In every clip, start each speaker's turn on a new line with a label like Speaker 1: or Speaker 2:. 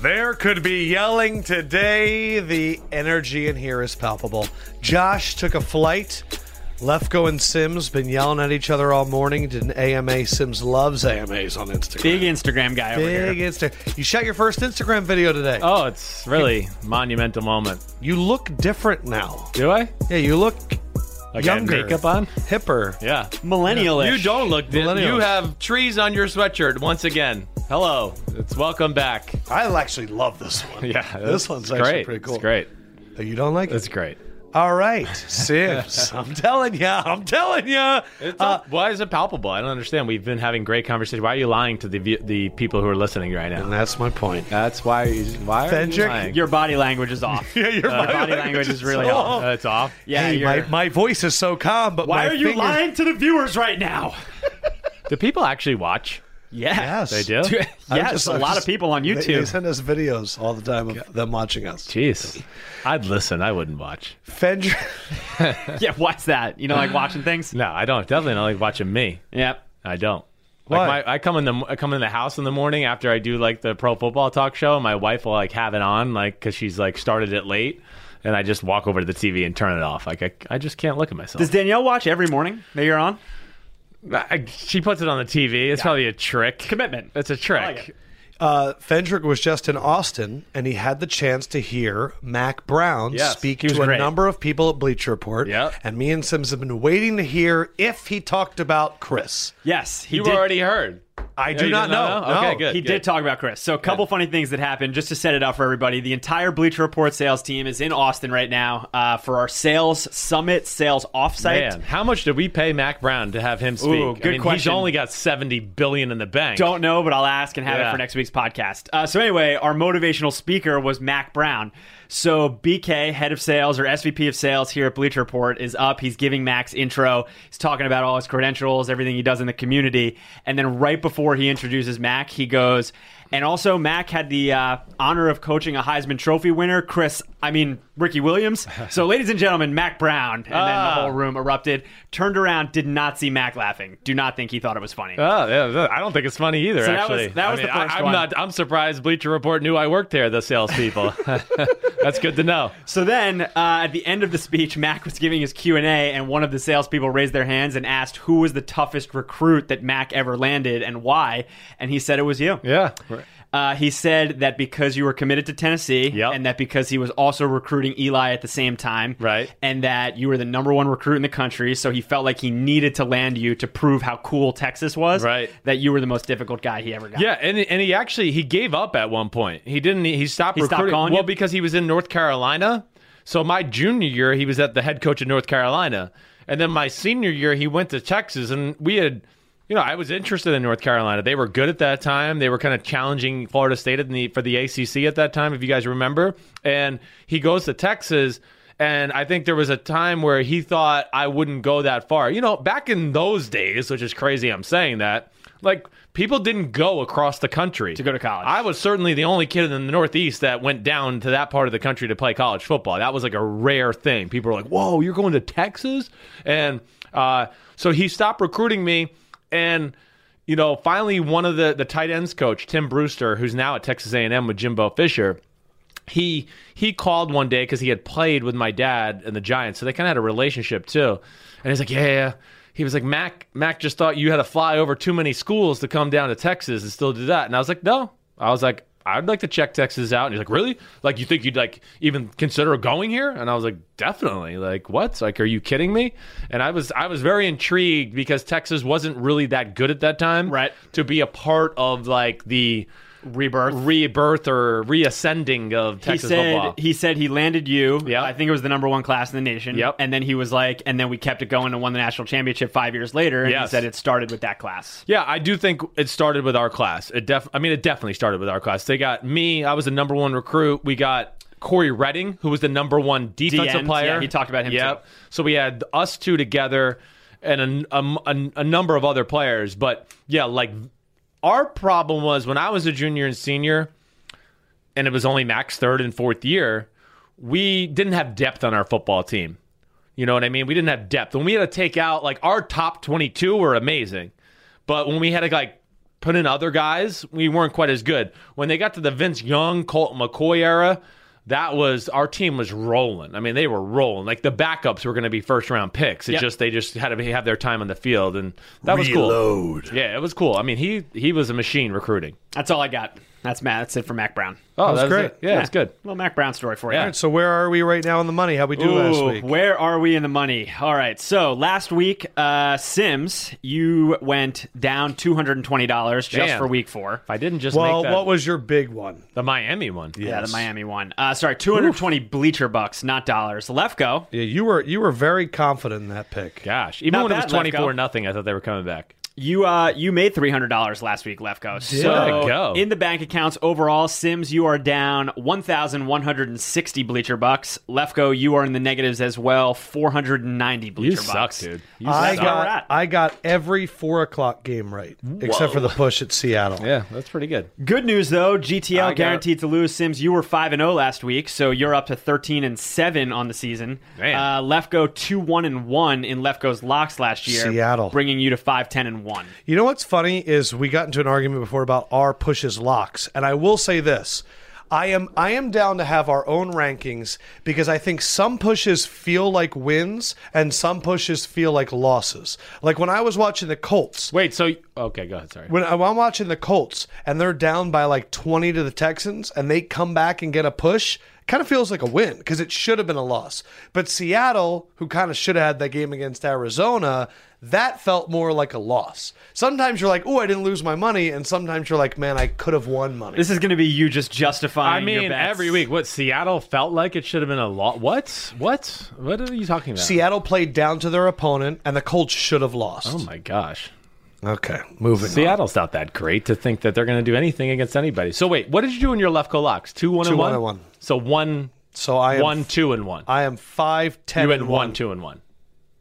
Speaker 1: There could be yelling today. The energy in here is palpable. Josh took a flight. Lefko and Sims been yelling at each other all morning. Did an AMA. Sims loves AMAs on Instagram.
Speaker 2: Big Instagram guy over
Speaker 1: Big
Speaker 2: here.
Speaker 1: Insta. You shot your first Instagram video today.
Speaker 2: Oh, it's really monumental moment.
Speaker 1: You look different now.
Speaker 2: Do I?
Speaker 1: Yeah, you look
Speaker 2: Like I
Speaker 1: younger.
Speaker 2: have makeup on?
Speaker 1: hipper.
Speaker 2: Yeah.
Speaker 3: millennial
Speaker 2: You don't look di-
Speaker 1: Millennial.
Speaker 2: You have trees on your sweatshirt once again. Hello. It's welcome back.
Speaker 1: I actually love this one.
Speaker 2: Yeah.
Speaker 1: This one's
Speaker 2: it's
Speaker 1: actually
Speaker 2: great.
Speaker 1: pretty cool.
Speaker 2: It's great.
Speaker 1: Oh, You don't like it?
Speaker 2: It's great.
Speaker 1: All right, Sims. I'm telling ya. I'm telling ya. Uh,
Speaker 2: It's a- Uh, why is it palpable? I don't understand. We've been having great conversation. Why are you lying to the vi- the people who are listening right now?
Speaker 1: And that's my point.
Speaker 2: That's why. you- Why are
Speaker 1: Fedrick,
Speaker 2: you lying?
Speaker 3: Your body language is off.
Speaker 1: Yeah, your
Speaker 3: Uh, body language is really off.
Speaker 2: Uh, it's off.
Speaker 3: Yeah,
Speaker 1: hey,
Speaker 3: you're-
Speaker 1: my, my voice is so calm, but
Speaker 3: why
Speaker 1: my
Speaker 3: are you
Speaker 1: fingers-
Speaker 3: lying to the viewers right now?
Speaker 2: Do people actually watch?
Speaker 3: Yeah.
Speaker 1: Yes,
Speaker 2: They do.
Speaker 3: Yes,
Speaker 1: I'm just-
Speaker 3: a
Speaker 1: I'm
Speaker 3: lot
Speaker 1: just-
Speaker 3: of people on
Speaker 1: They, they
Speaker 3: YouTube.
Speaker 1: send us videos all the time of them watching us.
Speaker 2: Jeez, I'd listen. I wouldn't watch.
Speaker 1: Fendrick,
Speaker 3: yeah, what's that? You know, like watching things?
Speaker 2: No, I don't. Definitely not like watching me.
Speaker 3: Yep.
Speaker 2: I don't.
Speaker 1: Why?
Speaker 2: Like my, I come in the I come in the house in the morning after I do like the pro football talk show, and my wife will like have it on like because she's like started it late, and I just walk over to the TV and turn it off. Like I, I just can't look at myself.
Speaker 3: Does Danielle watch every morning that you're on?
Speaker 2: I- she puts it on the TV. It's probably a trick.
Speaker 3: Commitment.
Speaker 2: It's a trick.
Speaker 3: like it.
Speaker 1: uh, Fendrick was just in Austin, and he had the chance to hear Mac Brown
Speaker 2: Yes,
Speaker 1: speak
Speaker 2: he was
Speaker 1: to a
Speaker 2: great.
Speaker 1: number of people at Bleacher Report.
Speaker 2: Yep.
Speaker 1: And me and Sims have been waiting to hear if he talked about Chris.
Speaker 3: Yes, he
Speaker 2: You
Speaker 3: did.
Speaker 2: already heard.
Speaker 1: I
Speaker 2: No,
Speaker 1: do
Speaker 2: you
Speaker 1: not
Speaker 2: did
Speaker 1: know.
Speaker 2: not know? Okay,
Speaker 1: No.
Speaker 2: good.
Speaker 3: he did talk about Chris. So, a couple funny things that happened just to set it up for everybody. The entire Bleacher Report sales team is in Austin right now uh, for our sales summit, sales offsite.
Speaker 2: Man, how much did we pay Mac Brown to have him speak?
Speaker 3: Ooh,
Speaker 2: I
Speaker 3: good
Speaker 2: mean, He's
Speaker 3: question.
Speaker 2: only got seventy billion in the bank.
Speaker 3: Don't know, but I'll ask and have it
Speaker 2: Yeah.
Speaker 3: for next week's podcast. Uh, so anyway, our motivational speaker was Mac Brown. So BK, head of sales or SVP of sales here at Bleacher Report, is up. He's giving Mac's intro. He's talking about all his credentials, everything he does in the community, and then right before he introduces Mac, he goes. And also, Mac had the uh, honor of coaching a Heisman Trophy winner, Chris. I mean Ricky Williams. So, ladies and gentlemen, Mac Brown, and then the
Speaker 2: Ah.
Speaker 3: whole room erupted. Turned around, did not see Mac laughing. Do not think he thought it was funny.
Speaker 2: Oh, yeah, th- I don't think it's funny either.
Speaker 3: So that was-
Speaker 2: actually,
Speaker 3: that was
Speaker 2: I mean,
Speaker 3: the first
Speaker 2: I, am
Speaker 3: one.
Speaker 2: not. I'm surprised Bleacher Report knew I worked there. The salespeople. That's good to know.
Speaker 3: So then, uh, at the end of the speech, Mac was giving his Q and A, and one of the salespeople raised their hands and asked who was the toughest recruit that Mac ever landed and why. And he said it was you.
Speaker 2: Yeah.
Speaker 3: Uh, he said that because you were committed to Tennessee,
Speaker 2: Yep.
Speaker 3: and that because he was also recruiting Eli at the same time,
Speaker 2: Right.
Speaker 3: and that you were the number one recruit in the country, so he felt like he needed to land you to prove how cool Texas was.
Speaker 2: Right.
Speaker 3: That you were the most difficult guy he ever got.
Speaker 2: Yeah, and and he actually he gave up at one point. He didn't. He stopped
Speaker 3: He stopped
Speaker 2: recruiting.
Speaker 3: calling
Speaker 2: well,
Speaker 3: you?
Speaker 2: because he was in North Carolina. So my junior year, he was at the head coach of North Carolina, and then my senior year, he went to Texas, and we had. You know, I was interested in North Carolina. They were good at that time. They were kind of challenging Florida State in the, for the ACC at that time, if you guys remember. And he goes to Texas, and I think there was a time where he thought I wouldn't go that far. You know, back in those days, which is crazy, I'm saying that. Like people didn't go across the country to
Speaker 3: go to college.
Speaker 2: I was certainly the only kid in the Northeast that went down to that part of the country to play college football. That was like a rare thing. People were like, "Whoa, you're going to Texas?" And uh, so he stopped recruiting me, and you know, finally, one of the the tight ends coach, Tim Brewster, who's now at Texas A&M with Jimbo Fisher he he called one day because he had played with my dad and the Giants, so they kind of had a relationship too. And he's like, yeah, yeah. He was like, Mac, Mac just thought you had to fly over too many schools to come down to Texas and still do that. And I was like, no. I was like, I'd like to check Texas out. And he's like, really? Like, you think you'd like even consider going here? And I was like, definitely. Like, what? Like, are you kidding me? And I was I was very intrigued because Texas wasn't really that good at that time,
Speaker 3: Right.
Speaker 2: To be a part of like the
Speaker 3: Rebirth.
Speaker 2: rebirth or reascending of Texas
Speaker 3: he said
Speaker 2: football.
Speaker 3: he said he landed you.
Speaker 2: Yeah.
Speaker 3: I think it was the number one class in the nation.
Speaker 2: Yep.
Speaker 3: And then he was like, and then we kept it going and won the national championship five years later. And he
Speaker 2: Yes.
Speaker 3: said it started with that class.
Speaker 2: yeah, I do think it started with our class. It def- I mean, it definitely started with our class. They got me. I was the number one recruit. We got Corey Redding, who was the number one defensive
Speaker 3: DN,
Speaker 2: player.
Speaker 3: yeah, he talked about him,
Speaker 2: Yep.
Speaker 3: too.
Speaker 2: So we had us two together and a, a- a- a number of other players. But yeah, like our problem was when I was a junior and senior, and it was only max third and fourth year, we didn't have depth on our football team. You know what I mean? We didn't have depth. When we had to take out like our top 22 were amazing. But when we had to like put in other guys, we weren't quite as good. When they got to the Vince Young, Colt McCoy era, that was our team was rolling. I mean, they were rolling. Like the backups were going to be first round picks. It
Speaker 3: Yep.
Speaker 2: just they just had to have their time on the field, and that was cool. Yeah, it was cool. I mean, he he was a machine recruiting.
Speaker 3: That's all I got. That's Matt. That's it for Mac Brown.
Speaker 2: Oh,
Speaker 1: That was
Speaker 2: that was
Speaker 1: great.
Speaker 2: it. Yeah, it's good.
Speaker 3: Little Mac Brown story for you.
Speaker 2: Yeah.
Speaker 1: So where are we right now in the money? How we do last
Speaker 3: Ooh,
Speaker 1: week?
Speaker 3: Where are we in the money? All right. So last week, uh, Sims, you went down two hundred and twenty dollars just
Speaker 2: Damn.
Speaker 3: for week four.
Speaker 2: If I didn't just
Speaker 1: well,
Speaker 2: make that,
Speaker 1: what was your big one?
Speaker 2: the Miami one.
Speaker 3: Yeah, the Miami one. Uh, sorry, two hundred twenty bleacher bucks, not dollars. Lefko.
Speaker 1: Yeah, you were you were very confident in that pick.
Speaker 2: Gosh, even
Speaker 3: Not
Speaker 2: when it
Speaker 3: bad,
Speaker 2: was twenty four
Speaker 3: Lefko.
Speaker 2: nothing, I thought they were coming back.
Speaker 3: You uh you made three hundred dollars last week, Lefko.
Speaker 2: I
Speaker 3: So
Speaker 2: go?
Speaker 3: in the bank accounts overall, Sims, you are down one thousand one hundred and sixty bleacher bucks. Lefko, you are in the negatives as well, four hundred and ninety bleacher
Speaker 2: You
Speaker 3: bucks.
Speaker 2: suck, dude. You
Speaker 1: I
Speaker 2: suck.
Speaker 3: where we're
Speaker 1: got
Speaker 3: at.
Speaker 1: I got every four o'clock game right, except for the push at Seattle.
Speaker 2: Yeah, that's pretty good.
Speaker 3: Good news though,
Speaker 2: I
Speaker 3: GTL
Speaker 2: got-
Speaker 3: guaranteed to lose. Sims, you were five and zero last week, so you're up to thirteen and seven on the season.
Speaker 2: Man.
Speaker 3: Uh, Lefko two one and one in Lefko's locks last year,
Speaker 1: Seattle.
Speaker 3: bringing you to five ten and one.
Speaker 1: You know what's funny is we got into an argument before about our pushes locks, and I will say this. I am I am down to have our own rankings because I think some pushes feel like wins and some pushes feel like losses. Like when I was watching the Colts,
Speaker 2: Wait, so okay, go ahead. Sorry.
Speaker 1: when I'm watching the Colts and they're down by like 20 to the Texans and they come back and get a push, kind of feels like a win because it should have been a loss. But Seattle, who kind of should have had that game against Arizona, that felt more like a loss. Sometimes you're like, oh, I didn't lose my money. And sometimes you're like, man, I could have won money.
Speaker 3: This is going to be you just
Speaker 2: I
Speaker 3: justifying. your
Speaker 2: mean,
Speaker 3: bets.
Speaker 2: every week, what Seattle felt like it should have been a lot. What? What? What are you talking about?
Speaker 1: Seattle played down to their opponent and the Colts should have lost.
Speaker 2: oh my gosh,
Speaker 1: Okay, moving on.
Speaker 2: Seattle's not that great to think that they're going to do anything against anybody. So wait, what did you do in your Lefko locks? Two one
Speaker 1: Two,
Speaker 2: and
Speaker 1: one,
Speaker 2: one.
Speaker 1: and one.
Speaker 2: So one,
Speaker 1: So I am,
Speaker 2: one, two and one.
Speaker 1: I am 5, 10,
Speaker 2: you went
Speaker 1: and
Speaker 2: one, two and one.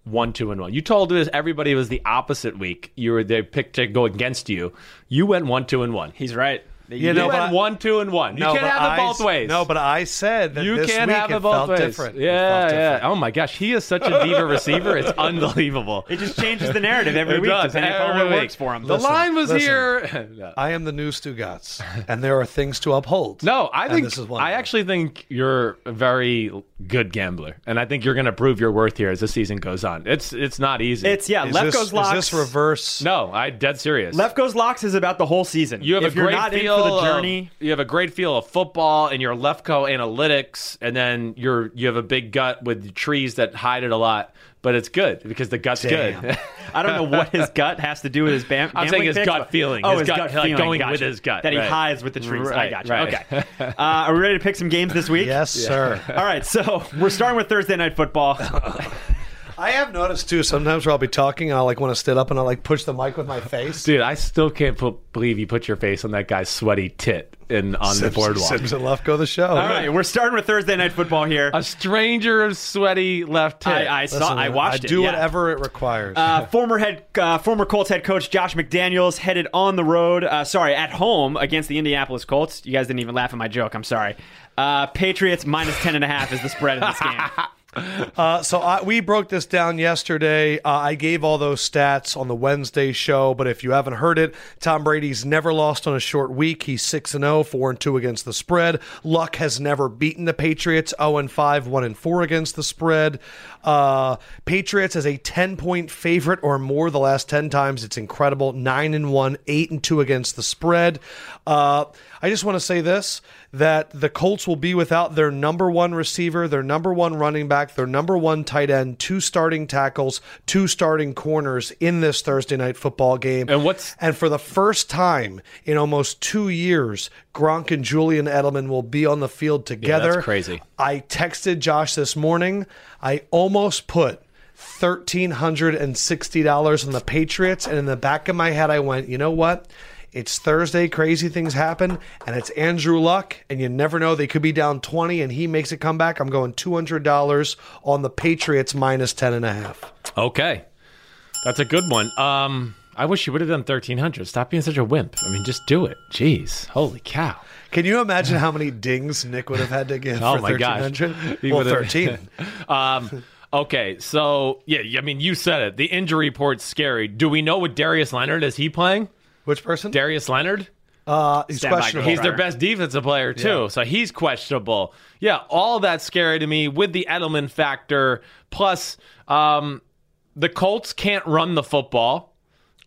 Speaker 2: One, two, and one. You told us everybody was the opposite week. You were they picked to go against you. You went one, two, and one.
Speaker 3: he's right.
Speaker 2: You,
Speaker 1: know, but
Speaker 2: went
Speaker 1: I-
Speaker 2: one, two, and one. You
Speaker 1: No,
Speaker 2: can't
Speaker 1: but
Speaker 2: have it
Speaker 1: I
Speaker 2: both
Speaker 1: s-
Speaker 2: ways.
Speaker 1: No, but I said that
Speaker 2: You
Speaker 1: this
Speaker 2: can't
Speaker 1: week
Speaker 2: have
Speaker 1: it,
Speaker 2: it both
Speaker 1: felt
Speaker 2: ways.
Speaker 1: different. It
Speaker 2: Yeah,
Speaker 1: felt
Speaker 2: yeah.
Speaker 1: different.
Speaker 2: Oh my gosh, he is such a diva receiver. It's unbelievable.
Speaker 3: It just changes the narrative every
Speaker 2: It
Speaker 3: week,
Speaker 2: does,
Speaker 3: depending upon
Speaker 2: every
Speaker 3: what
Speaker 2: week.
Speaker 3: works for him.
Speaker 2: The
Speaker 1: Listen,
Speaker 2: line was
Speaker 1: listen.
Speaker 2: here. No.
Speaker 1: I am the new Stugatz, and there are things to uphold.
Speaker 2: No, I
Speaker 1: And
Speaker 2: think
Speaker 1: this is one of
Speaker 2: I
Speaker 1: them.
Speaker 2: actually think you're a very good gambler, and I think you're going to prove your worth here as the season goes on. It's it's not easy.
Speaker 3: It's yeah.
Speaker 1: Is
Speaker 3: Lefko's
Speaker 1: this, is
Speaker 3: locks.
Speaker 1: this reverse?
Speaker 2: no, I dead serious.
Speaker 3: Lefko's locks is about the whole season.
Speaker 2: you have
Speaker 3: if
Speaker 2: a great
Speaker 3: you're not
Speaker 2: feel
Speaker 3: in for the
Speaker 2: of-
Speaker 3: journey.
Speaker 2: you have a great feel of football and your Lefko analytics, and then you're you have a big gut with trees that hide it a lot, but it's good because the gut's
Speaker 1: Damn.
Speaker 2: good.
Speaker 3: I don't know what his gut has to do with his bam-
Speaker 2: I'm
Speaker 3: gambling
Speaker 2: saying his
Speaker 3: picks,
Speaker 2: gut
Speaker 3: but-
Speaker 2: feeling.
Speaker 3: Oh,
Speaker 2: His
Speaker 3: his
Speaker 2: gut-
Speaker 3: gut,
Speaker 2: like
Speaker 3: feeling.
Speaker 2: going
Speaker 3: gotcha.
Speaker 2: with his gut,
Speaker 3: That he
Speaker 2: right.
Speaker 3: hides with the trees. I
Speaker 2: Right,
Speaker 3: got you.
Speaker 2: right.
Speaker 3: Okay. Uh, are we ready to pick some games this week?
Speaker 1: Yes, sir.
Speaker 3: All right. So we're starting with Thursday Night Football.
Speaker 1: I have noticed too. Sometimes where I'll be talking, and I will like want to sit up and I will like push the mic with my face.
Speaker 2: Dude, I still can't put, believe you put your face on that guy's sweaty tit in on the boardwalk.
Speaker 1: Sims and Left go the show.
Speaker 3: All right. We're starting with Thursday Night Football here.
Speaker 2: A stranger's sweaty left tit.
Speaker 3: I, I
Speaker 1: Listen,
Speaker 3: saw. I
Speaker 1: I
Speaker 3: watched it.
Speaker 1: do
Speaker 3: yeah.
Speaker 1: whatever it requires.
Speaker 3: Uh, former head, uh, former Colts head coach Josh McDaniels headed on the road. Uh, sorry, at home against the Indianapolis Colts. You guys didn't even laugh at my joke. I'm sorry. Uh, Patriots minus ten and a half is the spread in this game.
Speaker 1: Uh, so I, we broke this down yesterday. Uh, I gave all those stats on the Wednesday show, but if you haven't heard it, Tom Brady's never lost on a short week. He's 6 and 0, 4 and 2 against the spread. Luck has never beaten the Patriots, 0 and 5, 1 and 4 against the spread. Uh, Patriots as a 10 point favorite or more the last 10 times. It's incredible. 9 and 1, 8 and 2 against the spread. Uh, I just want to say this that the Colts will be without their number one receiver, their number one running back, their number one tight end, two starting tackles, two starting corners in this Thursday night football game.
Speaker 2: And what's-
Speaker 1: and for the first time in almost two years, Gronk and Julian Edelman will be on the field together.
Speaker 2: crazy.
Speaker 1: I texted Josh this morning. I almost put $1,360 on the Patriots. And in the back of my head, I went, you know what? It's Thursday, crazy things happen, and it's Andrew Luck, and you never know. They could be down 20 and he makes a comeback. I'm going $200 on the Patriots minus 10 and a half.
Speaker 2: Okay. That's a good one. Um, I wish you would have done 1300. Stop being such a wimp. I mean, just do it. Jeez. Holy cow.
Speaker 1: Can you imagine how many dings Nick would have had to give
Speaker 2: Oh
Speaker 1: for
Speaker 2: my gosh.
Speaker 1: 1300?
Speaker 2: He
Speaker 1: Well,
Speaker 2: would have-
Speaker 1: 13.
Speaker 2: Um, okay. So, yeah, I mean, you said it. The injury report's scary. Do we know what Darius Leonard is he playing?
Speaker 1: Which person?
Speaker 2: Darius Leonard?
Speaker 1: Uh, he's
Speaker 3: Stand by,
Speaker 1: questionable.
Speaker 2: He's
Speaker 3: Right.
Speaker 2: their best defensive player too, so he's questionable. Yeah, all that's scary to me with the Edelman factor. Plus, um, the Colts can't run the football,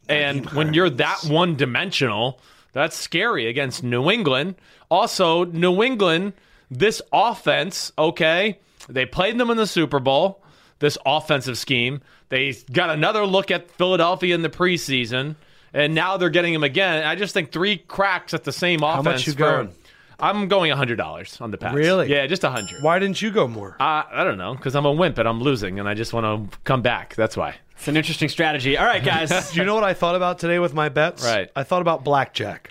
Speaker 2: and when you're that one dimensional, that's scary against New England. Also, New England, this offense, okay, they played them in the Super Bowl. This offensive scheme, they got another look at Philadelphia in the preseason. And now they're getting him again. I just think three cracks at the same offense.
Speaker 1: much you
Speaker 2: for-
Speaker 1: going?
Speaker 2: I'm going hundred dollars on the pass.
Speaker 1: Really?
Speaker 2: Yeah, just a hundred.
Speaker 1: Why didn't you go more?
Speaker 2: I, I don't know because I'm a wimp and I'm losing and I just want to come back. That's why.
Speaker 3: It's an interesting strategy. All right, guys.
Speaker 1: Do you know what I thought about today with my bets?
Speaker 2: Right.
Speaker 1: I thought about blackjack.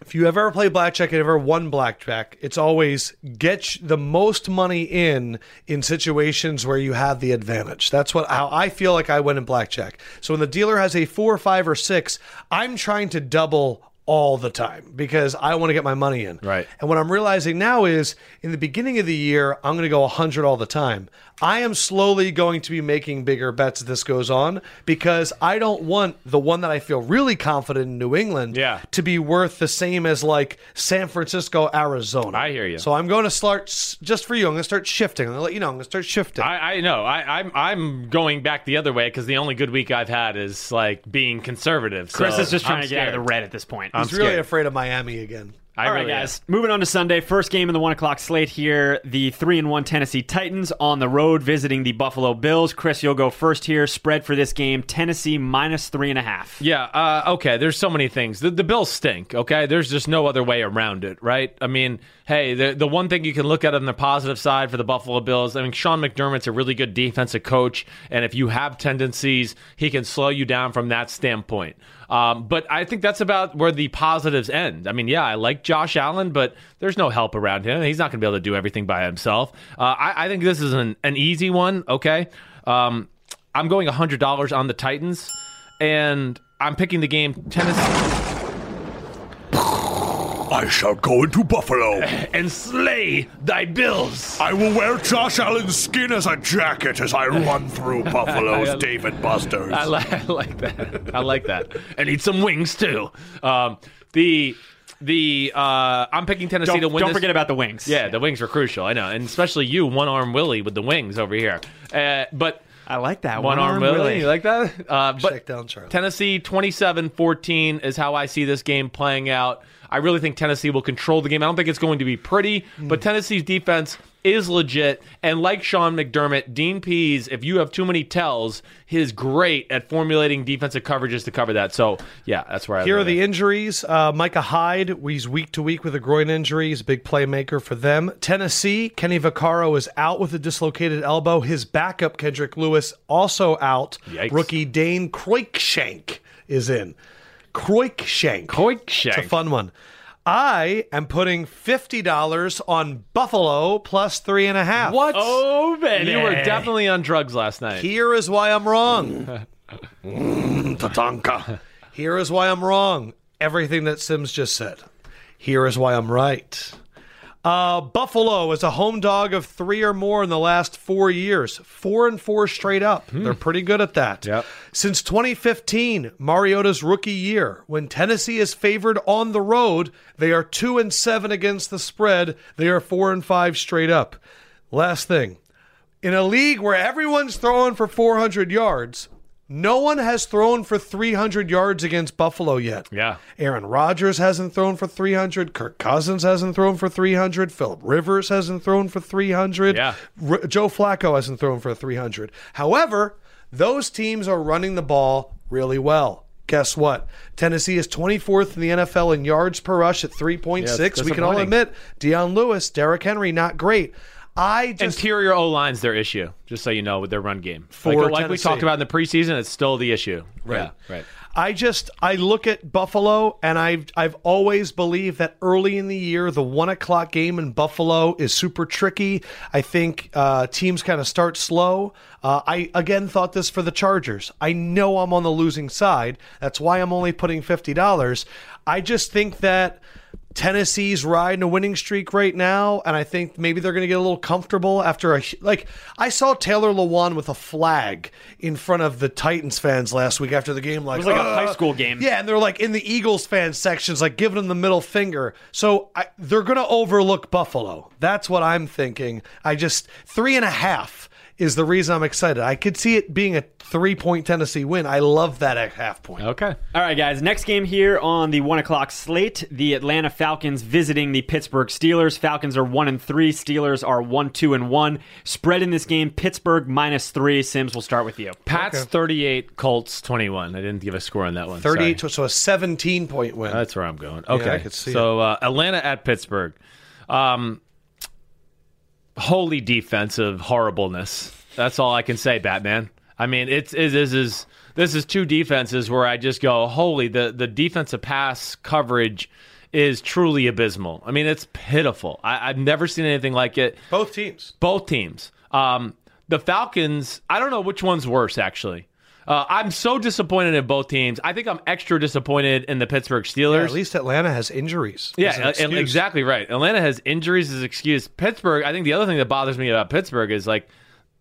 Speaker 1: If you ever play blackjack and ever won blackjack, it's always get sh- the most money in in situations where you have the advantage. That's what how I feel like I win in blackjack. So when the dealer has a four, five, or six, I'm trying to double all the time because I want to get my money in.
Speaker 2: Right.
Speaker 1: And what I'm realizing now is in the beginning of the year, I'm going to go 100 all the time. I am slowly going to be making bigger bets as this goes on because I don't want the one that I feel really confident in New England
Speaker 2: Yeah.
Speaker 1: to be worth the same as like San Francisco, Arizona.
Speaker 2: I hear you.
Speaker 1: So I'm going to start s- just for you. I'm going to start shifting. I'm going to let you know. I'm going to start shifting.
Speaker 2: I, I know. I, I'm I'm going back the other way because the only good week I've had is like being conservative.
Speaker 3: Chris
Speaker 2: so
Speaker 3: is just trying
Speaker 2: I'm
Speaker 3: to get out of the
Speaker 2: scared.
Speaker 3: red at this point.
Speaker 1: He's really
Speaker 2: scared.
Speaker 1: afraid of Miami again.
Speaker 2: I
Speaker 3: All right,
Speaker 2: really am.
Speaker 3: guys. Moving on to Sunday, first game in the one o'clock slate here. The three and one Tennessee Titans on the road visiting the Buffalo Bills. Chris, you'll go first here. Spread for this game: Tennessee minus three and a half.
Speaker 2: Yeah. Uh, okay. There's so many things. The, the Bills stink. Okay. There's just no other way around it, right? I mean, hey, the the one thing you can look at on the positive side for the Buffalo Bills, I mean, Sean McDermott's a really good defensive coach, and if you have tendencies, he can slow you down from that standpoint. Um, but I think that's about where the positives end. I mean, yeah, I like Josh Allen, but there's no help around him. He's not going to be able to do everything by himself. Uh, I, I think this is an, an easy one. Okay. Um, I'm going $100 on the Titans, and I'm picking the game Tennessee
Speaker 4: I shall go into Buffalo.
Speaker 2: and slay thy Bills.
Speaker 4: I will wear Josh Allen's skin as a jacket as I run through Buffalo's David Busters.
Speaker 2: I, li- I like that. I like that. And eat some wings too. Um, the the uh, I'm picking Tennessee
Speaker 3: Don't,
Speaker 2: to win.
Speaker 3: don't
Speaker 2: this-
Speaker 3: forget about the wings.
Speaker 2: Yeah, the wings were crucial. I know, and especially you, one arm Willie with the wings over here. Uh, but
Speaker 3: I like that
Speaker 2: one arm Willie, you like that? Uh, but
Speaker 1: Check down, Charlie.
Speaker 2: Tennessee 27-14 is how I see this game playing out. I really think Tennessee will control the game. I don't think it's going to be pretty, but Tennessee's defense is legit. And like Sean McDermott, Dean Pease, if you have too many tells, he's great at formulating defensive coverages to cover that. So yeah, that's where I
Speaker 1: Here are
Speaker 2: lay
Speaker 1: the
Speaker 2: it.
Speaker 1: injuries. Uh, Micah Hyde, he's week to week with a groin injury. He's a big playmaker for them. Tennessee, Kenny Vaccaro is out with a dislocated elbow. His backup, Kendrick Lewis, also out.
Speaker 2: Yikes.
Speaker 1: Rookie Dane Kroikshank is in. Kroikshank. It's a
Speaker 2: Koikshank.
Speaker 1: fun one. I am putting $50 on Buffalo plus three and a half.
Speaker 2: What?
Speaker 3: Oh, baby.
Speaker 2: you were definitely on drugs last night.
Speaker 1: Here is why I'm wrong.
Speaker 4: Tatanka.
Speaker 1: Here is why I'm wrong. Everything that Sims just said. Here is why I'm right. Uh, Buffalo is a home dog of three or more in the last four years. Four and four straight up. They're pretty good at that.
Speaker 2: Hmm. Yep.
Speaker 1: Since 2015, Mariota's rookie year, when Tennessee is favored on the road, they are two and seven against the spread. They are four and five straight up. Last thing, in a league where everyone's throwing for 400 yards, no one has thrown for 300 yards against Buffalo yet.
Speaker 2: Yeah.
Speaker 1: Aaron Rodgers hasn't thrown for 300. Kirk Cousins hasn't thrown for 300. Philip Rivers hasn't thrown for 300.
Speaker 2: Yeah.
Speaker 1: R- Joe Flacco hasn't thrown for 300. However, those teams are running the ball really well. Guess what? Tennessee is 24th in the NFL in yards per rush at 3.6.
Speaker 2: Yeah, it's
Speaker 1: we can all
Speaker 2: disappointing.
Speaker 1: admit Deion Lewis, Derrick Henry, not great. I just
Speaker 2: Interior O line's their issue, just so you know, with their run game.
Speaker 1: For
Speaker 2: like, like we
Speaker 1: Tennessee.
Speaker 2: talked about in the preseason, it's still the issue.
Speaker 1: Right.
Speaker 2: Yeah, right.
Speaker 1: I just I look at Buffalo and I've I've always believed that early in the year the one o'clock game in Buffalo is super tricky. I think uh, teams kind of start slow. Uh, I again thought this for the Chargers. I know I'm on the losing side. That's why I'm only putting fifty dollars. I just think that. Tennessee's riding a winning streak right now, and I think maybe they're going to get a little comfortable after a like. I saw Taylor Lewan with a flag in front of the Titans fans last week after the game. Like
Speaker 3: It was like a
Speaker 1: "Ugh."
Speaker 3: high school game.
Speaker 1: Uh, Yeah, and they're like in the Eagles fan sections, like giving them the middle finger. So I, they're going to overlook Buffalo. That's what I'm thinking. I just three and a half is the reason I'm excited. I could see it being a three point Tennessee win. I love that at half point.
Speaker 2: Okay.
Speaker 3: All right, guys. Next game here on the one o'clock slate: the Atlanta Falcons visiting the Pittsburgh Steelers. Falcons are one and three. Steelers are one, two, and one. Spread in this game: Pittsburgh minus three. Sims, we'll start with you.
Speaker 2: Pats 38, Colts 21. I didn't give a score on that one. sorry. Uh,
Speaker 1: 38 to, so a 17 point win.
Speaker 2: That's where I'm going. Okay.
Speaker 1: I could see
Speaker 2: so uh, Atlanta at Pittsburgh. Um, holy defensive horribleness. That's all I can say, Batman. I mean, it's it, this is this is two defenses where I just go, holy the the defensive pass coverage is truly abysmal. I mean, it's pitiful. I, I've never seen anything like it.
Speaker 1: Both teams.
Speaker 2: Both teams. Um, the Falcons, I don't know which one's worse, actually. Uh, I'm so disappointed in both teams. I think I'm extra disappointed in the Pittsburgh Steelers.
Speaker 1: Yeah, at least Atlanta has injuries.
Speaker 2: Yeah,
Speaker 1: As an
Speaker 2: uh, and
Speaker 1: excuse.
Speaker 2: exactly right. Atlanta has injuries as excuse. Pittsburgh, I think the other thing that bothers me about Pittsburgh is like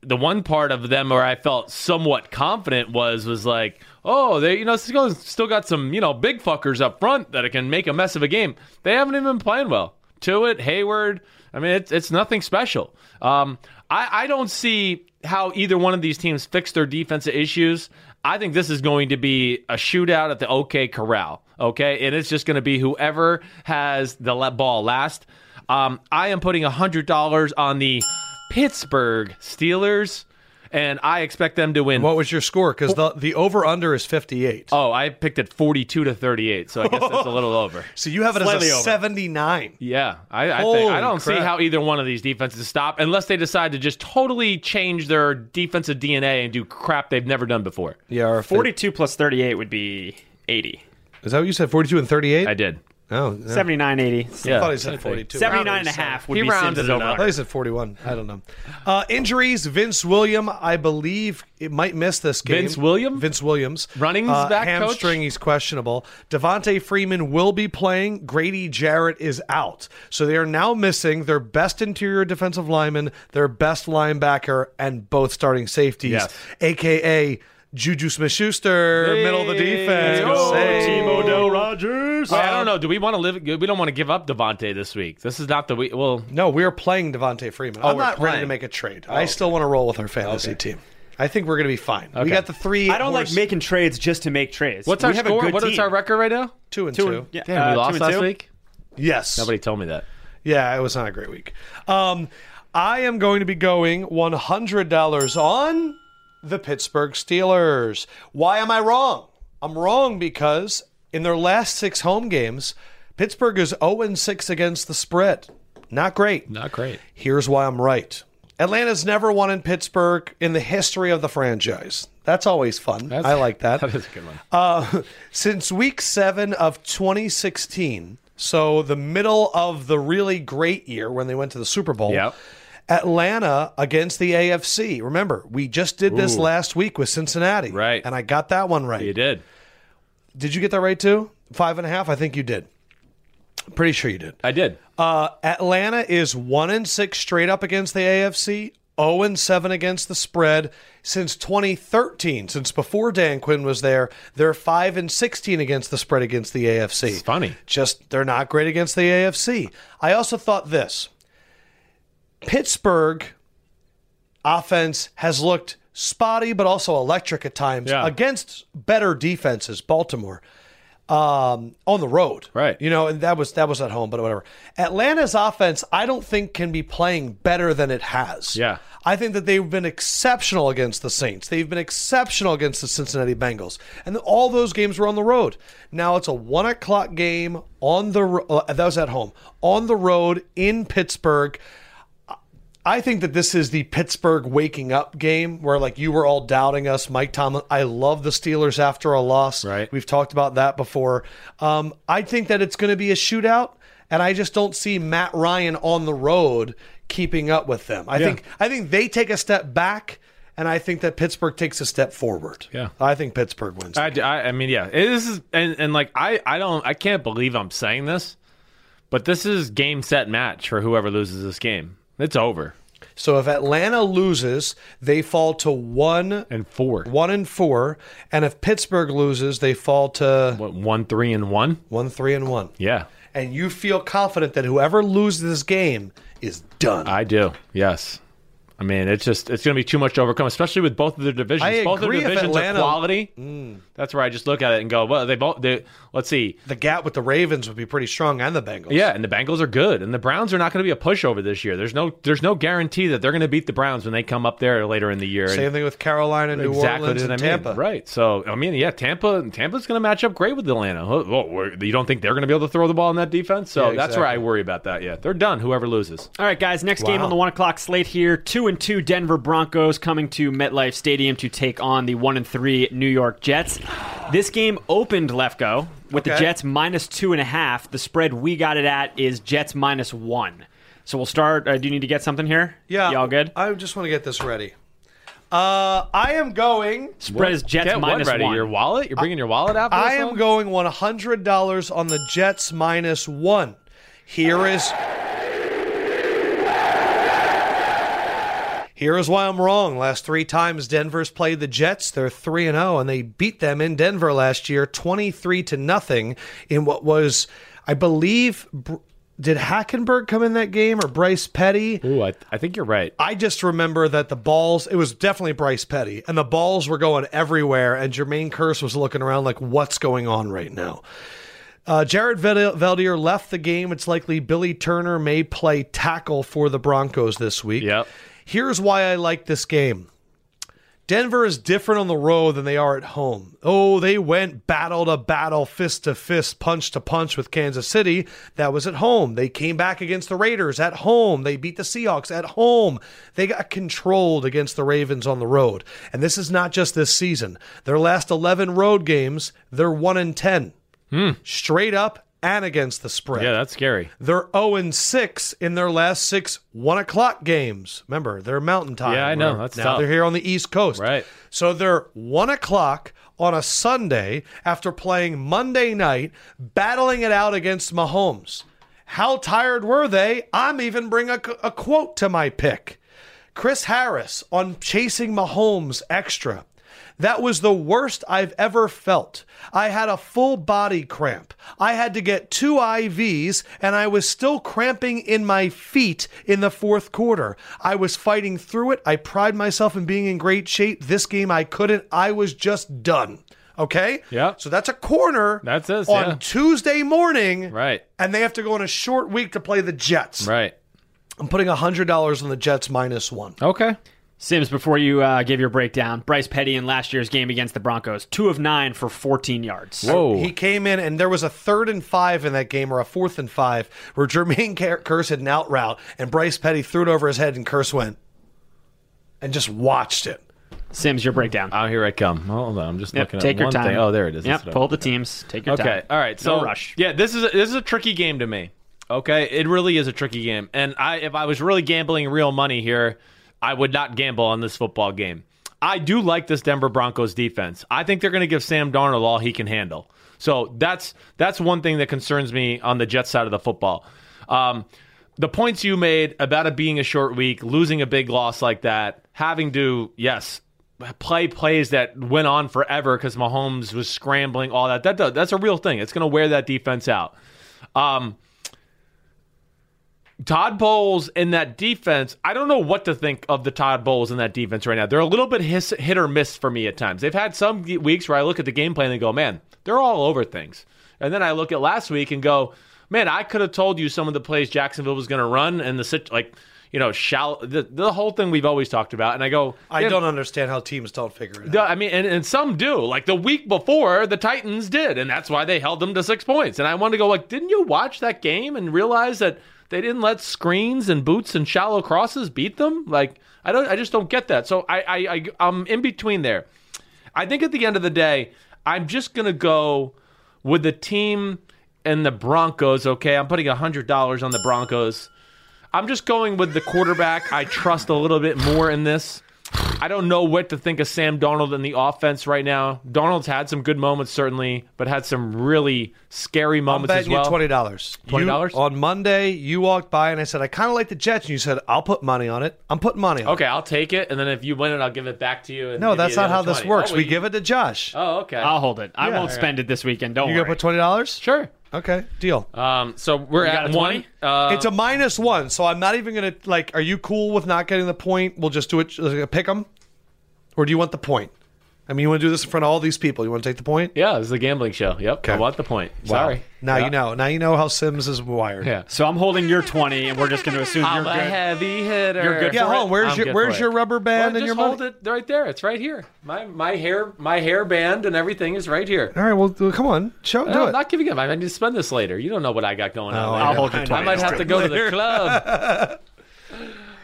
Speaker 2: the one part of them where I felt somewhat confident was was like, oh, they you know still, still got some you know big fuckers up front that can make a mess of a game. They haven't even been playing well. To it, Hayward. I mean, it's it's nothing special. Um, I I don't see how either one of these teams fix their defensive issues. I think this is going to be a shootout at the OK Corral. Okay, and it's just going to be whoever has the le- ball last. Um, I am putting hundred dollars on the Pittsburgh Steelers, and I expect them to win.
Speaker 1: What was your score? Because the, the over under is 58.
Speaker 2: Oh, I picked at forty-two to thirty-eight, so I guess that's a little over.
Speaker 1: so you have it as a
Speaker 3: Slightly over.
Speaker 1: 79.
Speaker 2: Yeah, I, I
Speaker 1: Holy
Speaker 2: think I don't see
Speaker 1: crap.
Speaker 2: how either one of these defenses stop unless they decide to just totally change their defensive DNA and do crap they've never done before.
Speaker 1: Yeah, or if it-
Speaker 3: Forty-two plus thirty-eight would be eighty.
Speaker 1: Is that what you said? 42 and 38?
Speaker 2: I did.
Speaker 1: Oh, yeah.
Speaker 3: 79, 80.
Speaker 1: I
Speaker 2: Yeah,
Speaker 1: thought he said 42.
Speaker 3: 79 and a half would
Speaker 2: He
Speaker 3: be
Speaker 2: rounded
Speaker 3: Sims'
Speaker 2: it
Speaker 3: over.
Speaker 2: up.
Speaker 1: I thought he said 41. I don't know. Uh, injuries. Vince William, I believe, it might miss this game.
Speaker 2: Vince William?
Speaker 1: Vince Williams. Uh,
Speaker 2: Running's back coach?
Speaker 1: Hamstring, he's questionable. Devontae Freeman will be playing. Grady Jarrett is out. So they are now missing their best interior defensive lineman, their best linebacker, and both starting safeties,
Speaker 2: Yes.
Speaker 1: a.k.a. Juju Smith-Schuster, middle of the defense.
Speaker 2: go,
Speaker 1: Save.
Speaker 2: Team
Speaker 3: Timo Del Rogers.
Speaker 2: Wait, I
Speaker 1: uh,
Speaker 2: don't know. Do we want to live? We don't want to give up Devontae this week. This is not the week. Well,
Speaker 1: No, we are playing Devontae Freeman.
Speaker 3: Oh,
Speaker 1: I'm
Speaker 2: we're
Speaker 1: not ready
Speaker 2: playing.
Speaker 1: to make a trade. I still want to roll with our fantasy team. I think we're going to be fine. We got the three.
Speaker 3: I don't like
Speaker 1: horse-
Speaker 3: making trades just to make trades.
Speaker 2: what's
Speaker 3: we
Speaker 2: our
Speaker 3: have
Speaker 2: score?
Speaker 3: A
Speaker 2: What
Speaker 3: good
Speaker 2: is
Speaker 3: team.
Speaker 2: our record right now?
Speaker 1: two and two.
Speaker 3: Two and- yeah,
Speaker 2: Damn,
Speaker 3: uh,
Speaker 2: we
Speaker 3: two
Speaker 2: lost
Speaker 3: and
Speaker 2: last
Speaker 3: two.
Speaker 2: week.
Speaker 1: Yes.
Speaker 2: Nobody told me that.
Speaker 1: Yeah, it was not a great week. Um, I am going to be going one hundred dollars on the Pittsburgh Steelers. Why am I wrong? I'm wrong because in their last six home games, Pittsburgh is zero and six against the spread. Not great.
Speaker 2: Not great.
Speaker 1: Here's why I'm right. Atlanta's never won in Pittsburgh in the history of the franchise. That's always fun. I like that.
Speaker 2: That is a good one.
Speaker 1: Uh, since week seven of 2016, so the middle of the really great year when they went to the Super Bowl,
Speaker 2: Yep.
Speaker 1: Atlanta against the AFC. Remember, we just did this
Speaker 2: Ooh.
Speaker 1: last week with Cincinnati.
Speaker 2: Right.
Speaker 1: And I got that one right.
Speaker 2: You did.
Speaker 1: Did you get that right too? Five and a half? I think you did. Pretty sure you did.
Speaker 2: I did.
Speaker 1: Uh, Atlanta is one and six straight up against the AFC, zero oh and seven against the spread since 2013. Since before Dan Quinn was there, they're five and sixteen against the spread against the AFC. It's
Speaker 2: funny.
Speaker 1: just they're not great against the AFC. I also thought this: Pittsburgh offense has looked spotty, but also electric at times
Speaker 2: Yeah.
Speaker 1: against better defenses. Baltimore um, on the road,
Speaker 2: Right.
Speaker 1: You know, and that was that was at home, but whatever. Atlanta's offense, I don't think can be playing better than it has.
Speaker 2: Yeah.
Speaker 1: I think that they've been exceptional against the Saints. They've been exceptional against the Cincinnati Bengals, and th- all those games were on the road. Now it's a one o'clock game on the ro- uh, that was at home on the road in Pittsburgh. I think that this is the Pittsburgh waking up game where like you were all doubting us, Mike Tomlin. I love the Steelers after a loss.
Speaker 2: Right.
Speaker 1: We've talked about that before. Um, I think that it's going to be a shootout, and I just don't see Matt Ryan on the road keeping up with them. I think I think they take a step back, and I think that Pittsburgh takes a step forward.
Speaker 2: Yeah.
Speaker 1: I think Pittsburgh wins.
Speaker 2: I, I, I mean, yeah, It- this is and, and like I, I don't, I can't believe I'm saying this, but this is game set match for whoever loses this game. It's over
Speaker 1: so if Atlanta loses, they fall to one
Speaker 2: and four,
Speaker 1: one and four, and if Pittsburgh loses, they fall to
Speaker 2: What, one, three, and one.
Speaker 1: one three and one.
Speaker 2: Yeah,
Speaker 1: and you feel confident that whoever loses this game is done.
Speaker 2: I do. Yes, I mean it's just it's going to be too much to overcome, especially with both of their divisions.
Speaker 1: I
Speaker 2: both
Speaker 1: agree if
Speaker 2: their divisions
Speaker 1: Atlanta- Mm.
Speaker 2: are quality. That's where I just look at it and go, well, they both. They, let's see.
Speaker 1: the gap with the Ravens would be pretty strong and the Bengals.
Speaker 2: Yeah, and the Bengals are good, and the Browns are not going to be a pushover this year. There's no there's no guarantee that they're going to beat the Browns when they come up there later in the year. And-
Speaker 1: Same thing with Carolina, New Orleans,
Speaker 2: what
Speaker 1: and
Speaker 2: I mean.
Speaker 1: Tampa.
Speaker 2: Right. So I mean, yeah, Tampa. Tampa's going to match up great with Atlanta. Oh, oh, we're- you don't think they're going to be able to throw the ball in that defense? So
Speaker 1: Yeah,
Speaker 2: that's where I
Speaker 1: exactly.
Speaker 2: worry about that. Yeah, they're done. Whoever loses.
Speaker 3: All right, guys. Next game
Speaker 1: Wow.
Speaker 3: on the one o'clock slate here: two and two Denver Broncos coming to MetLife Stadium to take on the one and three New York Jets. This game opened Lefko with the
Speaker 1: Okay.
Speaker 3: Jets minus two and a half. The spread we got it at is Jets minus one. So we'll start. Uh, do you need to get something here?
Speaker 1: Yeah.
Speaker 3: y'all good.
Speaker 1: I just want to get this ready. Uh, I am going.
Speaker 3: Spread is Jets
Speaker 2: Get
Speaker 3: minus
Speaker 2: one ready.
Speaker 3: one.
Speaker 2: Your wallet. You're bringing your wallet out. For
Speaker 1: I
Speaker 2: this
Speaker 1: am
Speaker 2: one?
Speaker 1: going one hundred dollars on the Jets minus one. Here is. Here is why I'm wrong. Last three times Denver's played the Jets, they're 3 and 0 and they beat them in Denver last year 23 to nothing in what was I believe Br- did Hackenberg come in that game or Bryce Petty?
Speaker 2: Ooh, I, I think you're right.
Speaker 1: I just remember that the balls, it was definitely Bryce Petty, and the balls were going everywhere, and Jermaine Curse was looking around like, what's going on right now? Uh, Jared Vel- Veldier left the game. It's likely Billy Turner may play tackle for the Broncos this week.
Speaker 2: Yep.
Speaker 1: Here's why I like this game. Denver is different on the road than they are at home. Oh, they went battle to battle, fist to fist, punch to punch with Kansas City. That was at home. They came back against the Raiders at home. They beat the Seahawks at home. They got controlled against the Ravens on the road. And this is not just this season. Their last 11 road games, they're 1 and 10. Straight up and against the spread.
Speaker 2: Yeah, that's scary.
Speaker 1: They're 0 and 6 in their last six one o'clock games. Remember, they're mountain time.
Speaker 2: Yeah, I know.
Speaker 1: We're-
Speaker 2: That's
Speaker 1: now
Speaker 2: tough.
Speaker 1: they're here on the East Coast.
Speaker 2: Right.
Speaker 1: So they're one o'clock on a Sunday after playing Monday night, battling it out against Mahomes. How tired were they? I'm even bring a, a quote to my pick. Chris Harris on chasing Mahomes extra. That was the worst I've ever felt. I had a full body cramp. I had to get two IVs, and I was still cramping in my feet in the fourth quarter. I was fighting through it. I pride myself in being in great shape. This game, I couldn't. I was just done. Okay?
Speaker 2: Yeah.
Speaker 1: So that's a corner.
Speaker 2: That's us,
Speaker 1: On
Speaker 2: yeah.
Speaker 1: Tuesday morning.
Speaker 2: Right.
Speaker 1: And they have to go in a short week to play the Jets.
Speaker 2: Right.
Speaker 1: I'm putting $100 on the Jets minus one.
Speaker 2: Okay.
Speaker 3: Sims, before you uh, give your breakdown, Bryce Petty in last year's game against the Broncos, two of nine for 14 yards.
Speaker 2: Whoa.
Speaker 1: He came in, and there was a third and five in that game, or a fourth and five, where Jermaine Ker- Curse had an out route, and Bryce Petty threw it over his head, and Curse went and just watched it.
Speaker 3: Sims, your breakdown.
Speaker 2: oh, here I come. Hold on. I'm just
Speaker 3: Yep,
Speaker 2: looking
Speaker 3: take
Speaker 2: at
Speaker 3: your
Speaker 2: one
Speaker 3: time.
Speaker 2: thing. Oh, there it is. That's
Speaker 3: Yep,
Speaker 2: what I-
Speaker 3: pull the teams. Take your time.
Speaker 2: Okay. All right. So
Speaker 3: no rush.
Speaker 2: Yeah, this is a, this is a tricky game to me. Okay, it really is a tricky game, and I if I was really gambling real money here, I would not gamble on this football game. I do like this Denver Broncos defense. I think they're going to give Sam Darnold all he can handle. So that's that's one thing that concerns me on the Jets side of the football. Um, the points you made about it being a short week, losing a big loss like that, having to yes play plays that went on forever because Mahomes was scrambling, all that. That does, that's a real thing. It's going to wear that defense out. Um, Todd Bowles in that defense, I don't know what to think of the Todd Bowles in that defense right now. They're a little bit his, hit or miss for me at times. They've had some ge- weeks where I look at the game plan and go, man, they're all over things. And then I look at last week and go, man, I could have told you some of the plays Jacksonville was going to run and the sit like, you know, shall the, the whole thing we've always talked about. And I go,
Speaker 1: I
Speaker 2: "Man,
Speaker 1: don't understand how teams don't figure it
Speaker 2: yeah,
Speaker 1: out.
Speaker 2: I mean, and, and some do. Like the week before, the Titans did, and that's why they held them to six points. And I wanted to go like, didn't you watch that game and realize that they didn't let screens and boots and shallow crosses beat them. Like I don't, I just don't get that. So I, I, I I'm in between there. I think at the end of the day, I'm just gonna go with the team and the Broncos. Okay, I'm putting hundred dollars on the Broncos. I'm just going with the quarterback. I trust a little bit more in this. I don't know what to think of Sam Donald in the offense right now. Donald's had some good moments certainly, but had some really scary
Speaker 1: I'm
Speaker 2: moments as
Speaker 1: betting
Speaker 2: well.
Speaker 1: you twenty dollars.
Speaker 2: $20?
Speaker 1: on Monday. You walked by and I said I kind of like the Jets, and you said I'll put money on it. I'm putting money on. it.
Speaker 2: Okay, I'll take it, and then if you win it, I'll give it back to you. and
Speaker 1: No,
Speaker 2: give you
Speaker 1: that's not
Speaker 2: another
Speaker 1: how this
Speaker 2: 20.
Speaker 1: works.
Speaker 2: Oh,
Speaker 1: we
Speaker 2: you-
Speaker 1: give it to Josh.
Speaker 2: Oh, okay.
Speaker 3: I'll hold it. I
Speaker 1: Yeah.
Speaker 3: won't spend it this weekend. Don't
Speaker 1: you
Speaker 3: worry.
Speaker 1: gonna put twenty dollars?
Speaker 2: sure.
Speaker 1: Okay, deal.
Speaker 2: Um, so we're
Speaker 3: got
Speaker 2: at
Speaker 3: a
Speaker 2: one.
Speaker 3: 20?
Speaker 2: Uh,
Speaker 1: it's a minus one, so I'm not even gonna like. Are you cool with not getting the point? We'll just do it. Like, pick them, or do you want the point? I mean, you want to do this in front of all these people? You want to take the point?
Speaker 2: yeah, this is a gambling show. Yep. I
Speaker 1: Okay.
Speaker 2: want the point.
Speaker 1: Wow.
Speaker 2: Sorry.
Speaker 1: Now you know. Now you know how Sims is wired.
Speaker 2: Yeah.
Speaker 3: so I'm holding your 20, and we're just going to assume you're
Speaker 2: I'm a
Speaker 3: good.
Speaker 2: heavy hitter.
Speaker 3: You're good
Speaker 1: Yeah,
Speaker 3: for
Speaker 1: hold on.
Speaker 3: it.
Speaker 1: Where's
Speaker 2: I'm
Speaker 1: your
Speaker 2: good
Speaker 1: Where's
Speaker 2: for
Speaker 1: your
Speaker 2: it.
Speaker 1: rubber band
Speaker 2: Well,
Speaker 1: and
Speaker 2: just
Speaker 1: your
Speaker 2: hold
Speaker 1: money?
Speaker 2: it right there. It's right here. My my hair my hair band and everything is right here.
Speaker 1: All right. Well, do- come on. Show.
Speaker 2: No,
Speaker 1: Do
Speaker 2: I'm
Speaker 1: it.
Speaker 2: not giving up. I need to spend this later. You don't know what I got going on.
Speaker 1: I
Speaker 2: later.
Speaker 1: know. I'll
Speaker 3: hold your
Speaker 2: I
Speaker 3: 20.
Speaker 2: might have to go to the club.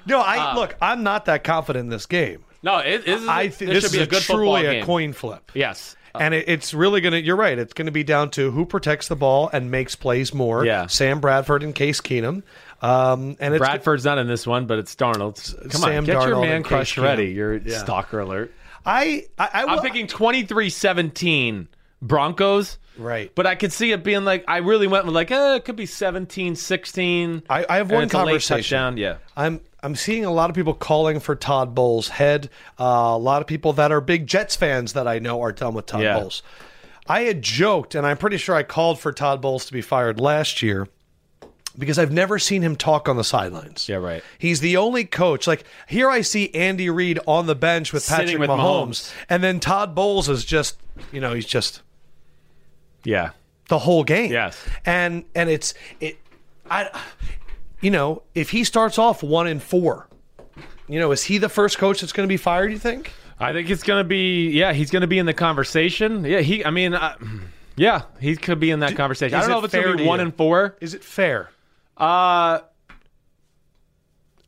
Speaker 1: No, I look. I'm not that confident in this game.
Speaker 2: No, it, it,
Speaker 1: I think
Speaker 2: this
Speaker 1: this
Speaker 2: Ah. should
Speaker 1: is
Speaker 2: be a
Speaker 1: a
Speaker 2: good football
Speaker 1: truly
Speaker 2: game.
Speaker 1: a coin flip.
Speaker 2: Yes.
Speaker 1: And it, it's really going to, you're right, it's going to be down to who protects the ball and makes plays more.
Speaker 2: Yeah.
Speaker 1: Sam Bradford and Case Keenum. Um, and it's
Speaker 2: Bradford's not in this one, but it's Darnold. Come
Speaker 1: Sam
Speaker 2: on, get
Speaker 1: Darnold
Speaker 2: your man
Speaker 1: and Case
Speaker 2: crush
Speaker 1: Keenum.
Speaker 2: ready. Your stalker alert.
Speaker 1: I, I, I
Speaker 2: I'm
Speaker 1: will-
Speaker 2: picking 23-17 Broncos.
Speaker 1: Right.
Speaker 2: But I could see it being like I really went with like, eh, it could be 17-16.
Speaker 1: I, I have
Speaker 2: And
Speaker 1: one
Speaker 2: it's a late
Speaker 1: conversation.
Speaker 2: touchdown, yeah.
Speaker 1: I'm I'm seeing a lot of people calling for Todd Bowles' head. Uh, a lot of people that are big Jets fans that I know are done with Todd
Speaker 2: Yeah.
Speaker 1: Bowles. I had joked, and I'm pretty sure I called for Todd Bowles to be fired last year because I've never seen him talk on the sidelines.
Speaker 2: Yeah, right.
Speaker 1: He's the only coach. Like here, I see Andy Reid on the bench with
Speaker 3: Sitting
Speaker 1: Patrick
Speaker 3: with
Speaker 1: Mahomes,
Speaker 3: Mahomes.
Speaker 1: and then Todd Bowles is just, you know, he's just
Speaker 2: Yeah.
Speaker 1: the whole game.
Speaker 2: Yes.
Speaker 1: And and it's it I you know, if he starts off 1 and 4, you know, is he the first coach that's going to be fired, you think?
Speaker 2: I think it's gonna be yeah, he's gonna be in the conversation. Yeah, he I mean I, yeah, he could be in that conversation. I
Speaker 1: is
Speaker 2: don't know
Speaker 1: it
Speaker 2: if it's gonna
Speaker 1: fair
Speaker 2: be
Speaker 1: to
Speaker 2: one
Speaker 1: you?
Speaker 2: and four.
Speaker 1: Is it fair?
Speaker 2: Uh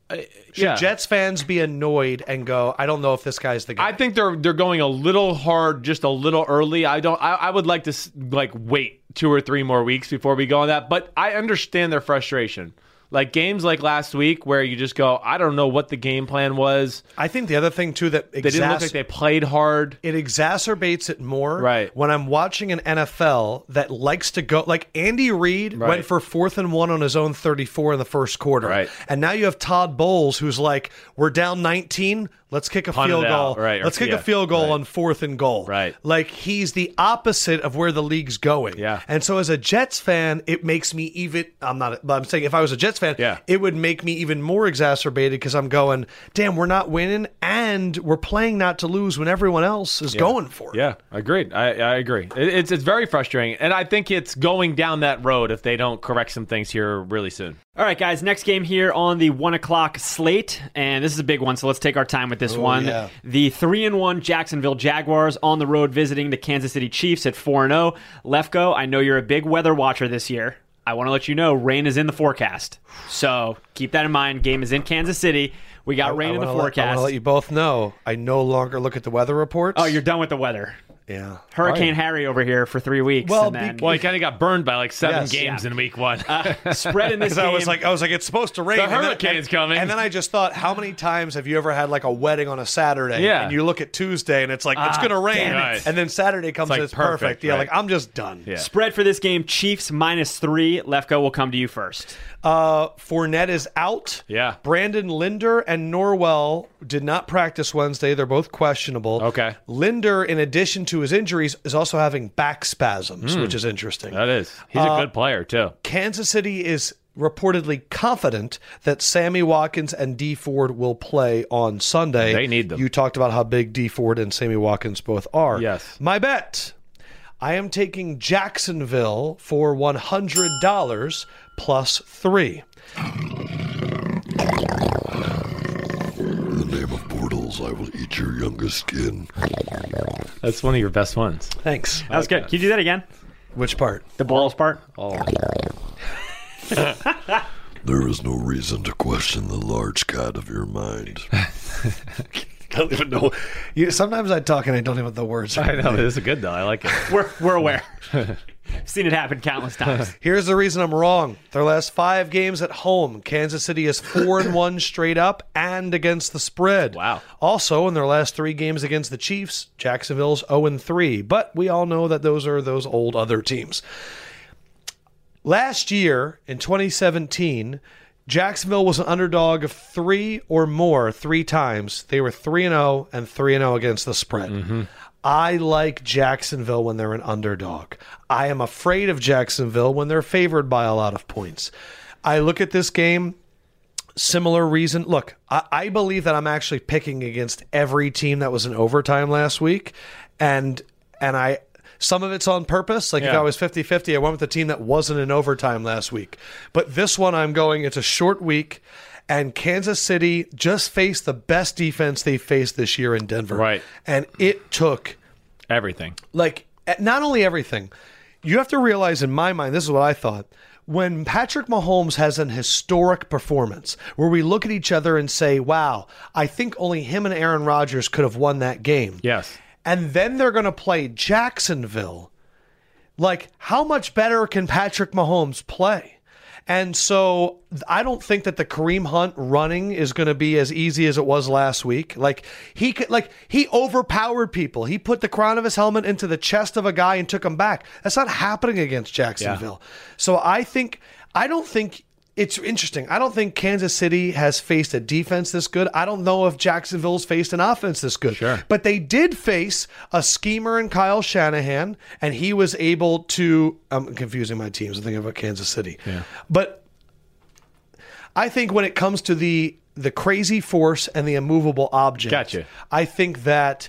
Speaker 1: Should
Speaker 2: yeah.
Speaker 1: Jets fans be annoyed and go, I don't know if this guy's the guy?
Speaker 2: I think they're they're going a little hard, just a little early. I don't. I, I would like to s- like wait two or three more weeks before we go on that. But I understand their frustration. Like games like last week, where you just go, I don't know what the game plan was.
Speaker 1: I think the other thing too that
Speaker 2: They didn't look like they played hard.
Speaker 1: it exacerbates it more
Speaker 2: Right.
Speaker 1: when I'm watching an NFL that likes to go like Andy Reid went for fourth and one on his own 34 in the first quarter.
Speaker 2: Right.
Speaker 1: And now you have Todd Bowles who's like, We're down 19, let's kick a
Speaker 2: Punt it
Speaker 1: field goal.
Speaker 2: out, right, or-
Speaker 1: Let's kick
Speaker 2: yeah,
Speaker 1: a field goal on fourth and goal.
Speaker 2: Right.
Speaker 1: Like he's the opposite of where the league's going.
Speaker 2: Yeah.
Speaker 1: And so as a Jets fan, it makes me even I'm not but I'm saying if I was a Jets fan,
Speaker 2: Yeah.
Speaker 1: it would make me even more exacerbated because I'm going, damn, we're not winning and we're playing not to lose when everyone else is going for it.
Speaker 2: Yeah, agreed. I, I agree. It, it's it's very frustrating, and I think it's going down that road if they don't correct some things here really soon.
Speaker 3: All right, guys, next game here on the one o'clock slate. And this is a big one, so let's take our time with this one.
Speaker 1: Oh, yeah.
Speaker 3: The three and one Jacksonville Jaguars on the road visiting the Kansas City Chiefs at four and zero. Lefko, I know you're a big weather watcher this year. I want to let you know rain is in the forecast, so keep that in mind. Game is in Kansas City. We got rain in the
Speaker 1: wanna let- I want
Speaker 3: forecast.
Speaker 1: to let you both know I no longer look at the weather reports.
Speaker 3: oh, you're done with the weather.
Speaker 1: yeah.
Speaker 3: Hurricane Harry over here for three weeks.
Speaker 1: Well,
Speaker 3: and then
Speaker 2: Well, he kind of got burned by like seven
Speaker 1: Yes.
Speaker 2: games
Speaker 3: Yeah.
Speaker 2: in week one.
Speaker 3: spread in this
Speaker 1: I
Speaker 3: game.
Speaker 1: was like, I was like, it's supposed to rain.
Speaker 2: The
Speaker 1: and then-
Speaker 2: hurricane's
Speaker 1: and-
Speaker 2: coming.
Speaker 1: And then I just thought, how many times have you ever had like a wedding on a Saturday?
Speaker 2: Yeah. Ah,
Speaker 1: And you look at Tuesday, and it's like it's going to rain,
Speaker 2: damn it.
Speaker 1: and then Saturday comes,
Speaker 2: like
Speaker 1: and it's perfect.
Speaker 2: perfect,
Speaker 1: Yeah,
Speaker 2: right.
Speaker 1: like I'm just done. Yeah.
Speaker 3: spread for this game: Chiefs minus three. Lefko will come to you first.
Speaker 1: Uh, Fournette is out.
Speaker 2: Yeah.
Speaker 1: Brandon Linder and Norwell did not practice Wednesday. They're both questionable.
Speaker 2: Okay.
Speaker 1: Linder, in addition to his injuries, is also having back spasms, which is interesting.
Speaker 2: Hmm. that is. Uh, He's a good player too.
Speaker 1: Kansas City is reportedly confident that Sammy Watkins and D Ford will play on Sunday.
Speaker 2: They need them.
Speaker 1: You talked about how big D Ford and Sammy Watkins both are.
Speaker 2: Yes.
Speaker 1: My bet. I am taking Jacksonville for $100 plus 3.
Speaker 4: In the name of portals, I will eat your youngest skin.
Speaker 2: That's one of your best ones.
Speaker 1: Thanks.
Speaker 3: That was good. Can you do that again?
Speaker 2: Oh.
Speaker 1: Which part?
Speaker 3: The balls part.
Speaker 5: There is no reason to question the large cat of your mind.
Speaker 1: I don't even know. You, sometimes I talk and I don't even know what the words. Are.
Speaker 2: I know this is good though. I like it.
Speaker 3: We're, we're aware. Seen it happen countless times.
Speaker 1: Here's the reason I'm wrong. Their last five games at home, Kansas City is four and one straight up and against the spread.
Speaker 2: Wow.
Speaker 1: Also, in their last three games against the Chiefs, Jacksonville's 0 and three. But we all know that those are those old other teams. Last year in 2017, Jacksonville was an underdog of three or more three times. They were 3 and 0 and 3 and 0 against the spread. I like Jacksonville when they're an underdog. I am afraid of Jacksonville when they're favored by a lot of points. I look at this game similar reason. Look, I, I believe that I'm actually picking against every team that was in overtime last week, and and I some of it's on purpose. Like if
Speaker 2: Yeah.
Speaker 1: I was 50 50, I went with the team that wasn't in overtime last week. But this one, I'm going. It's a short week. And Kansas City just faced the best defense they faced this year in Denver.
Speaker 2: Right.
Speaker 1: And it took
Speaker 2: Everything.
Speaker 1: like eh, not only everything you have to realize in my mind this is what i thought when patrick mahomes has an historic performance where we look at each other and say wow i think only him and aaron rodgers could have won that game
Speaker 2: Yes.
Speaker 1: and then they're going to play jacksonville like how much better can patrick mahomes play and so th- I don't think that the Kareem Hunt running is going to be as easy as it was last week. Like he could, like he overpowered people. He put the crown of his helmet into the chest of a guy and took him back. That's not happening against Jacksonville. So I think I don't think it's interesting. I don't think Kansas City has faced a defense this good. I don't know if Jacksonville's faced an offense this good. Sure. But they did face a schemer in Kyle Shanahan, and he was able to. I'm confusing my teams. I'm thinking about Kansas City. Yeah. But I think when it comes to the the crazy force and the immovable object,
Speaker 2: Gotcha.
Speaker 1: I think that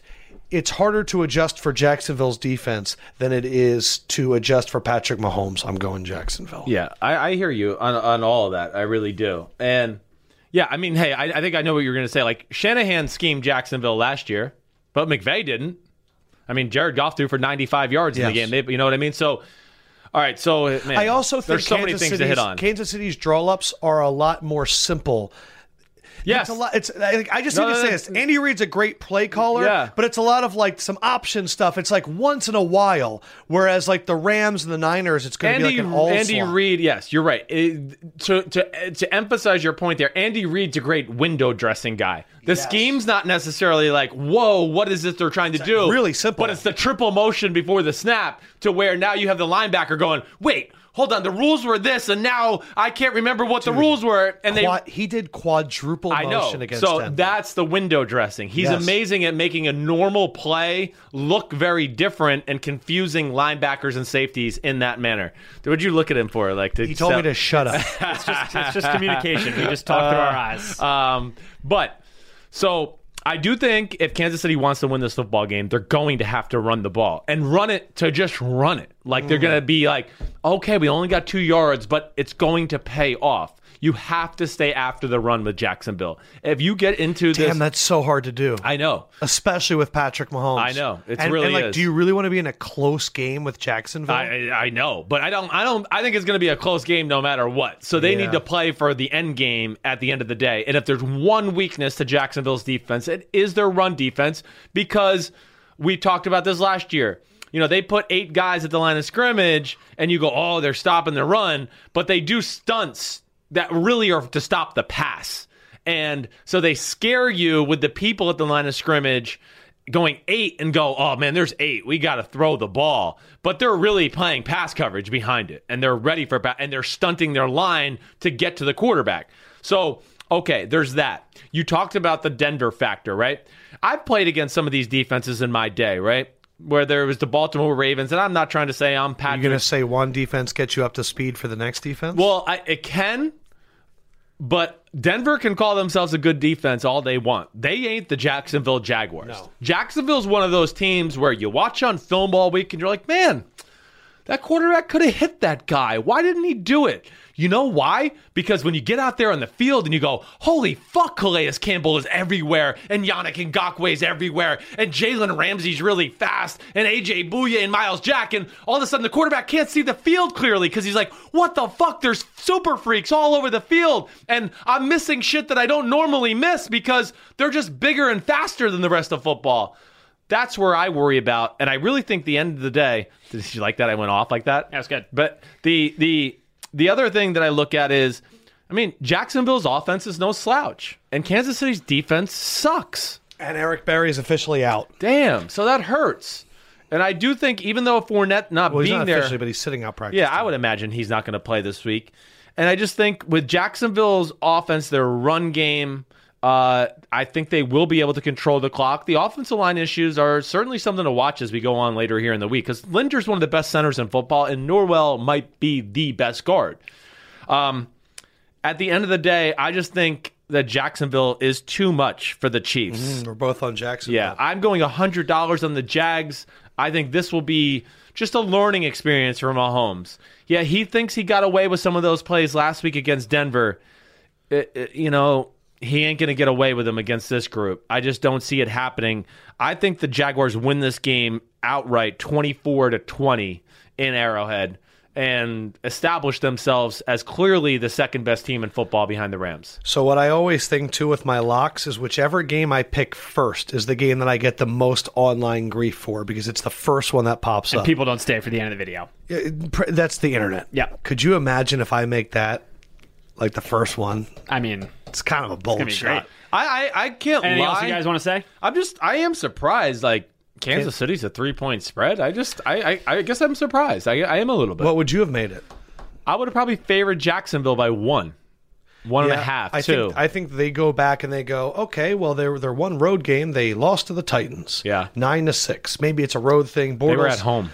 Speaker 1: it's harder to adjust for Jacksonville's defense than it is to adjust for Patrick Mahomes. I'm going Jacksonville.
Speaker 2: Yeah, I, I hear you on on all of that. I really do. And yeah, I mean, hey, I, I think I know what you're going to say. Like Shanahan schemed Jacksonville last year, but McVay didn't. I mean, Jared Goff threw for 95 yards in the
Speaker 1: Yes.
Speaker 2: game. They, you know what I mean? So, all right. So, man,
Speaker 1: I also think
Speaker 2: there's so
Speaker 1: Kansas
Speaker 2: many things
Speaker 1: City's,
Speaker 2: to hit on.
Speaker 1: Kansas City's draw ups are a lot more simple.
Speaker 2: yes,
Speaker 1: It's a lot. It's I, I just
Speaker 2: No,
Speaker 1: need to
Speaker 2: no,
Speaker 1: say
Speaker 2: no.
Speaker 1: this. Andy Reid's a great play caller,
Speaker 2: Yeah.
Speaker 1: but it's a lot of like some option stuff. It's like once in a while. Whereas like the Rams and the Niners, it's going to be
Speaker 2: Andy
Speaker 1: like an all
Speaker 2: Andy
Speaker 1: slot.
Speaker 2: Reid. Yes, you're right. It- to to to emphasize your point there, Andy Reid's a great window dressing guy. The scheme's not necessarily like, whoa, what is it they're trying to do?
Speaker 1: uh, really simple.
Speaker 2: but it's the triple motion before the snap to where now you have the linebacker going, wait. Hold on, the rules were this, and now I can't remember what the rules were. And they,
Speaker 1: Quad- he did quadruple
Speaker 2: I know.
Speaker 1: motion against
Speaker 2: so
Speaker 1: Denver.
Speaker 2: that's the window dressing. He's
Speaker 1: Yes.
Speaker 2: amazing at making a normal play look very different and confusing linebackers and safeties in that manner. What'd you look at him for? Like to
Speaker 1: he told me to shut up.
Speaker 3: It's just, it's just communication. We just talk through our eyes.
Speaker 2: Um, but so I do think if Kansas City wants to win this football game, they're going to have to run the ball and run it to just run it. Like
Speaker 1: Mm.
Speaker 2: they're going to be like, okay, we only got two yards, but it's going to pay off. You have to stay after the run with Jacksonville. If you get into this,
Speaker 1: Damn, that's so hard to do.
Speaker 2: I know.
Speaker 1: Especially with Patrick Mahomes.
Speaker 2: I know. It's
Speaker 1: and,
Speaker 2: really
Speaker 1: and like,
Speaker 2: is.
Speaker 1: do you really want to be in a close game with Jacksonville?
Speaker 2: I, I I know, but I don't. I don't. I think it's going to be a close game no matter what. So they
Speaker 1: Yeah.
Speaker 2: need to play for the end game at the end of the day. And if there's one weakness to Jacksonville's defense, it is their run defense because we talked about this last year. You know, they put eight guys at the line of scrimmage, and you go, "Oh, they're stopping the run," but they do stunts that really are to stop the pass. And so they scare you with the people at the line of scrimmage going eight and go, oh man, there's eight. We got to throw the ball. But they're really playing pass coverage behind it and they're ready for, pa- and they're stunting their line to get to the quarterback. So, okay, there's that. You talked about the Denver factor, right? I've played against some of these defenses in my day, right? Where there was the Baltimore Ravens, and I'm not trying to say I'm Patrick.
Speaker 1: You're going to say one defense gets you up to speed for the next defense?
Speaker 2: Well, I, it can, but Denver can call themselves a good defense all they want. They ain't the Jacksonville Jaguars. Jacksonville's one of those teams where you watch on film all week and you're like, man, That quarterback could have hit that guy. Why didn't he do it? You know why? Because when you get out there on the field and you go, holy fuck, Calais Campbell is everywhere, and Yannick Ngakwe is everywhere, and Jalen Ramsey's really fast, and AJ Bouye and Miles Jack, and all of a sudden the quarterback can't see the field clearly because he's like, what the fuck? There's super freaks all over the field, and I'm missing shit that I don't normally miss because they're just bigger and faster than the rest of football. That's where I worry about, and I really think the end of the day. Did you like that? I went off like that.
Speaker 3: That was good.
Speaker 2: But the the the other thing that I look at is, I mean, Jacksonville's offense is no slouch, and Kansas City's defense sucks.
Speaker 1: And Eric Berry is officially out.
Speaker 2: Damn, so that hurts. And I do think, even though Fournette not
Speaker 1: Well, he's
Speaker 2: being
Speaker 1: not
Speaker 2: there,
Speaker 1: officially, but he's sitting out practice.
Speaker 2: yeah, I would imagine he's not going to play this week. And I just think with Jacksonville's offense, their run game, uh, I think they will be able to control the clock. The offensive line issues are certainly something to watch as we go on later here in the week because Linder's one of the best centers in football, and Norwell might be the best guard. Um, at the end of the day, I just think that Jacksonville is too much for the Chiefs.
Speaker 1: We're both on Jackson.
Speaker 2: Yeah, Uh, I'm going $100 on the Jags. I think this will be just a learning experience for Mahomes. Yeah, he thinks he got away with some of those plays last week against Denver. It- it- you know, he ain't going to get away with them against this group. I just don't see it happening. I think the Jaguars win this game outright 24 to 20 in Arrowhead and establish themselves as clearly the second best team in football behind the Rams.
Speaker 1: So what I always think too with my locks is whichever game I pick first is the game that I get the most online grief for because it's the first one that pops up.
Speaker 3: People don't stay for the end of the video.
Speaker 1: It- pr- That's the internet.
Speaker 3: Yeah.
Speaker 1: Could you imagine if I make that like the first one?
Speaker 3: I mean,
Speaker 1: It's kind of a bold
Speaker 3: be
Speaker 1: shot.
Speaker 3: great.
Speaker 2: I I, I can't
Speaker 3: anything
Speaker 2: lie.
Speaker 3: else you guys want to say?
Speaker 2: I'm just I am surprised. Like Kansas City's a three point spread. I just I I, I guess I'm surprised. I, I am a little bit.
Speaker 1: What would you have made it?
Speaker 2: I would have probably favored Jacksonville by one, one and a half,
Speaker 1: I
Speaker 2: two.
Speaker 1: Think, I think they go back and they go, okay, well, their their one road game they lost to the Titans.
Speaker 2: Yeah.
Speaker 1: nine to six. Maybe it's a road thing. Bortles.
Speaker 2: they were at home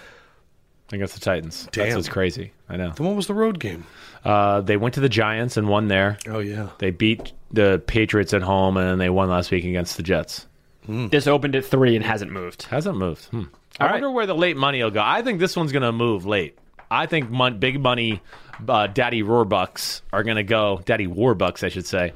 Speaker 2: against the Titans. That's what's crazy. I know.
Speaker 1: When was the road game?
Speaker 2: Uh, they went to the Giants and won there.
Speaker 1: Oh yeah,
Speaker 2: They beat the Patriots at home, and then they won last week against the Jets. Hmm.
Speaker 3: This opened at three and hasn't moved.
Speaker 2: Hasn't moved. Hmm. I
Speaker 3: right.
Speaker 2: wonder where the late money will go. I think this one's going to move late. I think mon- big money, uh, Daddy Roarbucks are going to go. Daddy Warbucks, I should say.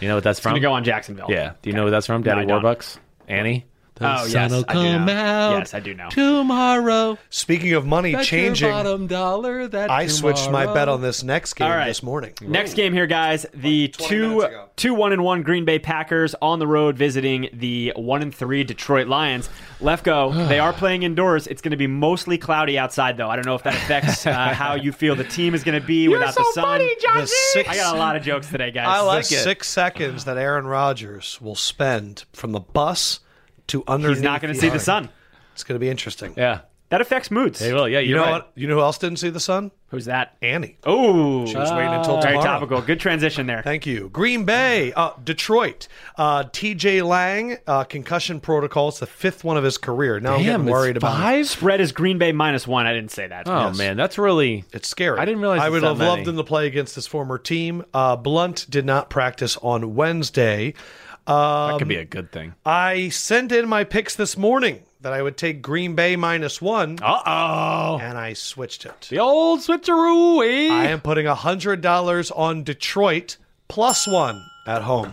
Speaker 2: You know what that's from?
Speaker 3: I'm gonna go on Jacksonville.
Speaker 2: yeah. Do you know what that's from? Daddy
Speaker 3: I don't.
Speaker 2: Warbucks. Annie. The
Speaker 3: Oh, yes, I do know. Yes, I do know.
Speaker 2: Tomorrow,
Speaker 1: Speaking of money
Speaker 2: bet your
Speaker 1: changing,
Speaker 2: bottom dollar. That
Speaker 1: I switched my
Speaker 2: tomorrow-
Speaker 1: bet on this next game
Speaker 3: All right.
Speaker 1: this morning.
Speaker 3: Next game here, guys. The two
Speaker 1: minutes ago.
Speaker 3: two one and one Green Bay Packers on the road visiting the one and three Detroit Lions. Lefko, they are playing indoors. It's going to be mostly cloudy outside, though. I don't know if that affects uh, how you feel the team is going to be
Speaker 2: You're
Speaker 3: without
Speaker 2: so
Speaker 3: the sun.
Speaker 2: funny, John.
Speaker 1: The six,
Speaker 3: I got a lot of jokes today, guys.
Speaker 2: I
Speaker 1: the
Speaker 2: like it.
Speaker 1: six seconds that Aaron Rodgers will spend from the bus to underneath.
Speaker 3: He's not going
Speaker 1: to
Speaker 3: to see the sun.
Speaker 1: It's going to be interesting.
Speaker 2: Yeah.
Speaker 3: That affects moods.
Speaker 2: They will. Yeah. You're
Speaker 1: You know
Speaker 2: right.
Speaker 1: what? You know who else didn't see the sun?
Speaker 3: Who's that?
Speaker 1: Annie.
Speaker 3: Oh,
Speaker 1: She was waiting until
Speaker 3: very
Speaker 1: tomorrow.
Speaker 3: topical. Good transition there.
Speaker 1: Thank you. Green Bay, uh, Detroit, uh, TJ Lang, uh, concussion protocol. It's the fifth one of his career. Now I'm
Speaker 2: Damn,
Speaker 1: getting
Speaker 2: it's
Speaker 1: worried about it.
Speaker 2: five.
Speaker 3: Spread is Green Bay minus one. I didn't say that.
Speaker 2: Oh man, that's really.
Speaker 1: It's scary.
Speaker 2: I didn't realize
Speaker 1: I
Speaker 2: it's
Speaker 1: would
Speaker 2: that
Speaker 1: have loved
Speaker 2: many.
Speaker 1: him to play against his former team. Uh, Blunt did not practice on Wednesday. Uh,
Speaker 2: That could be a good thing.
Speaker 1: I sent in my picks this morning that I would take Green Bay minus one,
Speaker 2: Uh oh.
Speaker 1: and I switched it.
Speaker 2: The old switcheroo.
Speaker 1: I am putting hundred dollars on Detroit plus one at home.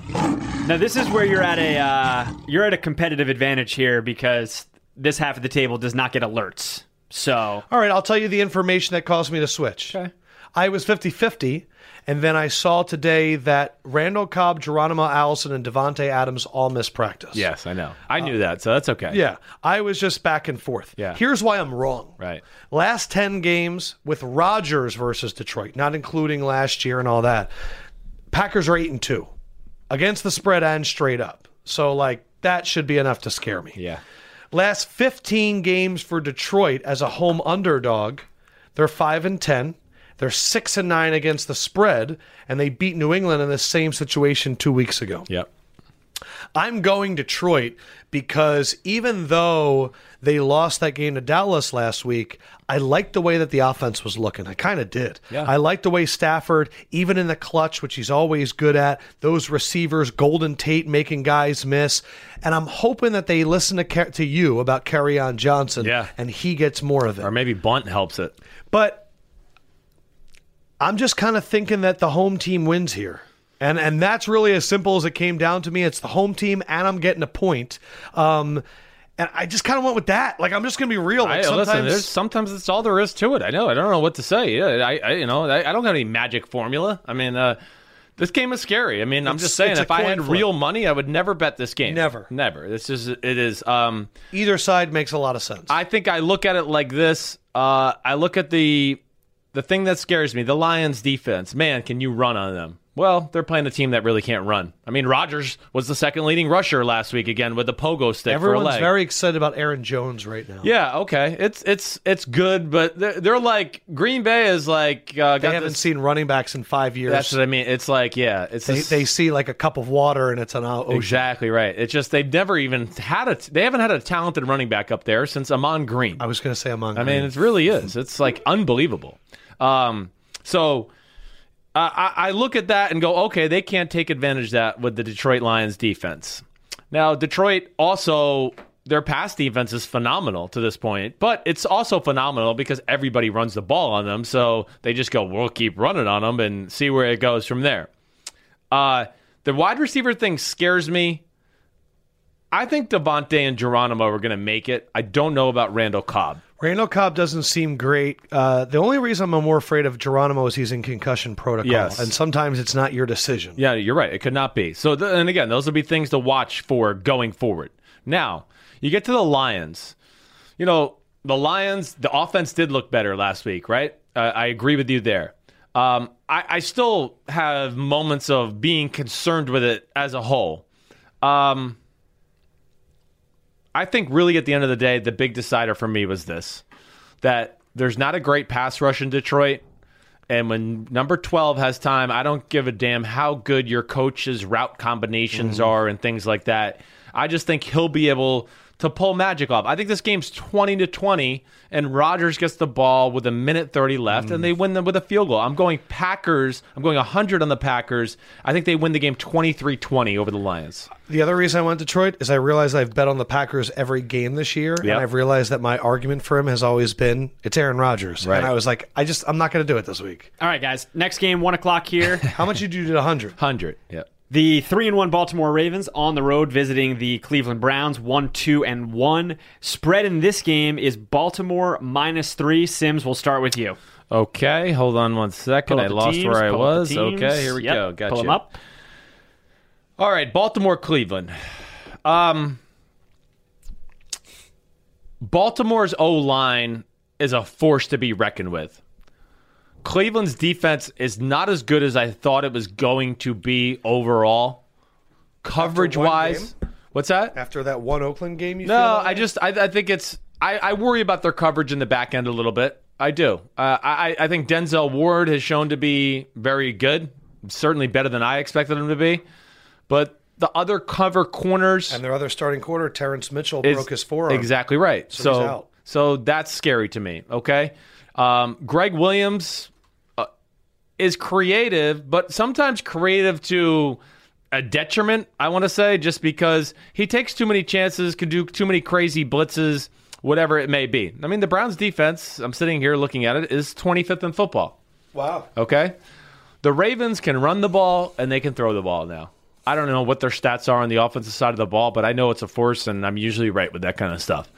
Speaker 3: Now this is where you're at a uh, you're at a competitive advantage here because this half of the table does not get alerts. So
Speaker 1: All right, I'll tell you the information that caused me to switch. Okay. I was 50 50, and then I saw today that Randall Cobb, Geronimo Allison, and Devontae Adams all missed practice.
Speaker 2: Yes, I know. I knew that, so that's okay.
Speaker 1: Uh, Yeah. I was just back and forth.
Speaker 2: Yeah.
Speaker 1: Here's why I'm wrong.
Speaker 2: Right.
Speaker 1: Last 10 games with Rodgers versus Detroit, not including last year and all that. Packers are 8 and 2 against the spread and straight up. So, like, that should be enough to scare me.
Speaker 2: Yeah.
Speaker 1: Last 15 games for Detroit as a home underdog, they're 5 and 10. They're 6 and 9 against the spread and they beat New England in the same situation 2 weeks ago.
Speaker 2: Yep.
Speaker 1: I'm going Detroit because even though They lost that game to Dallas last week. I liked the way that the offense was looking. I kind of did.
Speaker 2: Yeah.
Speaker 1: I liked the way Stafford, even in the clutch, which he's always good at, those receivers, Golden Tate making guys miss. And I'm hoping that they listen to, Car- to you about Carry on Johnson
Speaker 2: Yeah.
Speaker 1: and he gets more of it.
Speaker 2: Or maybe Bunt helps it.
Speaker 1: But I'm just kind of thinking that the home team wins here. And, and that's really as simple as it came down to me. It's the home team, and I'm getting a point. Um, and I just kind of went with that. Like I'm just gonna be real. Like
Speaker 2: I,
Speaker 1: sometimes
Speaker 2: listen, there's sometimes it's all there is to it. I know. I don't know what to say. Yeah, I, I you know, I, I don't have any magic formula. I mean, uh, this game is scary. I mean, I'm
Speaker 1: It's-
Speaker 2: just saying,
Speaker 1: it's a
Speaker 2: if I
Speaker 1: coin
Speaker 2: had
Speaker 1: flip.
Speaker 2: real money, I would never bet this game.
Speaker 1: Never.
Speaker 2: never. This is it is. Um,
Speaker 1: either side makes a lot of sense.
Speaker 2: I think I look at it like this. Uh, I look at the the thing that scares me, the Lions defense. Man, can you run on them? Well, they're playing a team that really can't run. I mean, Rodgers was the second leading rusher last week again with the pogo stick for a
Speaker 1: Everyone's
Speaker 2: leg.
Speaker 1: very excited about Aaron Jones right now.
Speaker 2: yeah, okay. It's it's it's good, but they're, they're like Green Bay is like uh,
Speaker 1: they haven't seen running backs in five years.
Speaker 2: That's what I mean. It's like yeah, it's
Speaker 1: they,
Speaker 2: this-
Speaker 1: they see like a cup of water and it's an oh, o- ocean.
Speaker 2: exactly right. It's just they've never even had a they haven't had a talented running back up there since Amon Green.
Speaker 1: I was gonna say among.
Speaker 2: I mean, it really is. It's like unbelievable. Um, so uh, I, I look at that and go, okay, they can't take advantage of that with the Detroit Lions defense. Now, Detroit also their pass defense is phenomenal to this point, but it's also phenomenal because everybody runs the ball on them, so they just go, we'll keep running on them and see where it goes from there. Uh, the wide receiver thing scares me. I think Devontae and Geronimo are going to make it. I don't know about Randall Cobb.
Speaker 1: Randall Cobb doesn't seem great. Uh, the only reason I'm more afraid of Geronimo is he's in concussion protocol,
Speaker 2: Yes.
Speaker 1: and sometimes it's not your decision.
Speaker 2: Yeah, you're right. It could not be. So, th- and again, those would be things to watch for going forward. Now, you get to the Lions. You know, the Lions, the offense did look better last week, right? Uh, I agree with you there. Um, I, I still have moments of being concerned with it as a whole. Um, I think really at the end of the day, the big decider for me was this that there's not a great pass rush in Detroit. And when number 12 has time, I don't give a damn how good your coach's route combinations are and things like that. I just think he'll be able to pull magic off. I think this game's 20 to 20, and Rodgers gets the ball with a minute 30 left, and they win them with a field goal. I'm going Packers. I'm going 100 on the Packers. I think they win the game 23 20 over the Lions.
Speaker 1: The other reason I went Detroit is I realized I've bet on the Packers every game this year, and
Speaker 2: Yep.
Speaker 1: I've realized that my argument for him has always been it's Aaron Rodgers,
Speaker 2: Right.
Speaker 1: and I was like, I just I'm not going to do it this week.
Speaker 3: All right, guys. Next game, one o'clock here.
Speaker 1: How much did you do to hundred?
Speaker 2: 100. Yeah.
Speaker 3: The three and one Baltimore Ravens on the road visiting the Cleveland Browns, one, two, and one. Spread in this game is Baltimore minus three. Sims, we'll start with you.
Speaker 2: Okay, hold on one second.
Speaker 3: Pull
Speaker 2: I
Speaker 3: up the
Speaker 2: lost
Speaker 3: teams,
Speaker 2: where I
Speaker 3: pull up the
Speaker 2: was.
Speaker 3: teams.
Speaker 2: Okay, here we
Speaker 3: Yep,
Speaker 2: go. Gotcha.
Speaker 3: Pull them up.
Speaker 2: All right, Baltimore, Cleveland. Um, Baltimore's O line is a force to be reckoned with. Cleveland's defense is not as good as I thought it was going to be overall, coverage wise. What's that?
Speaker 1: After that one Oakland game, you
Speaker 2: No,
Speaker 1: feel
Speaker 2: I just I, I think it's I, I worry about their coverage in the back end a little bit. I do. Uh, I I think Denzel Ward has shown to be very good, certainly better than I expected him to be. But the other cover corners
Speaker 1: and their other starting quarter, Terrence Mitchell
Speaker 2: is-
Speaker 1: broke his forearm.
Speaker 2: Exactly right. So
Speaker 1: he's
Speaker 2: so,
Speaker 1: out.
Speaker 2: that's scary to me. Okay, um, Greg Williams uh, is creative, but sometimes creative to a detriment. I want to say just because he takes too many chances, could do too many crazy blitzes, whatever it may be. I mean, the Browns' defense. I'm sitting here looking at it is 25th in football.
Speaker 1: Wow.
Speaker 2: Okay. The Ravens can run the ball and they can throw the ball now. I don't know what their stats are on the offensive side of the ball, but I know it's a force, and I'm usually right with that kind of stuff.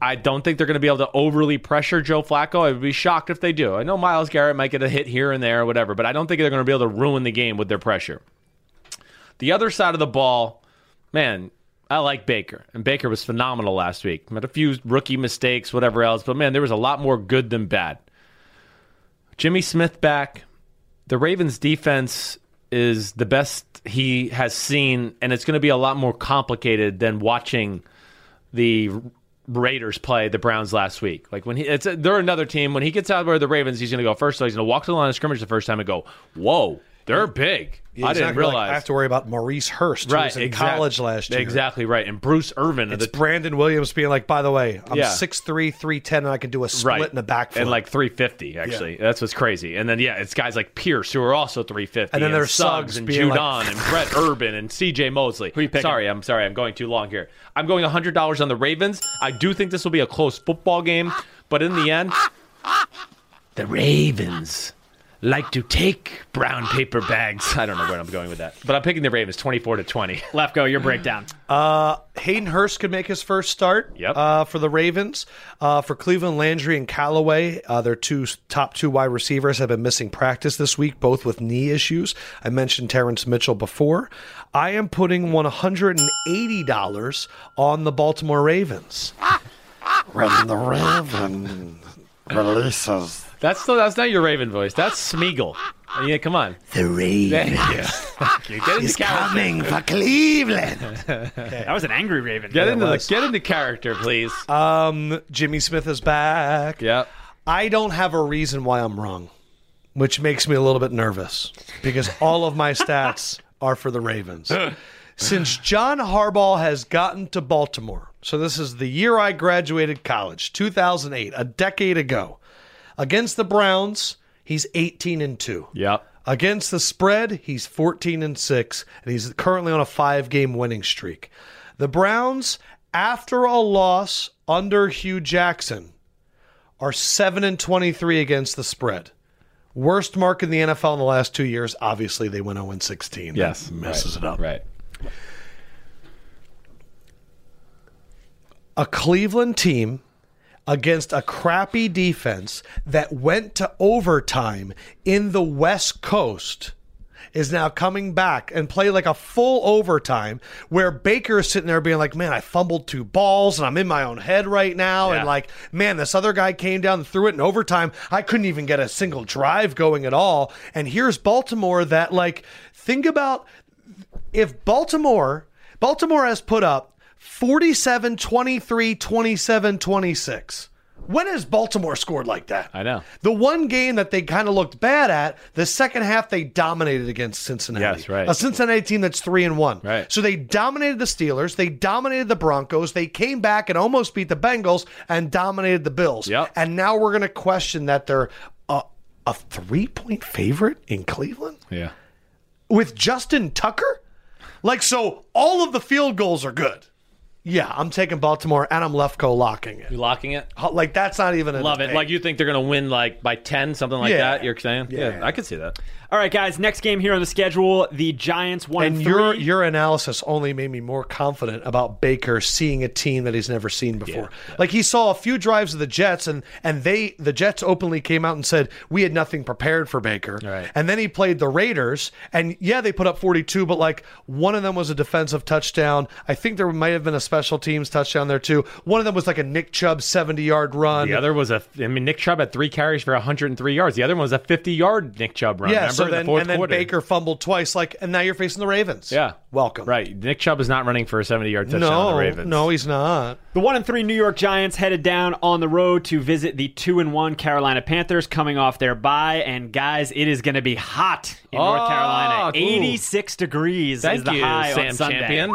Speaker 2: I don't think they're going to be able to overly pressure Joe Flacco. I would be shocked if they do. I know Miles Garrett might get a hit here and there or whatever, but I don't think they're going to be able to ruin the game with their pressure. The other side of the ball, man, I like Baker, and Baker was phenomenal last week. Had a few rookie mistakes, whatever else, but man, there was a lot more good than bad. Jimmy Smith back. The Ravens defense is the best he has seen, and it's going to be a lot more complicated than watching the Raiders play the Browns last week. Like when he, it's they're another team. When he gets out where the Ravens, he's going to go first. So he's going to walk to the line of scrimmage the first time and go, "Whoa, They're big. I
Speaker 1: He's not
Speaker 2: didn't
Speaker 1: gonna, like,
Speaker 2: realize.
Speaker 1: I have to worry about Maurice Hurst, who
Speaker 2: right,
Speaker 1: was in
Speaker 2: exact-
Speaker 1: college last year.
Speaker 2: Exactly right. And Bruce Irvin of
Speaker 1: It's
Speaker 2: the
Speaker 1: Brandon Williams being like, by the way, I'm
Speaker 2: Yeah.
Speaker 1: six three, three ten, and I can do a split
Speaker 2: right
Speaker 1: and a backflip.
Speaker 2: and like 350 actually that's what's crazy and then yeah it's guys like Pierce who are also 350
Speaker 1: And then there's
Speaker 2: Suggs
Speaker 1: Suggs
Speaker 2: and
Speaker 1: being
Speaker 2: Judon
Speaker 1: like-
Speaker 2: and Brett Urban and CJ Mosley who
Speaker 3: you picking?
Speaker 2: sorry I'm sorry I'm going too long here I'm going $100 on the Ravens I do think this will be a close football game but in the end the Ravens like to take brown paper bags I don't know where I'm going with that but I'm picking the Ravens 24 to 20
Speaker 3: Lefko, your breakdown.
Speaker 1: Hayden Hurst could make his first start
Speaker 2: Yep.
Speaker 1: uh, for the Ravens. Uh, for Cleveland, Landry and Callaway, uh, their two s- top two wide receivers have been missing practice this week, both with knee issues. I mentioned Terrence Mitchell before. I am putting $180 on the Baltimore Ravens.
Speaker 6: When the raven releases
Speaker 2: that's still, that's not your Raven voice that's Smeagol yeah come on
Speaker 6: the raven
Speaker 2: get into character.
Speaker 6: coming for Cleveland.
Speaker 3: That was an angry Raven.
Speaker 2: Get into the
Speaker 1: was.
Speaker 2: get into character, please.
Speaker 1: Um, Jimmy Smith is back.
Speaker 2: yeah.
Speaker 1: I don't have a reason why I'm wrong, which makes me a little bit nervous because all of my stats are for the Ravens. Since John Harbaugh has gotten to Baltimore, so this is the year I graduated college, 2008, a decade ago. Against the Browns, he's 18 and 2.
Speaker 2: Yep.
Speaker 1: Against the spread, he's 14 and 6, and he's currently on a five game winning streak. The Browns, after a loss under Hugh Jackson, are 7 and 23 against the spread. Worst mark in the NFL in the last two years. Obviously, they went 0 and 16.
Speaker 2: Yes.
Speaker 1: Messes it up.
Speaker 2: Right.
Speaker 1: a Cleveland team against a crappy defense that went to overtime in the West Coast is now coming back and play like a full overtime where Baker is sitting there being like, man, I fumbled two balls and I'm in my own head right now.
Speaker 2: Yeah.
Speaker 1: And like, man, this other guy came down and threw it in overtime. I couldn't even get a single drive going at all. And here's Baltimore that like, think about if Baltimore, Baltimore has put up 47, 23, 27, 26. When has Baltimore scored like that?
Speaker 2: I know.
Speaker 1: The one game that they kind of looked bad at, the second half they dominated against Cincinnati.
Speaker 2: Yes, right.
Speaker 1: A Cincinnati team that's three and one.
Speaker 2: Right.
Speaker 1: So they dominated the Steelers, they dominated the Broncos, they came back and almost beat the Bengals and dominated the Bills.
Speaker 2: Yep.
Speaker 1: And now we're going to question that they're a, a three point favorite in Cleveland
Speaker 2: Yeah.
Speaker 1: with Justin Tucker? Like, so all of the field goals are good. Yeah, I'm taking Baltimore and I'm Lefko locking it.
Speaker 2: You locking it?
Speaker 1: Like, that's not even a
Speaker 2: Love it.
Speaker 1: debate.
Speaker 2: Like you think they're gonna win like by ten, something like
Speaker 1: Yeah.
Speaker 2: that. You're saying? Yeah. I could see that.
Speaker 3: All right, guys. Next game here on the schedule: the Giants one
Speaker 1: and
Speaker 3: three.
Speaker 1: your your analysis only made me more confident about Baker seeing a team that he's never seen before. Like he saw a few drives of the Jets and and they the Jets openly came out and said we had nothing prepared for Baker.
Speaker 2: Right.
Speaker 1: And then he played the Raiders and yeah they put up 42 but like one of them was a defensive touchdown. I think there might have been a special teams touchdown there too. One of them was like a Nick Chubb 70-yard run.
Speaker 2: The other was a. I mean, Nick Chubb had three carries for 103 yards. The other one was a 50 yard Nick Chubb run.
Speaker 1: yeah,
Speaker 2: remember,
Speaker 1: so
Speaker 2: in
Speaker 1: then
Speaker 2: the fourth
Speaker 1: and then
Speaker 2: quarter.
Speaker 1: Baker fumbled twice like and now you're facing the Ravens.
Speaker 2: Yeah.
Speaker 1: Welcome.
Speaker 2: Right. Nick Chubb is not running for a 70 yard touchdown. on
Speaker 1: No,
Speaker 2: the Ravens.
Speaker 1: no, he's not.
Speaker 3: The one and three New York Giants headed down on the road to visit the two and one Carolina Panthers, coming off their bye. And guys, it is going to be hot in
Speaker 2: Oh,
Speaker 3: North Carolina.
Speaker 2: ooh.
Speaker 3: Eighty-six degrees
Speaker 2: Thank
Speaker 3: is the
Speaker 2: you,
Speaker 3: high
Speaker 2: Sam
Speaker 3: on Sunday.
Speaker 2: Champion.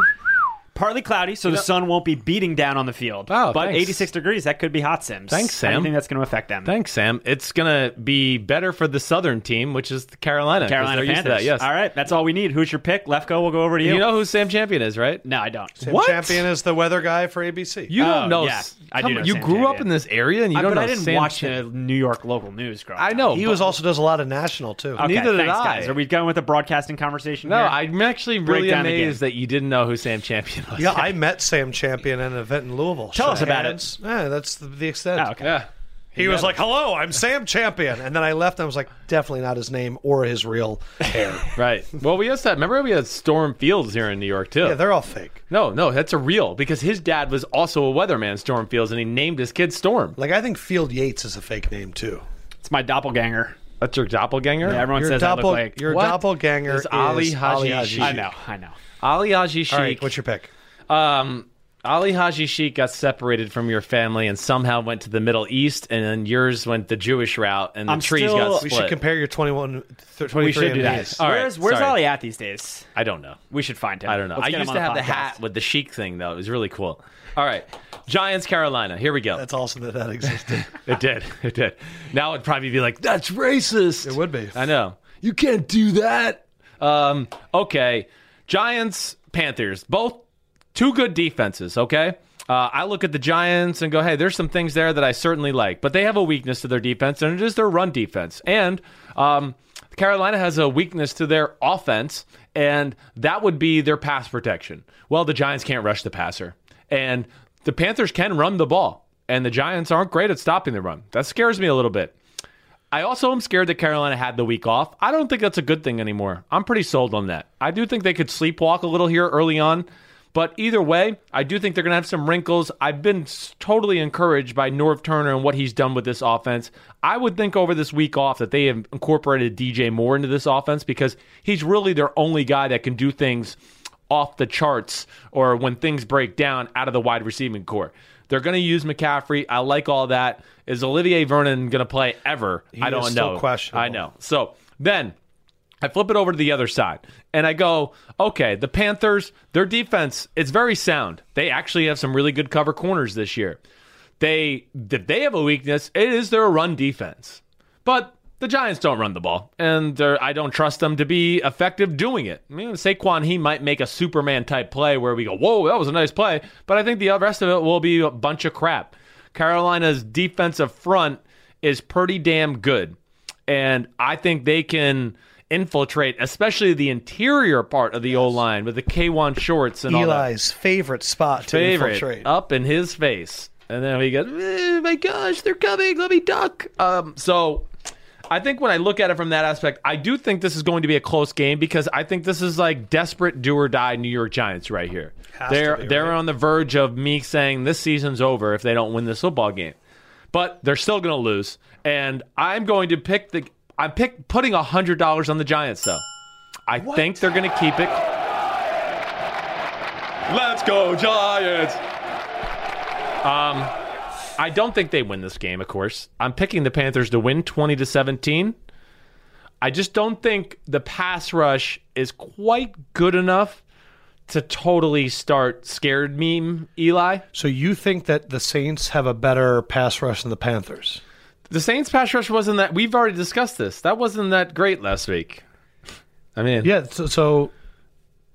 Speaker 3: Partly cloudy, so the sun won't be beating down on the field.
Speaker 2: Wow,
Speaker 3: but
Speaker 2: Oh, thanks.
Speaker 3: eighty-six degrees that could be hot, Sims.
Speaker 2: Thanks, Sam.
Speaker 3: I think that's going to affect them.
Speaker 2: Thanks, Sam. It's gonna be better for the Southern team, which is the Carolina. 'cause
Speaker 3: Carolina
Speaker 2: they're used to
Speaker 3: Panthers.
Speaker 2: that, Yes.
Speaker 3: All right, that's all we need. Who's your pick? Lefko, we'll go over to you.
Speaker 2: You know who Sam Champion is, right?
Speaker 3: no, I don't.
Speaker 1: Tim
Speaker 2: What?
Speaker 1: Champion is the weather guy for ABC.
Speaker 2: You
Speaker 3: Oh,
Speaker 2: don't know.
Speaker 3: yeah.
Speaker 2: s-
Speaker 3: I do
Speaker 2: come
Speaker 3: know
Speaker 2: on, You
Speaker 3: Sam
Speaker 2: grew up
Speaker 3: Champion.
Speaker 2: in this area and you
Speaker 3: I-
Speaker 2: don't know
Speaker 3: but I didn't
Speaker 2: Sam
Speaker 3: watch
Speaker 2: Champion.
Speaker 3: the New York local news. Growing
Speaker 2: I
Speaker 3: up.
Speaker 2: know.
Speaker 1: he was also does a lot of national too.
Speaker 3: Okay,
Speaker 2: Neither did
Speaker 3: thanks,
Speaker 2: I.
Speaker 3: Guys. Are we going with a broadcasting conversation?
Speaker 2: No,
Speaker 3: here?
Speaker 2: I'm actually really
Speaker 3: down the
Speaker 2: amazed that you didn't know who Sam Champion was.
Speaker 1: yeah, I met Sam Champion at an event in Louisville.
Speaker 3: Tell us
Speaker 1: Shook
Speaker 3: about it.
Speaker 1: hands. Yeah, that's the, the extent.
Speaker 2: Ah,
Speaker 3: Oh, okay.
Speaker 2: Yeah.
Speaker 1: He was like, "Hello, I'm Sam Champion," and then I left. and I was like, "Definitely not his name or his real hair.
Speaker 2: Right. Well, we also had, remember we had Storm Fields here in New York too.
Speaker 1: yeah, they're all fake."
Speaker 2: no, no, that's a real because his dad was also a weatherman, Storm Fields, and he named his kid Storm.
Speaker 1: Like I think Field Yates is a fake name too.
Speaker 3: It's my doppelganger.
Speaker 2: That's your doppelganger.
Speaker 3: Yeah, everyone says I
Speaker 1: doppel-
Speaker 3: look like.
Speaker 1: your
Speaker 2: What?
Speaker 1: doppelganger
Speaker 2: It's
Speaker 1: is
Speaker 2: Ali Haji
Speaker 1: Haji
Speaker 2: Sheikh.
Speaker 3: I know, I know.
Speaker 2: Ali Aji
Speaker 1: All right,
Speaker 2: Sheikh.
Speaker 1: what's your pick?
Speaker 2: um, Ali Haji Sheikh got separated from your family and somehow went to the Middle East, and then yours went the Jewish route, and the
Speaker 3: I'm
Speaker 2: trees
Speaker 3: still-
Speaker 2: got
Speaker 3: we
Speaker 1: We
Speaker 2: split.
Speaker 1: should compare your 21, th- 23
Speaker 2: We should
Speaker 1: and
Speaker 2: do that.
Speaker 1: these.
Speaker 2: All right,
Speaker 3: where's where's
Speaker 2: sorry.
Speaker 3: Ali at these days?
Speaker 2: I don't know.
Speaker 3: We should find him.
Speaker 2: I don't know.
Speaker 3: Let's
Speaker 2: I
Speaker 3: get him
Speaker 2: used
Speaker 3: on
Speaker 2: to
Speaker 3: the
Speaker 2: have the
Speaker 3: podcast.
Speaker 2: hat with the Sheik thing though. It was really cool. All right, Giants, Carolina. Here we go.
Speaker 1: That's awesome that that existed.
Speaker 2: It did. It did. Now it'd probably be like, that's racist.
Speaker 1: It would be.
Speaker 2: I know. You can't do that. Um, okay. Giants, Panthers, both two good defenses, okay? Uh, I look at the Giants and go, hey, there's some things there that I certainly like, but they have a weakness to their defense, and it is their run defense. And um, Carolina has a weakness to their offense, and that would be their pass protection. Well, the Giants can't rush the passer, and the Panthers can run the ball, and the Giants aren't great at stopping the run. That scares me a little bit. I also am scared that Carolina had the week off. I don't think that's a good thing anymore. I'm pretty sold on that. I do think they could sleepwalk a little here early on, but either way, I do think they're going to have some wrinkles. I've been s- totally encouraged by Norv Turner and what he's done with this offense. I would think over this week off that they have incorporated DJ Moore into this offense because he's really their only guy that can do things off the charts or when things break down out of the wide receiving core. They're going to use McCaffrey. I like all that. Is Olivier Vernon going to play ever? I don't
Speaker 1: is still
Speaker 2: know.
Speaker 1: questionable.
Speaker 2: I know. So then I flip it over to the other side and I go, okay, the Panthers, their defense, it's very sound. They actually have some really good cover corners this year. They if they have a weakness, it is their run defense. But the Giants don't run the ball, and they're- I don't trust them to be effective doing it. I mean, Saquon, he might make a Superman type play where we go, whoa, that was a nice play, but I think the rest of it will be a bunch of crap. Carolina's defensive front is pretty damn good, and I think they can infiltrate, especially the interior part of the O line with the K1 shorts and all that
Speaker 1: Eli's favorite spot to
Speaker 2: favorite
Speaker 1: infiltrate.
Speaker 2: up in his face, and then he goes, "Oh my gosh, they're coming! Let me duck." Um, so I think when I look at it from that aspect, I do think this is going to be a close game because I think this is like desperate do or die New York Giants right here.
Speaker 1: to
Speaker 2: they're
Speaker 1: be,
Speaker 2: they're on the verge of me saying this season's over if they don't win this football game, but they're still going to lose, and I'm going to pick the. I'm pick putting hundred dollars on the Giants though. I think they're going to keep it. Let's go Giants! I don't think they win this game, of course. I'm picking the Panthers to win 20 to 17. I just don't think the pass rush is quite good enough to totally start scared meme Eli.
Speaker 1: So you think that the Saints have a better pass rush than the Panthers?
Speaker 2: The Saints pass rush wasn't that we've already discussed this. That wasn't that great last week. I mean,
Speaker 1: Yeah. So, so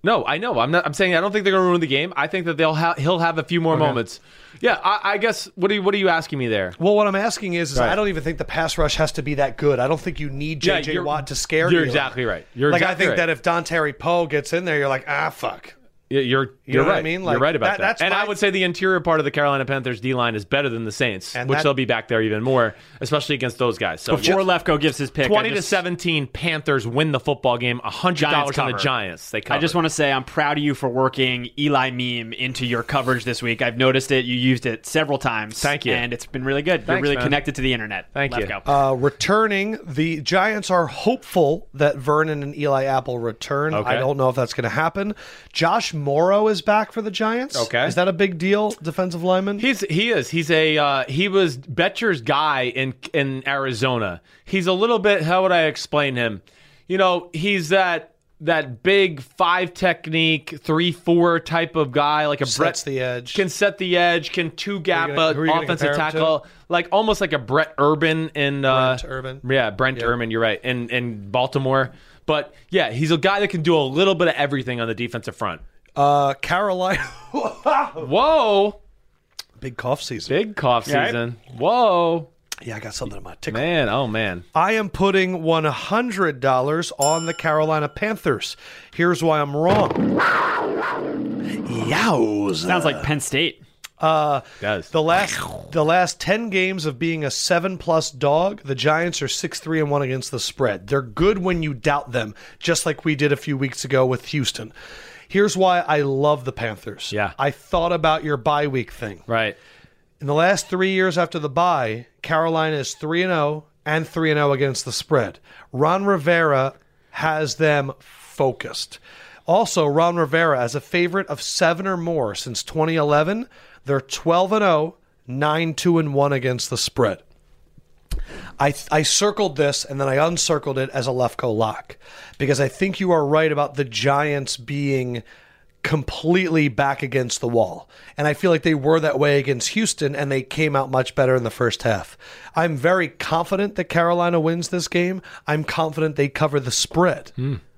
Speaker 2: No, I know. I'm not. I'm saying I don't think they're going to ruin the game. I think that they'll ha- he'll have a few more moments. Yeah, I, I guess. What are you, what are you asking me there?
Speaker 1: well, what I'm asking is, is
Speaker 2: Right.
Speaker 1: I don't even think the pass rush has to be that good. I don't think you need
Speaker 2: Yeah,
Speaker 1: J.J.
Speaker 2: you're-
Speaker 1: Watt to scare
Speaker 2: You're
Speaker 1: you.
Speaker 2: exactly right. You're
Speaker 1: like I
Speaker 2: exactly
Speaker 1: think
Speaker 2: right.
Speaker 1: that if Don Terry Poe gets in there, you're like, ah, fuck.
Speaker 2: Yeah, you're you're
Speaker 1: know what I
Speaker 2: right.
Speaker 1: mean?
Speaker 2: you're
Speaker 1: Like,
Speaker 2: right about
Speaker 1: that-
Speaker 2: that.
Speaker 1: that's
Speaker 2: and
Speaker 1: my-
Speaker 2: I would say the interior part of the Carolina Panthers D line is better than the Saints,
Speaker 1: And
Speaker 2: which
Speaker 1: that-
Speaker 2: they'll be back there even more, especially against those guys. So
Speaker 3: Before Lefko gives his pick, I
Speaker 2: twenty to
Speaker 3: just-
Speaker 2: seventeen, Panthers win the football game. hundred dollars
Speaker 3: Giants
Speaker 2: on the
Speaker 3: cover.
Speaker 2: Giants. They cover.
Speaker 3: I just want to say I'm proud of you for working Eli meme into your coverage this week. I've noticed it. You used it several times.
Speaker 2: Thank you.
Speaker 3: And it's been really good. You're
Speaker 2: Thanks,
Speaker 3: really
Speaker 2: man.
Speaker 3: connected to the internet.
Speaker 2: Thank you.
Speaker 3: Lefko.
Speaker 1: Uh, returning, the Giants are hopeful that Vernon and Eli Apple return. I
Speaker 2: Okay.
Speaker 1: don't know if that's going to happen. Josh Morrow is back for the Giants.
Speaker 2: Okay.
Speaker 1: Is that a big deal, defensive lineman?
Speaker 2: He's he is. He's a uh, he was Betcher's guy in in Arizona. He's a little bit. How would I explain him? You know, he's that that big five technique, three four type of guy, like a
Speaker 1: Sets
Speaker 2: Brett
Speaker 1: the edge.
Speaker 2: can set the edge, can two gap
Speaker 1: you gonna-
Speaker 2: a
Speaker 1: who are you gonna
Speaker 2: offensive
Speaker 1: compare him to?
Speaker 2: tackle, like almost like a Brett Urban in uh,
Speaker 1: Brent Urban.
Speaker 2: Yeah, Brent Urban. You're right. In in Baltimore. But yeah, he's a guy that can do a little bit of everything on the defensive front.
Speaker 1: Uh, Carolina.
Speaker 2: Whoa,
Speaker 1: big cough season.
Speaker 2: big cough
Speaker 3: right?
Speaker 2: season. Whoa.
Speaker 1: Yeah, I got something in my tickle.
Speaker 2: Man, oh man.
Speaker 1: I am putting $100 on the Carolina Panthers. Here's why I'm wrong.
Speaker 6: Yowza.
Speaker 3: Sounds like Penn State.
Speaker 2: Does.
Speaker 1: The last the last 10 games of being a 7 plus dog, the Giants are 6-3 and 1 against the spread. They're good when you doubt them, just like we did a few weeks ago with Houston. Here's why I love the Panthers.
Speaker 2: Yeah.
Speaker 1: I thought about your bye week thing.
Speaker 2: right.
Speaker 1: In the last three years after the bye, Carolina is 3 0 and oh 3 0 against the spread. Ron Rivera has them focused. Also, Ron Rivera as a favorite of seven or more since 2011. They're 12 and 0, 9 2 and 1 against the spread. I, I circled this and then I uncircled it as a Lefko lock because I think you are right about the Giants being completely back against the wall. And I feel like they were that way against Houston and they came out much better in the first half. I'm very confident that Carolina wins this game. I'm confident they cover the spread.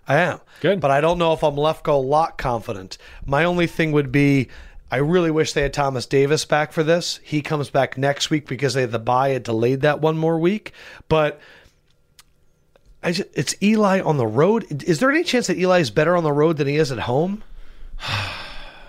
Speaker 1: I am.
Speaker 2: Good.
Speaker 1: But I don't know if I'm Lefko lock confident. My only thing would be. I really wish they had Thomas Davis back for this. He comes back next week because they had the bye had delayed that one more week. But I just, it's Eli on the road. Is there any chance that Eli is better on the road than he is at home?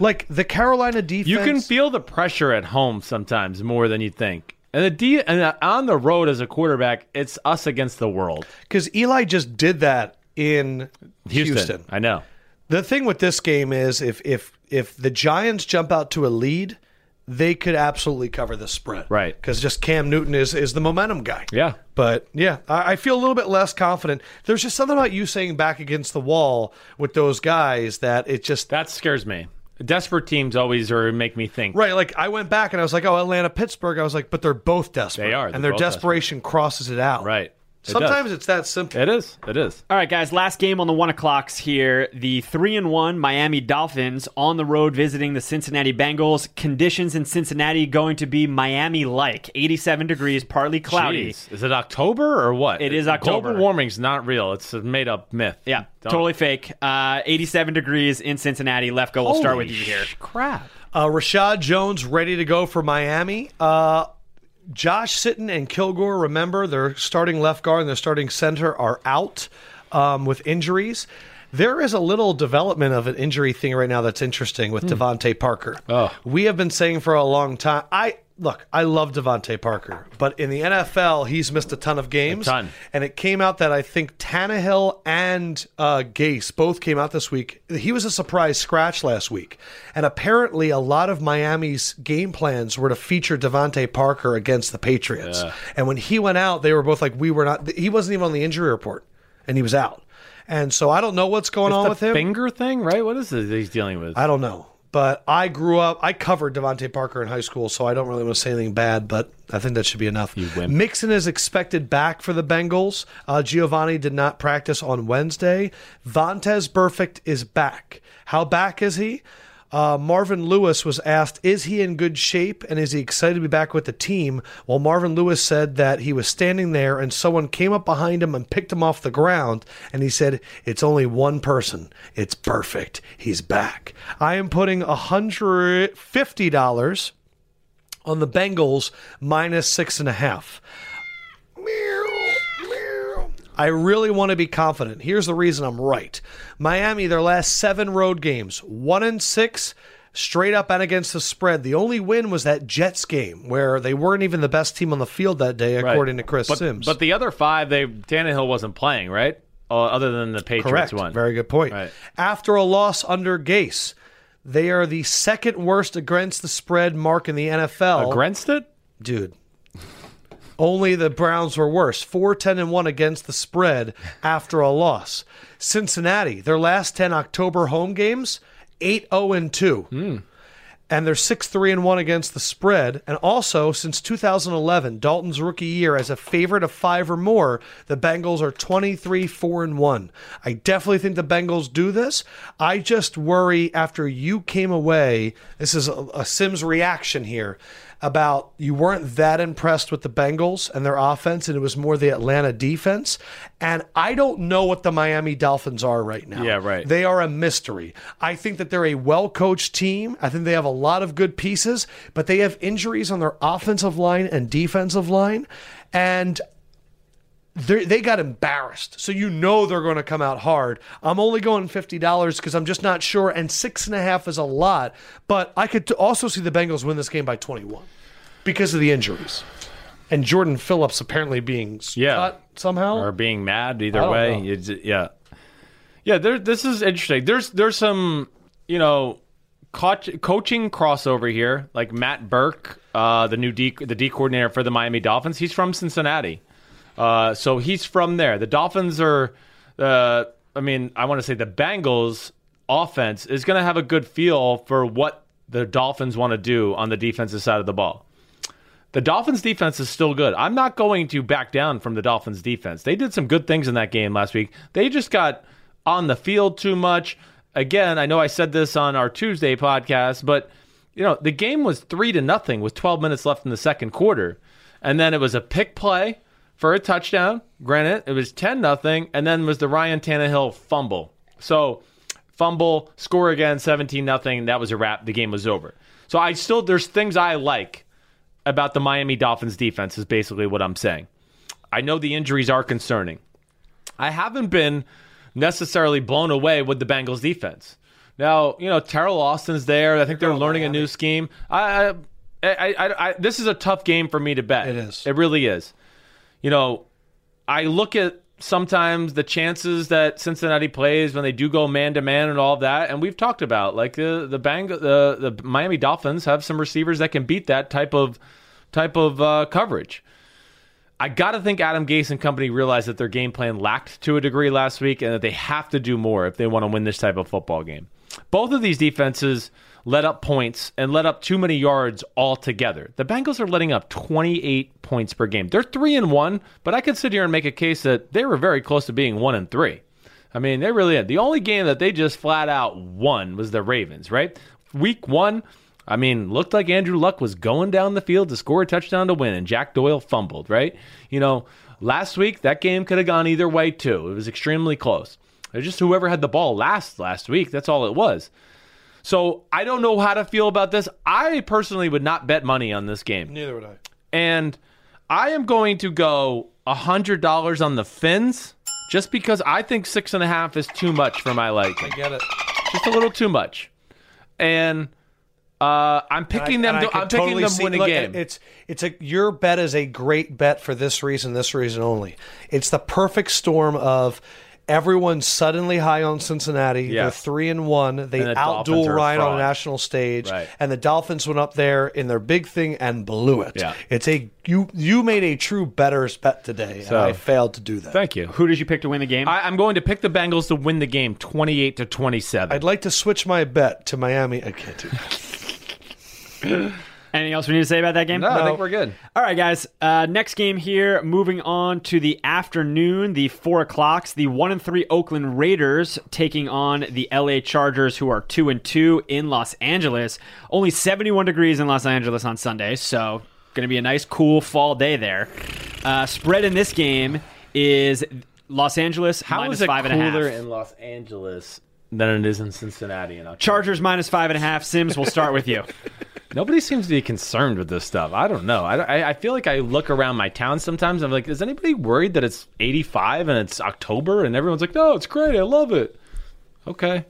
Speaker 1: Like the Carolina defense,
Speaker 2: You can feel the pressure at home sometimes more than you think. And the D and uh, on the road as a quarterback, it's us against the world.
Speaker 1: because Eli just did that in
Speaker 2: Houston,
Speaker 1: Houston.
Speaker 2: I know.
Speaker 1: The thing with this game is if if if the Giants jump out to a lead, they could absolutely cover the spread.
Speaker 2: Right.
Speaker 1: Because just Cam Newton is is the momentum guy.
Speaker 2: Yeah.
Speaker 1: But yeah, I, I feel a little bit less confident. There's just something about you saying back against the wall with those guys that it just
Speaker 2: That scares me. Desperate teams always are make me think.
Speaker 1: Right, like I went back and I was like, oh, Atlanta, Pittsburgh. I was like, but they're both desperate.
Speaker 2: They are. They're
Speaker 1: and their
Speaker 2: both desperate.
Speaker 1: desperation crosses it out.
Speaker 2: Right. It does.
Speaker 1: Sometimes it's that simple.
Speaker 2: it is. It is.
Speaker 3: All right, guys. Last game on the one o'clocks here. The three and one Miami Dolphins on the road visiting the Cincinnati Bengals. Conditions in Cincinnati going to be Miami like, eighty-seven degrees, partly cloudy.
Speaker 2: Jeez. Is it October or what?
Speaker 3: It is October.
Speaker 2: Global warming's not real. It's a made up myth.
Speaker 3: Yeah,
Speaker 2: Don't-
Speaker 3: totally fake. Uh, eighty-seven degrees in Cincinnati. Lefko, we'll start with you here.
Speaker 2: Crap.
Speaker 1: Uh, Rashad Jones ready to go for Miami. Uh, Josh Sitton and Kilgore, remember, their starting left guard and their starting center are out um, with injuries. There is a little development of an injury thing right now that's interesting with Devontae Parker. We have been saying for a long time. I look, I love Devontae Parker, but in the NFL, he's missed a ton of games.
Speaker 2: ton.
Speaker 1: And it came out that I think Tannehill and uh, Gase both came out this week. He was a surprise scratch last week. And apparently, a lot of Miami's game plans were to feature Devontae Parker against the Patriots. And when he went out, they were both like, we were not, he wasn't even on the injury report, and he was out. And so I don't know what's going on
Speaker 2: the
Speaker 1: with him.
Speaker 2: finger thing, right? What is it that he's dealing with?
Speaker 1: I don't know. But I grew up, I covered Devontae Parker in high school, so I don't really want to say anything bad, but I think that should be enough.
Speaker 2: wimp.
Speaker 1: Mixon is expected back for the Bengals. Uh, Giovanni did not practice on Wednesday. Vontez Perfect is back. How back is he? Uh, Marvin Lewis was asked, is he in good shape and is he excited to be back with the team? Well, Marvin Lewis said that he was standing there and someone came up behind him and picked him off the ground. And he said, It's only one person. It's perfect. He's back. I am putting $150 on the Bengals minus six and a half. I really want to be confident. Here's the reason I'm right. Miami, their last seven road games, one and six, straight up and against the spread. The only win was that Jets game where they weren't even the best team on the field that day,
Speaker 2: Right.
Speaker 1: according to Chris
Speaker 2: but,
Speaker 1: Sims.
Speaker 2: But the other five, they Tannehill wasn't playing, right? Uh, other than the Patriots
Speaker 1: Correct.
Speaker 2: one.
Speaker 1: Very good point.
Speaker 2: Right.
Speaker 1: After a loss under Gase, they are the second worst against the spread mark in the NFL.
Speaker 2: Against it?
Speaker 1: dude. Only the Browns were worse. 4 10 and 1 against the spread after a loss. Cincinnati, their last 10 October home games, 8 0 and 2. And they're 6 3 and 1 against the spread. And also, since 2011, Dalton's rookie year, as a favorite of five or more, the Bengals are 23 4 and 1. I definitely think the Bengals do this. I just worry after you came away, this is a, a Sims reaction here about you weren't that impressed with the Bengals and their offense, and it was more the Atlanta defense. And I don't know what the Miami Dolphins are right now.
Speaker 2: Yeah, right.
Speaker 1: They are a mystery. I think that they're a well coached team. I think they have a lot of good pieces, but they have injuries on their offensive line and defensive line. And they they got embarrassed. So you know they're going to come out hard. I'm only going fifty dollars because I'm just not sure. And six and a half is a lot, but I could t- also see the Bengals win this game by 21 because of the injuries and Jordan Phillips apparently being s-
Speaker 2: Yeah.
Speaker 1: cut somehow.
Speaker 2: Or being mad
Speaker 1: I
Speaker 2: either
Speaker 1: don't
Speaker 2: way.
Speaker 1: know.
Speaker 2: You j- yeah. Yeah, there, this is interesting. There's there's some, you know, coach, coaching crossover here. Like Matt Burke, uh, the new D, the D coordinator for the Miami Dolphins, he's from Cincinnati. Uh, so he's from there. The Dolphins are, uh, I mean, I want to say the Bengals offense is going to have a good feel for what the Dolphins want to do on the defensive side of the ball. The Dolphins defense is still good. I'm not going to back down from the Dolphins defense. They did some good things in that game last week. They just got on the field too much. Again, I know I said this on our Tuesday podcast, but you know, the game was 3 to nothing with 12 minutes left in the second quarter. And then it was a pick play for a touchdown. Granted, it was 10 nothing and then was the Ryan Tannehill fumble. So, fumble, score again, 17 nothing. That was a wrap. The game was over. So I still there's things I like about the Miami Dolphins defense is basically what I'm saying. I know the injuries are concerning. I haven't been necessarily blown away with the Bengals defense. Now, you know, Terrell Austin's there. I think
Speaker 1: Oh,
Speaker 2: they're learning a new scheme. I, I, I, I, I, this is a tough game for me to bet.
Speaker 1: It is.
Speaker 2: It really is. You know, I look at sometimes the chances that Cincinnati plays when they do go man to man and all that, and we've talked about like the the Bang the, the Miami Dolphins have some receivers that can beat that type of type of uh, coverage. I got to think Adam Gase and company realized that their game plan lacked to a degree last week, and that they have to do more if they want to win this type of football game. Both of these defenses let up points and let up too many yards altogether. The Bengals are letting up 28 points per game. They're 3 and 1, but I could sit here and make a case that they were very close to being 1 and 3. I mean, they really had. The only game that they just flat out won was the Ravens, right? Week 1, I mean, looked like Andrew Luck was going down the field to score a touchdown to win and Jack Doyle fumbled, right? You know, last week that game could have gone either way too. It was extremely close. It was just whoever had the ball last last week, that's all it was. So I don't know how to feel about this. I personally would not bet money on this game.
Speaker 1: Neither would I.
Speaker 2: And I am going to go $100 on the fins just because I think six and a half is too much for my liking.
Speaker 1: Get it.
Speaker 2: Just a little too much. And uh, I'm picking them.
Speaker 1: And I
Speaker 2: to,
Speaker 1: can
Speaker 2: I'm picking
Speaker 1: totally
Speaker 2: them
Speaker 1: see-
Speaker 2: win a
Speaker 1: look,
Speaker 2: game.
Speaker 1: It's it's a your bet is a great bet for this reason, this reason only. It's the perfect storm of everyone suddenly high on Cincinnati.
Speaker 2: Yeah.
Speaker 1: They're three and one. They
Speaker 2: And the Dolphins
Speaker 1: outduel
Speaker 2: are a
Speaker 1: Ryan on
Speaker 2: fraud.
Speaker 1: a national stage,
Speaker 2: Right.
Speaker 1: and the Dolphins went up there in their big thing and blew it.
Speaker 2: Yeah.
Speaker 1: It's a you you made a true better's bet today,
Speaker 2: So-
Speaker 1: and I failed to do that.
Speaker 2: Thank you.
Speaker 3: Who did you pick to win the game?
Speaker 2: I, I'm going to pick the Bengals to win the game, 28 to 27.
Speaker 1: I'd like to switch my bet to Miami. I can't do that.
Speaker 3: Anything else we need to say about that game?
Speaker 2: Oh, I think we're good.
Speaker 3: All right, guys. Uh, next game here. Moving on to the afternoon, the four o'clocks. The one and three Oakland Raiders taking on the L.A. Chargers, who are two and two in Los Angeles. Only seventy-one degrees in Los Angeles on Sunday, so going to be a nice, cool fall day there. Uh, spread in this game is Los Angeles
Speaker 2: How
Speaker 3: minus
Speaker 2: is it
Speaker 3: five and a half.
Speaker 2: cooler in Los Angeles than it is in Cincinnati? And
Speaker 3: Chargers minus five and a half. Sims, we'll start with you.
Speaker 2: Nobody seems to be concerned with this stuff. I don't know. I, I, I feel like I look around my town sometimes. I'm like, is anybody worried that it's 85 and it's October? And everyone's like, no, it's great. I love it. Okay.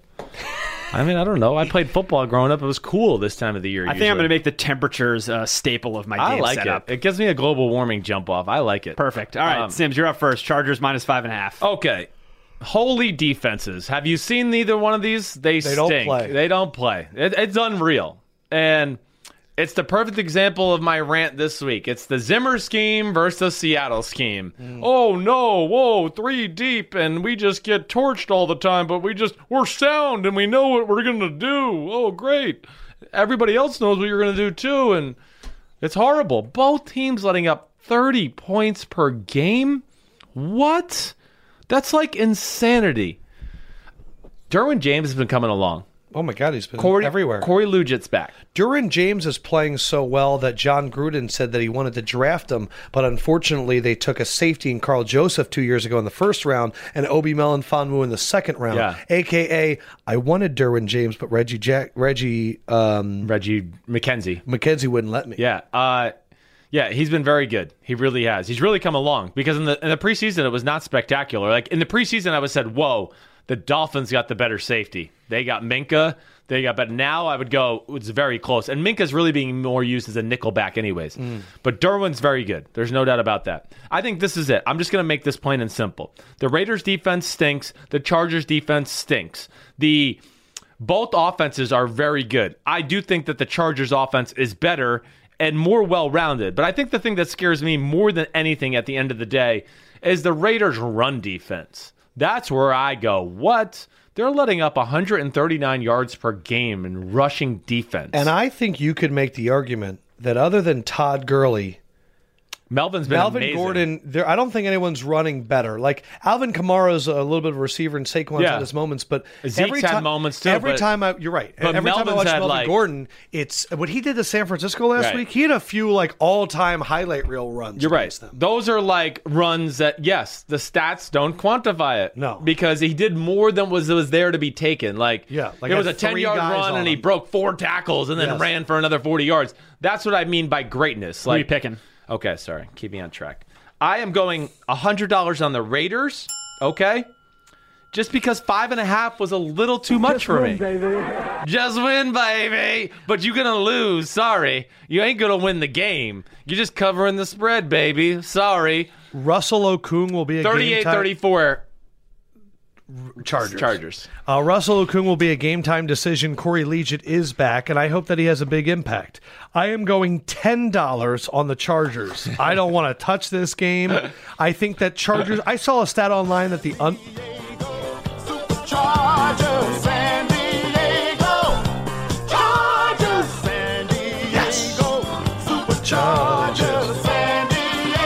Speaker 2: I mean, I don't know. I played football growing up. It was cool this time of the year.
Speaker 3: I think I'm going to make the temperatures a staple of my game
Speaker 2: I like
Speaker 3: setup.
Speaker 2: it. It gives me a global warming jump off. I like it.
Speaker 3: Perfect. All right,
Speaker 2: Um, Oh,
Speaker 3: Sims, you're up first. Chargers minus five and a half.
Speaker 2: Okay. Holy defenses. Have you seen either one of these?
Speaker 1: They
Speaker 2: They, stink.
Speaker 1: don't play.
Speaker 2: They don't play. It, it's unreal. And it's the perfect example of my rant this week. It's the Zimmer scheme versus the Seattle scheme.
Speaker 1: Mm.
Speaker 2: Oh no, whoa, three deep, and we just get torched all the time, but we just we're sound and we know what we're gonna do. Oh great. Everybody else knows what you're gonna do too, and it's horrible. Both teams letting up 30 points per game? What? That's like insanity. Derwin James has been coming along.
Speaker 1: Oh my god, he's been
Speaker 2: Corey,
Speaker 1: everywhere.
Speaker 2: Corey Lugit's back.
Speaker 1: Duran James is playing so well that John Gruden said that he wanted to draft him, but unfortunately they took a safety in Carl Joseph two years ago in the first round and Obi Melanfonwu in the second round.
Speaker 2: Yeah.
Speaker 1: AKA, I wanted Derwin James, but Reggie Jack Reggie um,
Speaker 2: Reggie McKenzie.
Speaker 1: McKenzie wouldn't let me.
Speaker 2: Yeah. Uh, yeah, he's been very good. He really has. He's really come along because in the in the preseason it was not spectacular. Like in the preseason, I was said, "Whoa, the Dolphins got the better safety. They got Minka. They got." But now I would go, it's very close. And Minka's really being more used as a nickel back, anyways. But Derwin's very good. There's no doubt about that. I think this is it. I'm just going to make this plain and simple. The Raiders defense stinks. The Chargers defense stinks. The both offenses are very good. I do think that the Chargers offense is better and more well rounded. But I think the thing that scares me more than anything at the end of the day is the Raiders' run defense. That's where I go, what? They're letting up 139 yards per game in rushing defense.
Speaker 1: And I think you could make the argument that other than Todd Gurley,
Speaker 2: Melvin's been
Speaker 1: Melvin
Speaker 2: amazing.
Speaker 1: Gordon, there I don't think anyone's running better. Like Alvin Kamara's a little bit of a receiver and Saquon's
Speaker 2: Yeah.
Speaker 1: had his moments, but
Speaker 2: Zeke's
Speaker 1: every
Speaker 2: had
Speaker 1: time
Speaker 2: moments too,
Speaker 1: every
Speaker 2: but-
Speaker 1: time I you're right.
Speaker 2: but
Speaker 1: every time I
Speaker 2: Melvin's
Speaker 1: watch
Speaker 2: had,
Speaker 1: Melvin
Speaker 2: like-
Speaker 1: Gordon, it's what he did to San Francisco last
Speaker 2: Right.
Speaker 1: week, he had a few like all time highlight reel runs.
Speaker 2: You're right.
Speaker 1: against them.
Speaker 2: Those are like runs that yes, the stats don't quantify it.
Speaker 1: No.
Speaker 2: because he did more than was was there to be taken. Like
Speaker 1: Yeah, like
Speaker 2: it was a
Speaker 1: had
Speaker 2: ten
Speaker 1: three
Speaker 2: yard
Speaker 1: guys
Speaker 2: run
Speaker 1: on
Speaker 2: and he
Speaker 1: him.
Speaker 2: broke four tackles and then
Speaker 1: Yes.
Speaker 2: ran for another forty yards. That's what I mean by greatness. Like
Speaker 3: you picking?
Speaker 2: Okay, sorry, keep me on track. I am going hundred dollars on the Raiders. Okay. Just because five and a half was a little too much for me. Just win, baby. But you're gonna lose. Sorry, you ain't gonna win the game. You're just covering the spread, baby. Sorry.
Speaker 1: Russell Okung will be a game time
Speaker 2: 38-34
Speaker 1: Chargers.
Speaker 2: Chargers.
Speaker 1: Uh, Russell Okung will be a game time decision. Corey Legit is back, and I hope that he has a big impact. I am going ten dollars on the Chargers. I don't want to touch this game. I think that Chargers. I saw a stat online that the un-
Speaker 7: Chargers, San Diego. Chargers, San Diego. Superchargers, San Diego.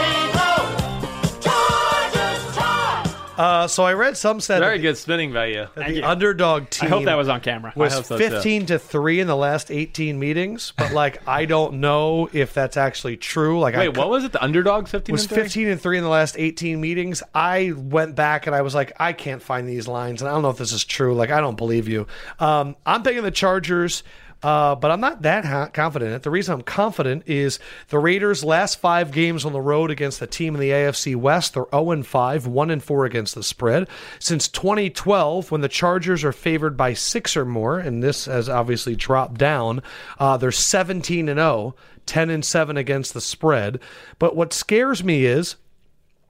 Speaker 7: Chargers, Chargers.
Speaker 1: uh, so I read some said
Speaker 2: Very
Speaker 1: that
Speaker 2: good spinning value.
Speaker 1: the underdog team.
Speaker 3: I hope that was on camera.
Speaker 1: was
Speaker 2: hope so, too.
Speaker 1: 15 to 3 in the last 18 meetings but like i don't know if that's actually true like I
Speaker 2: Wait, what was it? The underdog 15
Speaker 1: was
Speaker 2: and three?
Speaker 1: 15 and 3 in the last 18 meetings. I went back and I was like, I can't find these lines. And I don't know if this is true. Like, I don't believe you. Um, I'm picking the Chargers. Uh, but I'm not that ha- confident. in it. The reason I'm confident is the Raiders' last five games on the road against the team in the AFC West, they're 0 and 5, 1 and 4 against the spread. Since 2012, when the Chargers are favored by six or more, and this has obviously dropped down, uh, they're 17 and 0. 10 and 7 against the spread. But what scares me is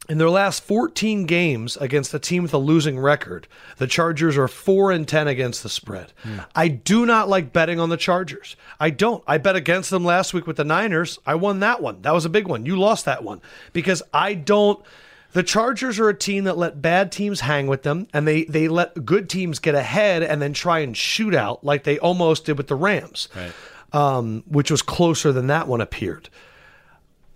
Speaker 1: in their last 14 games against a team with a losing record, the Chargers are 4 and 10 against the spread. I do not like betting on the Chargers. I don't. I bet against them last week with the Niners. I won that one. That was a big one. You lost that one because I don't the Chargers are a team that let bad teams hang with them, and they they let good teams get ahead and then try and shoot out like they almost did with the Rams, um, which was closer than that one appeared.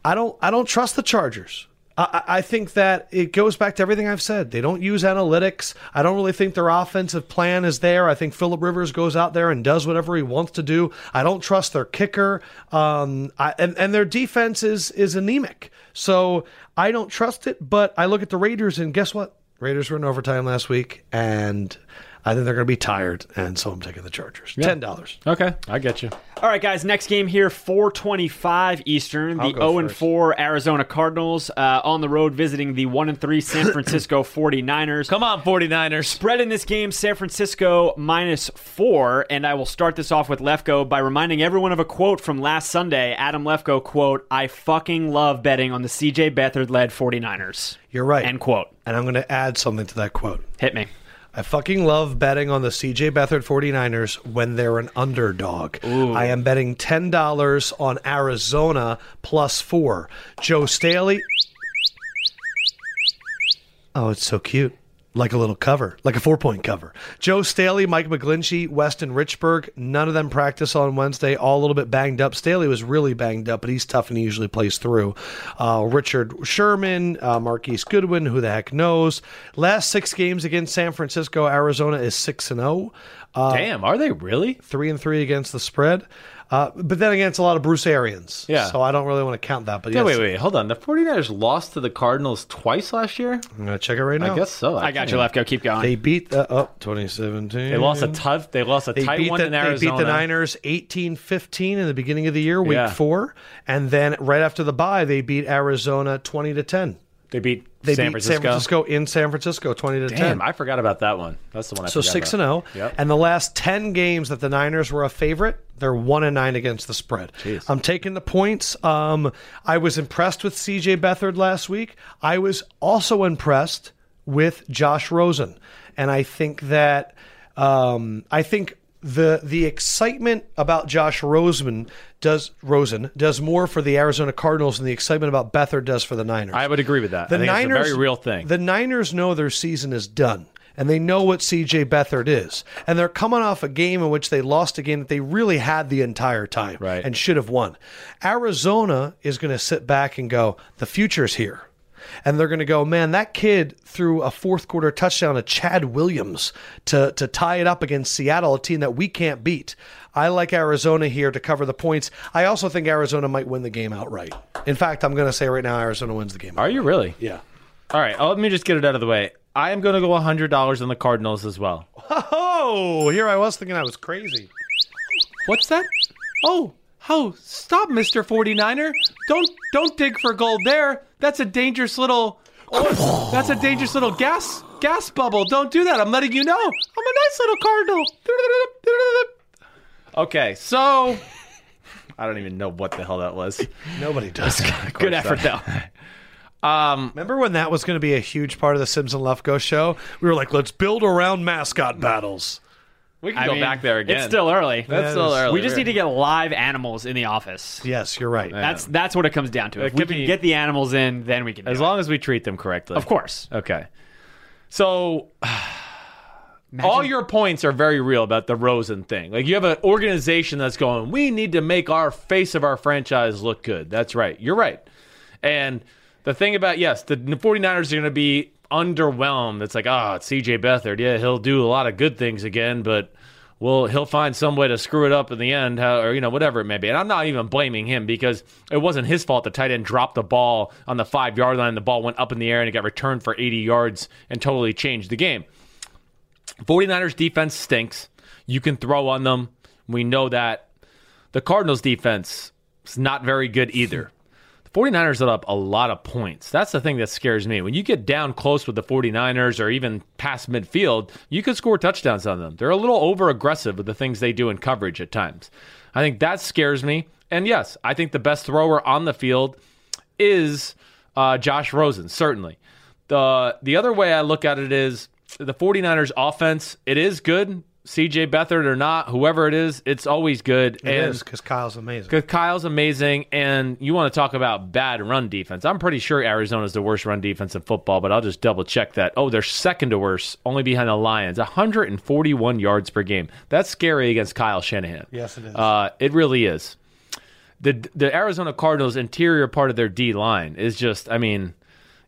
Speaker 1: I don't I don't trust the Chargers. I, I I think that it goes back to everything I've said. They don't use analytics. I don't really think their offensive plan is there. I think Philip Rivers goes out there and does whatever he wants to do. I don't trust their kicker, um, I, and and their defense is is anemic. So I don't trust it. But I look at the Raiders, and guess what? Raiders were in overtime last week, and I think they're going to be tired, and so I'm taking the Chargers. Ten dollars.
Speaker 2: Okay, I get you.
Speaker 3: All right, guys. Next game here, 4:25 Eastern. The
Speaker 2: go
Speaker 3: 0 and
Speaker 2: first.
Speaker 3: 4 Arizona Cardinals uh, on the road visiting the 1 and 3 San Francisco 49ers.
Speaker 2: Come on, 49ers.
Speaker 3: Spread in this game, San Francisco minus four. And I will start this off with Lefko by reminding everyone of a quote from last Sunday. Adam Lefko, quote, I fucking love betting on the CJ Beathard led 49ers.
Speaker 1: You're right.
Speaker 3: End quote.
Speaker 1: And I'm going to add something to that quote.
Speaker 3: Hit me.
Speaker 1: I fucking love betting on the CJ Beathard 49ers when they're an underdog. I am betting $10 on Arizona plus four. Joe Staley. Oh, it's so cute. Like a little cover, like a four point cover. Joe Staley, Mike McGlinchey, Weston Richburg, none of them practice on Wednesday, all a little bit banged up. Staley was really banged up, but he's tough and he usually plays through. Uh, Richard Sherman, uh, Marquise Goodwin, who the heck knows. Last six games against San Francisco, Arizona is 6 and 0 Uh,
Speaker 2: Damn, are they really?
Speaker 1: three and three against the spread. Uh, but then again, it's a lot of Bruce Arians.
Speaker 2: Yeah.
Speaker 1: So I don't really want to count that. But
Speaker 2: Yeah,
Speaker 1: yes,
Speaker 2: wait, wait, hold on. The 49ers lost to the Cardinals twice last year?
Speaker 1: I'm going to check it right now.
Speaker 2: Oh, I guess so.
Speaker 3: I got you, Lefko. Keep going.
Speaker 1: They beat the oh, 2017.
Speaker 2: They lost a tough. They lost a
Speaker 1: Mm-hmm. They
Speaker 2: tight
Speaker 1: beat,
Speaker 2: one
Speaker 1: the,
Speaker 2: in
Speaker 1: they
Speaker 2: Arizona.
Speaker 1: beat the Niners 18 15 in the beginning of the year, week
Speaker 2: Yeah.
Speaker 1: four. And then right after the bye, they beat Arizona 20 to 10.
Speaker 2: They beat
Speaker 1: They
Speaker 2: San
Speaker 1: beat
Speaker 2: Francisco.
Speaker 1: San Francisco in San Francisco 20 to 10.
Speaker 2: Damn, I forgot about that one. That's the one I
Speaker 1: So
Speaker 2: forgot
Speaker 1: six and
Speaker 2: about.
Speaker 1: zero, and the last ten games that the Niners were a favorite, they're one and nine against the spread. I'm taking the points. Um, I was impressed with C.J. Beathard last week. I was also impressed with Josh Rosen, and I think that um, I think the the excitement about Josh Rosen does Rosen does more for the Arizona Cardinals than the excitement about Beathard does for the Niners.
Speaker 2: I would agree with that. I think it's a very real thing.
Speaker 1: The Niners know their season is done. and they know what CJ Beathard is. And they're coming off a game in which they lost a game that they really had the entire time
Speaker 2: Right.
Speaker 1: and should have won. Arizona is going to sit back and go, the future's here. And they're going to go, man, that kid threw a fourth quarter touchdown to Chad Williams to, to tie it up against Seattle, a team that we can't beat. I like Arizona here to cover the points. I also think Arizona might win the game outright. In fact, I'm going to say right now, Arizona wins the game.
Speaker 2: Are you really?
Speaker 1: Yeah.
Speaker 2: All right. oh, Let me just get it out of the way. I am going to go $100 on the Cardinals as well.
Speaker 1: Oh, here I was thinking I was crazy.
Speaker 2: What's that? Oh, oh, stop, Mr. 49er. Don't don't dig for gold there. That's a dangerous little oh, That's a dangerous little gas gas bubble. Don't do that. I'm letting you know. I'm a nice little cardinal. Okay, so I don't even know what the hell that was.
Speaker 1: Nobody does.
Speaker 3: Good effort, though.
Speaker 1: Remember when that was going to be a huge part of the Simpson Left Go show? We were like, let's build around mascot battles.
Speaker 2: We can
Speaker 3: I
Speaker 2: go
Speaker 3: mean,
Speaker 2: back there again.
Speaker 3: It's still early.
Speaker 2: that's
Speaker 1: Yeah,
Speaker 2: still
Speaker 1: it's-
Speaker 2: early.
Speaker 3: we just need to get live animals in the office.
Speaker 1: Yes, you're right.
Speaker 3: That's that's what it comes down to. If
Speaker 2: It
Speaker 3: we
Speaker 2: could
Speaker 3: can
Speaker 2: be-
Speaker 3: get the animals in, then we can.
Speaker 2: as
Speaker 3: do it.
Speaker 2: long as we treat them correctly.
Speaker 3: of course.
Speaker 2: Okay. So all your points are very real about the Rosen thing. Like you have an organization that's going, we need to make our face of our franchise look good. That's right. You're right. And the thing about yes, the 49ers are going to be underwhelmed. It's like, ah, it's CJ Beathard. Yeah, he'll do a lot of good things again, but well, he'll find some way to screw it up in the end, how, or you know, whatever it may be. And I'm not even blaming him because it wasn't his fault. The tight end dropped the ball on the five yard line. The ball went up in the air and it got returned for 80 yards and totally changed the game. 49ers defense stinks. You can throw on them. We know that. The Cardinals defense is not very good either. The 49ers let up a lot of points. That's the thing that scares me. When you get down close with the 49ers or even past midfield, you could score touchdowns on them. They're a little over aggressive with the things they do in coverage at times. I think that scares me. And yes, I think the best thrower on the field is uh, Josh Rosen, certainly. The the other way I look at it is the 49ers offense, it is good. CJ Beathard or not, whoever it is, it's always good.
Speaker 1: it
Speaker 2: and
Speaker 1: is because Kyle's amazing.
Speaker 2: because Kyle's amazing, and you want to talk about bad run defense. I'm pretty sure Arizona's the worst run defense in football, but I'll just double check that. Oh, they're second to worst, only behind the Lions, 141 yards per game. That's scary against Kyle Shanahan.
Speaker 1: Yes, it is.
Speaker 2: Uh, it really is. The the Arizona Cardinals interior part of their D line is just, I mean,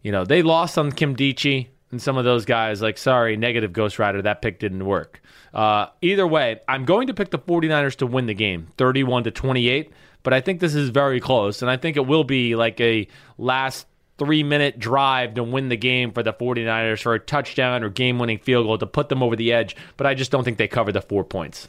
Speaker 2: you know, they lost on Kim Dichie and some of those guys. Like, sorry, negative Ghost Rider, that pick didn't work. Uh, either way, I'm going to pick the 49ers to win the game, 31 to 28. But I think this is very close, and I think it will be like a last three minute drive to win the game for the 49ers for a touchdown or game winning field goal to put them over the edge. But I just don't think they cover the four points.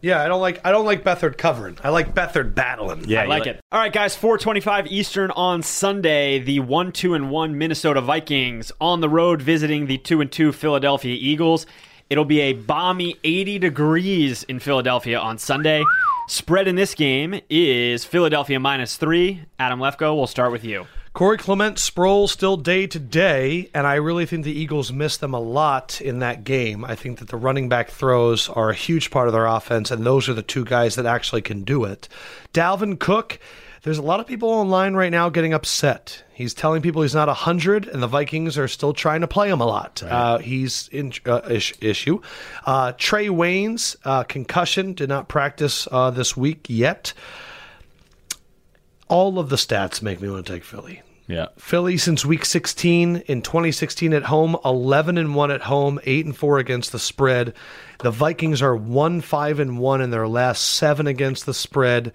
Speaker 1: yeah, I don't like I don't like Bethard covering. I like Bethard battling.
Speaker 2: Yeah,
Speaker 3: I like it. All right, guys, 425 Eastern on Sunday, the 1 2 and 1 Minnesota Vikings on the road visiting the 2 and 2 Philadelphia Eagles. It'll be a balmy 80 degrees in Philadelphia on Sunday. Spread in this game is Philadelphia minus three. Adam Lefko, we'll start with you.
Speaker 1: Corey Clement Sproul still day to day, and I really think the Eagles missed them a lot in that game. I think that the running back throws are a huge part of their offense, and those are the two guys that actually can do it. Dalvin Cook, there's a lot of people online right now getting upset. He's telling people he's not 100, and the Vikings are still trying to play him a lot. Uh, he's in uh, ish, issue. Uh, Trey Waynes, uh, concussion, did not practice uh, this week yet. All of the stats make me want to take Philly.
Speaker 2: Yeah.
Speaker 1: Philly since week 16 in 2016 at home, 11 and 1 at home, 8 and 4 against the spread. The Vikings are 1 5 and 1 in their last 7 against the spread.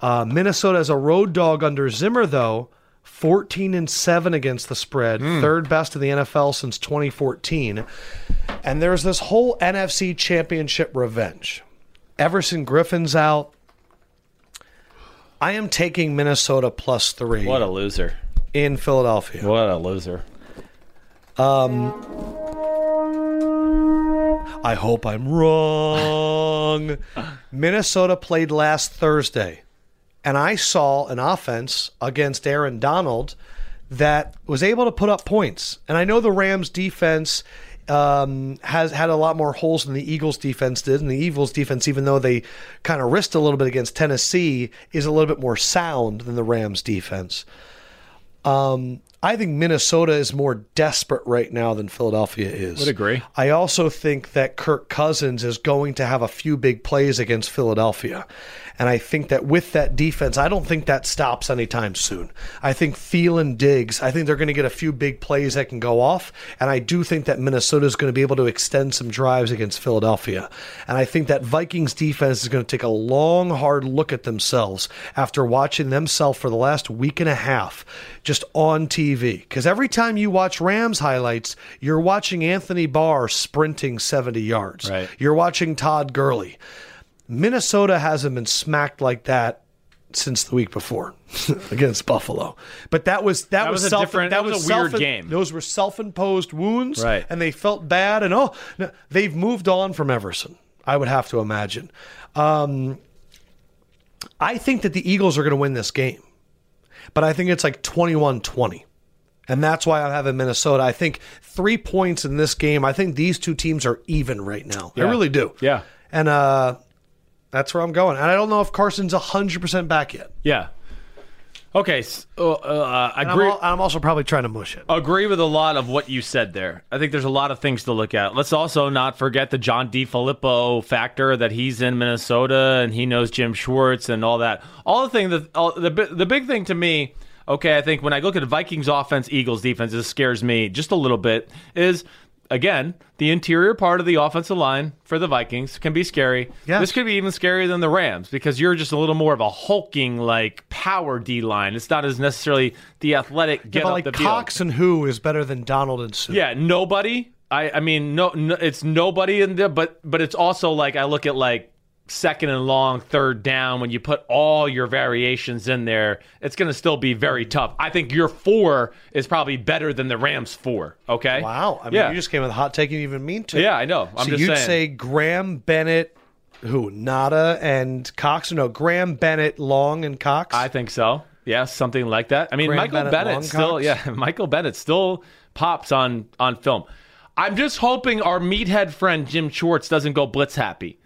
Speaker 1: Uh, Minnesota is a road dog under Zimmer though, 14 and 7 against the spread,
Speaker 2: Hmm.
Speaker 1: third best in the NFL since 2014. And there's this whole NFC Championship revenge. Everson Griffin's out. I am taking Minnesota plus 3
Speaker 2: What a loser.
Speaker 1: in Philadelphia.
Speaker 2: What a loser.
Speaker 1: I hope I'm wrong. Minnesota played last Thursday, and I saw an offense against Aaron Donald that was able to put up points. And I know the Rams defense um, has had a lot more holes than the Eagles defense did, and the Eagles defense, even though they kind of risked a little bit against Tennessee, is a little bit more sound than the Rams defense. I think Minnesota is more desperate right now than Philadelphia is. Would
Speaker 2: agree.
Speaker 1: I also think that Kirk Cousins is going to have a few big plays against Philadelphia. And I think that with that defense, I don't think that stops anytime soon. I think Thielen digs. I think they're going to get a few big plays that can go off. And I do think that Minnesota is going to be able to extend some drives against Philadelphia. And I think that Vikings defense is going to take a long, hard look at themselves after watching themselves for the last week and a half just on TV. Because every time you watch Rams highlights, you're watching Anthony Barr sprinting 70 yards.
Speaker 2: Right.
Speaker 1: You're watching Todd Gurley. Minnesota hasn't been smacked like that since the week before against Buffalo. But that was that,
Speaker 2: That
Speaker 1: was,
Speaker 2: was a
Speaker 1: self,
Speaker 2: different- that was a
Speaker 1: self-
Speaker 2: weird game.
Speaker 1: Those were self-imposed wounds,
Speaker 2: Right.
Speaker 1: And they felt bad. And oh, no, they've moved on from Everson. I would have to imagine. Um, I think that the Eagles are going to win this game, but I think it's like 21-20. And that's why I'm having Minnesota. I think three points in this game. I think these two teams are even right now. I really do.
Speaker 2: Yeah.
Speaker 1: And uh, that's where I'm going. And I don't know if Carson's 100% back yet.
Speaker 2: Yeah. Okay. So, uh, uh, I
Speaker 1: And
Speaker 2: agree. Oh,
Speaker 1: I'm, al- I'm also probably trying to mush it.
Speaker 2: agree with a lot of what you said there. I think there's a lot of things to look at. Let's also not forget the John D. Filippo factor that he's in Minnesota and he knows Jim Schwartz and all that. All the thing that all, the bi- the big thing to me. Okay, I think when I look at Vikings offense, Eagles defense, this scares me just a little bit. Is again the interior part of the offensive line for the Vikings can be scary.
Speaker 1: Yeah.
Speaker 2: This could be even scarier than the Rams because you're just a little more of a hulking like power D line. It's not as necessarily the athletic get
Speaker 1: but
Speaker 2: up
Speaker 1: like
Speaker 2: the field.
Speaker 1: Cox and who is better than Donald and Sue?
Speaker 2: Yeah, nobody. I I mean no, no it's nobody in there but but it's also like I look at like second and long, third down when you put all your variations in there, it's going to still be
Speaker 1: Mm.
Speaker 2: very tough. I think your 4 is probably better than the Rams 4, okay?
Speaker 1: Wow. I mean,
Speaker 2: yeah.
Speaker 1: you just came with a hot take you didn't even mean to.
Speaker 2: Yeah, I know. I'm
Speaker 1: so
Speaker 2: just
Speaker 1: you'd
Speaker 2: saying.
Speaker 1: say Graham Bennett, who? Nada and Cox? No, Graham Bennett, Long and Cox?
Speaker 2: I think so. Yeah, something like that. I mean,
Speaker 1: Graham
Speaker 2: Michael
Speaker 1: Bennett,
Speaker 2: Bennett
Speaker 1: Longcocks?
Speaker 2: still, yeah, Michael Bennett still pops on on film. I'm just hoping our meathead friend Jim Schwartz doesn't go blitz happy.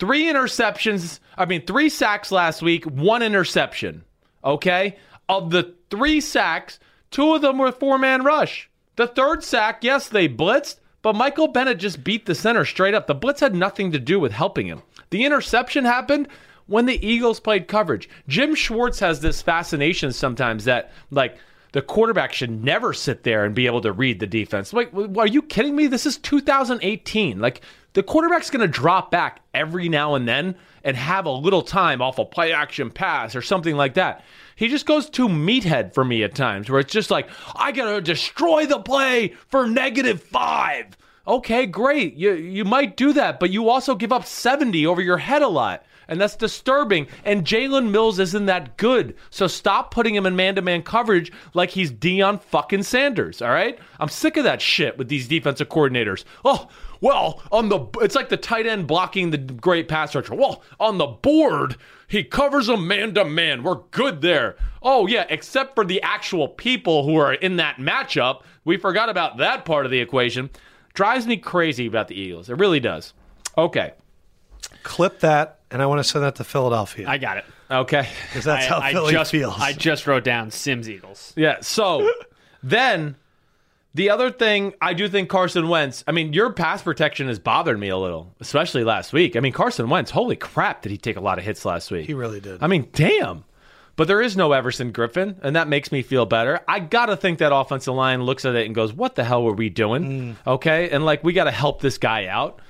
Speaker 2: Three interceptions, I mean, three sacks last week, one interception. Okay? Of the three sacks, two of them were four man rush. The third sack, yes, they blitzed, but Michael Bennett just beat the center straight up. The blitz had nothing to do with helping him. The interception happened when the Eagles played coverage. Jim Schwartz has this fascination sometimes that, like, the quarterback should never sit there and be able to read the defense. Like, w- are you kidding me? This is 2018. Like, the quarterback's going to drop back every now and then and have a little time off a play action pass or something like that. He just goes too meathead for me at times, where it's just like, I got to destroy the play for negative five. Okay, great. You, you might do that, but you also give up 70 over your head a lot. And that's disturbing. And Jalen Mills isn't that good. So stop putting him in man to man coverage like he's Dion fucking Sanders. All right? I'm sick of that shit with these defensive coordinators. Oh, well, on the it's like the tight end blocking the great pass rusher. Well, on the board, he covers him man to man. We're good there. Oh yeah, except for the actual people who are in that matchup. We forgot about that part of the equation. Drives me crazy about the Eagles. It really does. Okay.
Speaker 1: Clip that, and I want to send that to Philadelphia.
Speaker 3: I got it.
Speaker 2: Okay.
Speaker 1: Because that's how
Speaker 3: I,
Speaker 1: Philly
Speaker 3: I just,
Speaker 1: feels.
Speaker 3: I just wrote down Sims Eagles.
Speaker 2: Yeah. So then the other thing I do think Carson Wentz, I mean, your pass protection has bothered me a little, especially last week. I mean, Carson Wentz, holy crap, did he take a lot of hits last week?
Speaker 1: he really did.
Speaker 2: I mean, damn. But there is no Everson Griffin, and that makes me feel better. I got to think that offensive line looks at it and goes, what the hell were we doing?
Speaker 1: Mm.
Speaker 2: Okay. And like, we got to help this guy out.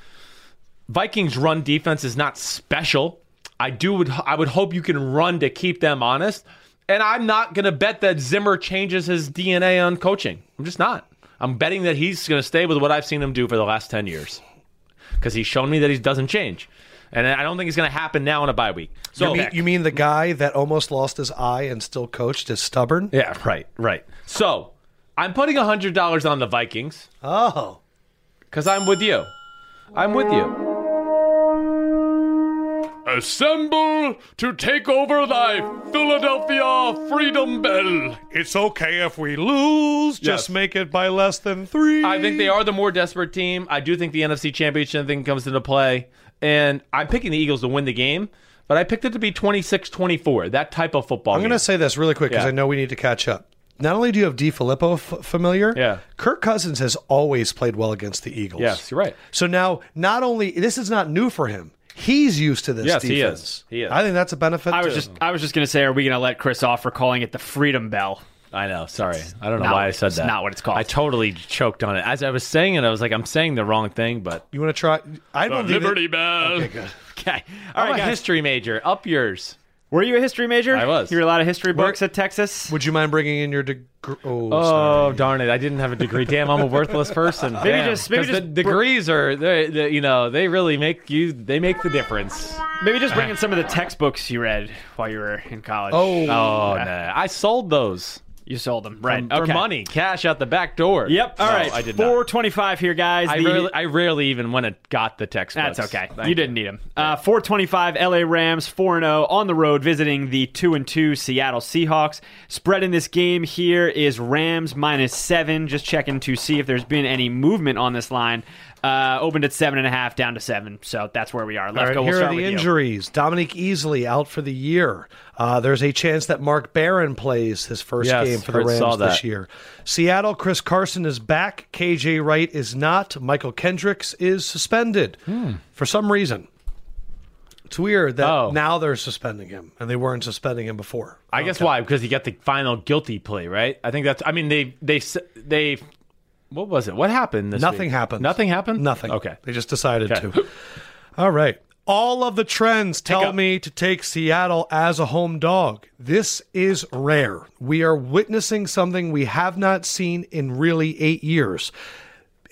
Speaker 2: Vikings run defense is not special. I do would I would hope you can run to keep them honest. And I'm not gonna bet that Zimmer changes his DNA on coaching. I'm just not. I'm betting that he's gonna stay with what I've seen him do for the last ten years. Because he's shown me that he doesn't change. And I don't think it's gonna happen now in a bye week. So
Speaker 1: you, mean, you mean the guy that almost lost his eye and still coached is stubborn?
Speaker 2: Yeah, right, right. So I'm putting hundred dollars on the Vikings.
Speaker 1: Oh.
Speaker 2: Because I'm with you. I'm with you. Assemble to take over thy Philadelphia Freedom Bell.
Speaker 1: It's okay if we lose.
Speaker 2: Yes.
Speaker 1: make it by less than three.
Speaker 2: I think they are the more desperate team. I do think the NFC Championship thing comes into play. And I'm picking the Eagles to win the game, but I picked it to be 26 24, that type of football.
Speaker 1: I'm going to say this really quick because
Speaker 2: Yeah.
Speaker 1: I know we need to catch up. not only do you have D. Filippo f- familiar,
Speaker 2: Yeah.
Speaker 1: Kirk Cousins has always played well against the Eagles.
Speaker 2: Yes, you're right.
Speaker 1: So now, not only this is not new for him, he's used to this.
Speaker 2: Yes, he
Speaker 1: defense.
Speaker 2: is. He is.
Speaker 1: I think that's a benefit.
Speaker 3: I was
Speaker 1: too.
Speaker 3: just I was just gonna say, are we gonna let Chris off for calling it the Freedom Bell?
Speaker 2: I know. Sorry, I don't know
Speaker 3: not
Speaker 2: why I
Speaker 3: what-
Speaker 2: said
Speaker 3: it's
Speaker 2: that.
Speaker 3: not what it's called.
Speaker 2: I totally choked on it as I was saying it. I was like, I'm saying the wrong thing, but
Speaker 1: You want to try? I
Speaker 2: Uh,
Speaker 1: don't think that-
Speaker 2: Bell. Okay,
Speaker 3: Okay. All
Speaker 2: I'm
Speaker 3: right,
Speaker 2: a
Speaker 3: guys.
Speaker 2: history major. Up yours.
Speaker 3: were you a history major?
Speaker 2: I was.
Speaker 3: You were a lot of history books at Texas.
Speaker 1: Would you mind bringing in your degree? Oh, sorry.
Speaker 2: Oh darn it! I didn't have a degree. Damn, I'm a worthless person. Maybe
Speaker 3: just- maybe
Speaker 2: the
Speaker 3: just-
Speaker 2: degrees are they, they, you know they really make you they make the difference.
Speaker 3: Maybe just bring in some of the textbooks you read while you were in college.
Speaker 1: Oh.
Speaker 2: Oh no, I sold those um,
Speaker 3: you sold them right
Speaker 2: for
Speaker 3: okay.
Speaker 2: money, cash out the back door.
Speaker 3: Yep. All
Speaker 2: No,
Speaker 3: right.
Speaker 2: I did
Speaker 3: Four
Speaker 2: not.
Speaker 3: twenty-five here, guys.
Speaker 2: I
Speaker 3: The-
Speaker 2: rarely, I rarely even went and got the textbooks.
Speaker 3: That's okay.
Speaker 2: Thank
Speaker 3: you didn't need them. Uh, 425 LA Rams, 4 0 on the road, visiting the 2 and 2 Seattle Seahawks. Spread in this game here is Rams minus 7. Just checking to see if there's been any movement on this line. Uh, opened at 7.5, down to 7. So that's where we are.
Speaker 1: All
Speaker 3: Let's
Speaker 1: right,
Speaker 3: go. We'll
Speaker 1: here are
Speaker 3: start
Speaker 1: the
Speaker 3: with you.
Speaker 1: injuries. Dominic Easley out for the year. Uh, there's a chance that Mark Barron plays his first
Speaker 2: Yes,
Speaker 1: game for the
Speaker 2: heard- saw
Speaker 1: Rams this
Speaker 2: that.
Speaker 1: year. Seattle, Chris Carson is back. KJ Wright is not. Michael Kendricks is suspended for some reason. It's weird that
Speaker 2: Hmm. Oh.
Speaker 1: now they're suspending him and they weren't suspending him before.
Speaker 2: I guess why? Because he got the final guilty plea, right? I think that's. I mean, they they s- they. What was it? What happened? This
Speaker 1: Nothing
Speaker 2: week?
Speaker 1: happened.
Speaker 2: Nothing happened.
Speaker 1: Nothing.
Speaker 2: Okay.
Speaker 1: They just decided
Speaker 2: Okay.
Speaker 1: to. All right. All of the trends tell
Speaker 3: a-
Speaker 1: me to take Seattle as a home dog. This is rare. We are witnessing something we have not seen in really eight years.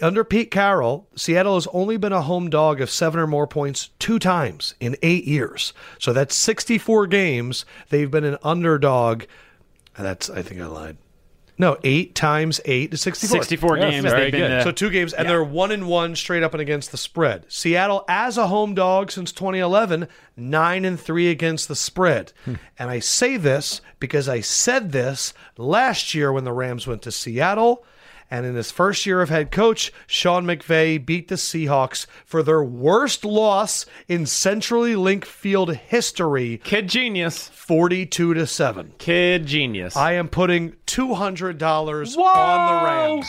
Speaker 1: Under Pete Carroll, Seattle has only been a home dog of seven or more points two times in eight years. So that's 64 games. They've been an underdog. That's, I think I lied. No, eight times eight is 64.
Speaker 3: 64
Speaker 2: Yes,
Speaker 3: games.
Speaker 2: very
Speaker 3: They've been
Speaker 2: good.
Speaker 3: the-
Speaker 1: So two games, and they're one and one straight up and against the spread. Seattle as a home dog since 2011, nine and three against the spread. And I say this because I said this last year when the Rams went to Seattle. And in his first year of head coach, Sean McVay beat the Seahawks for their worst loss in Centrally Link Field history,
Speaker 2: Kid genius.
Speaker 1: 42 to 7.
Speaker 2: Kid genius.
Speaker 1: I am putting $200
Speaker 2: Whoa!
Speaker 1: on the Rams.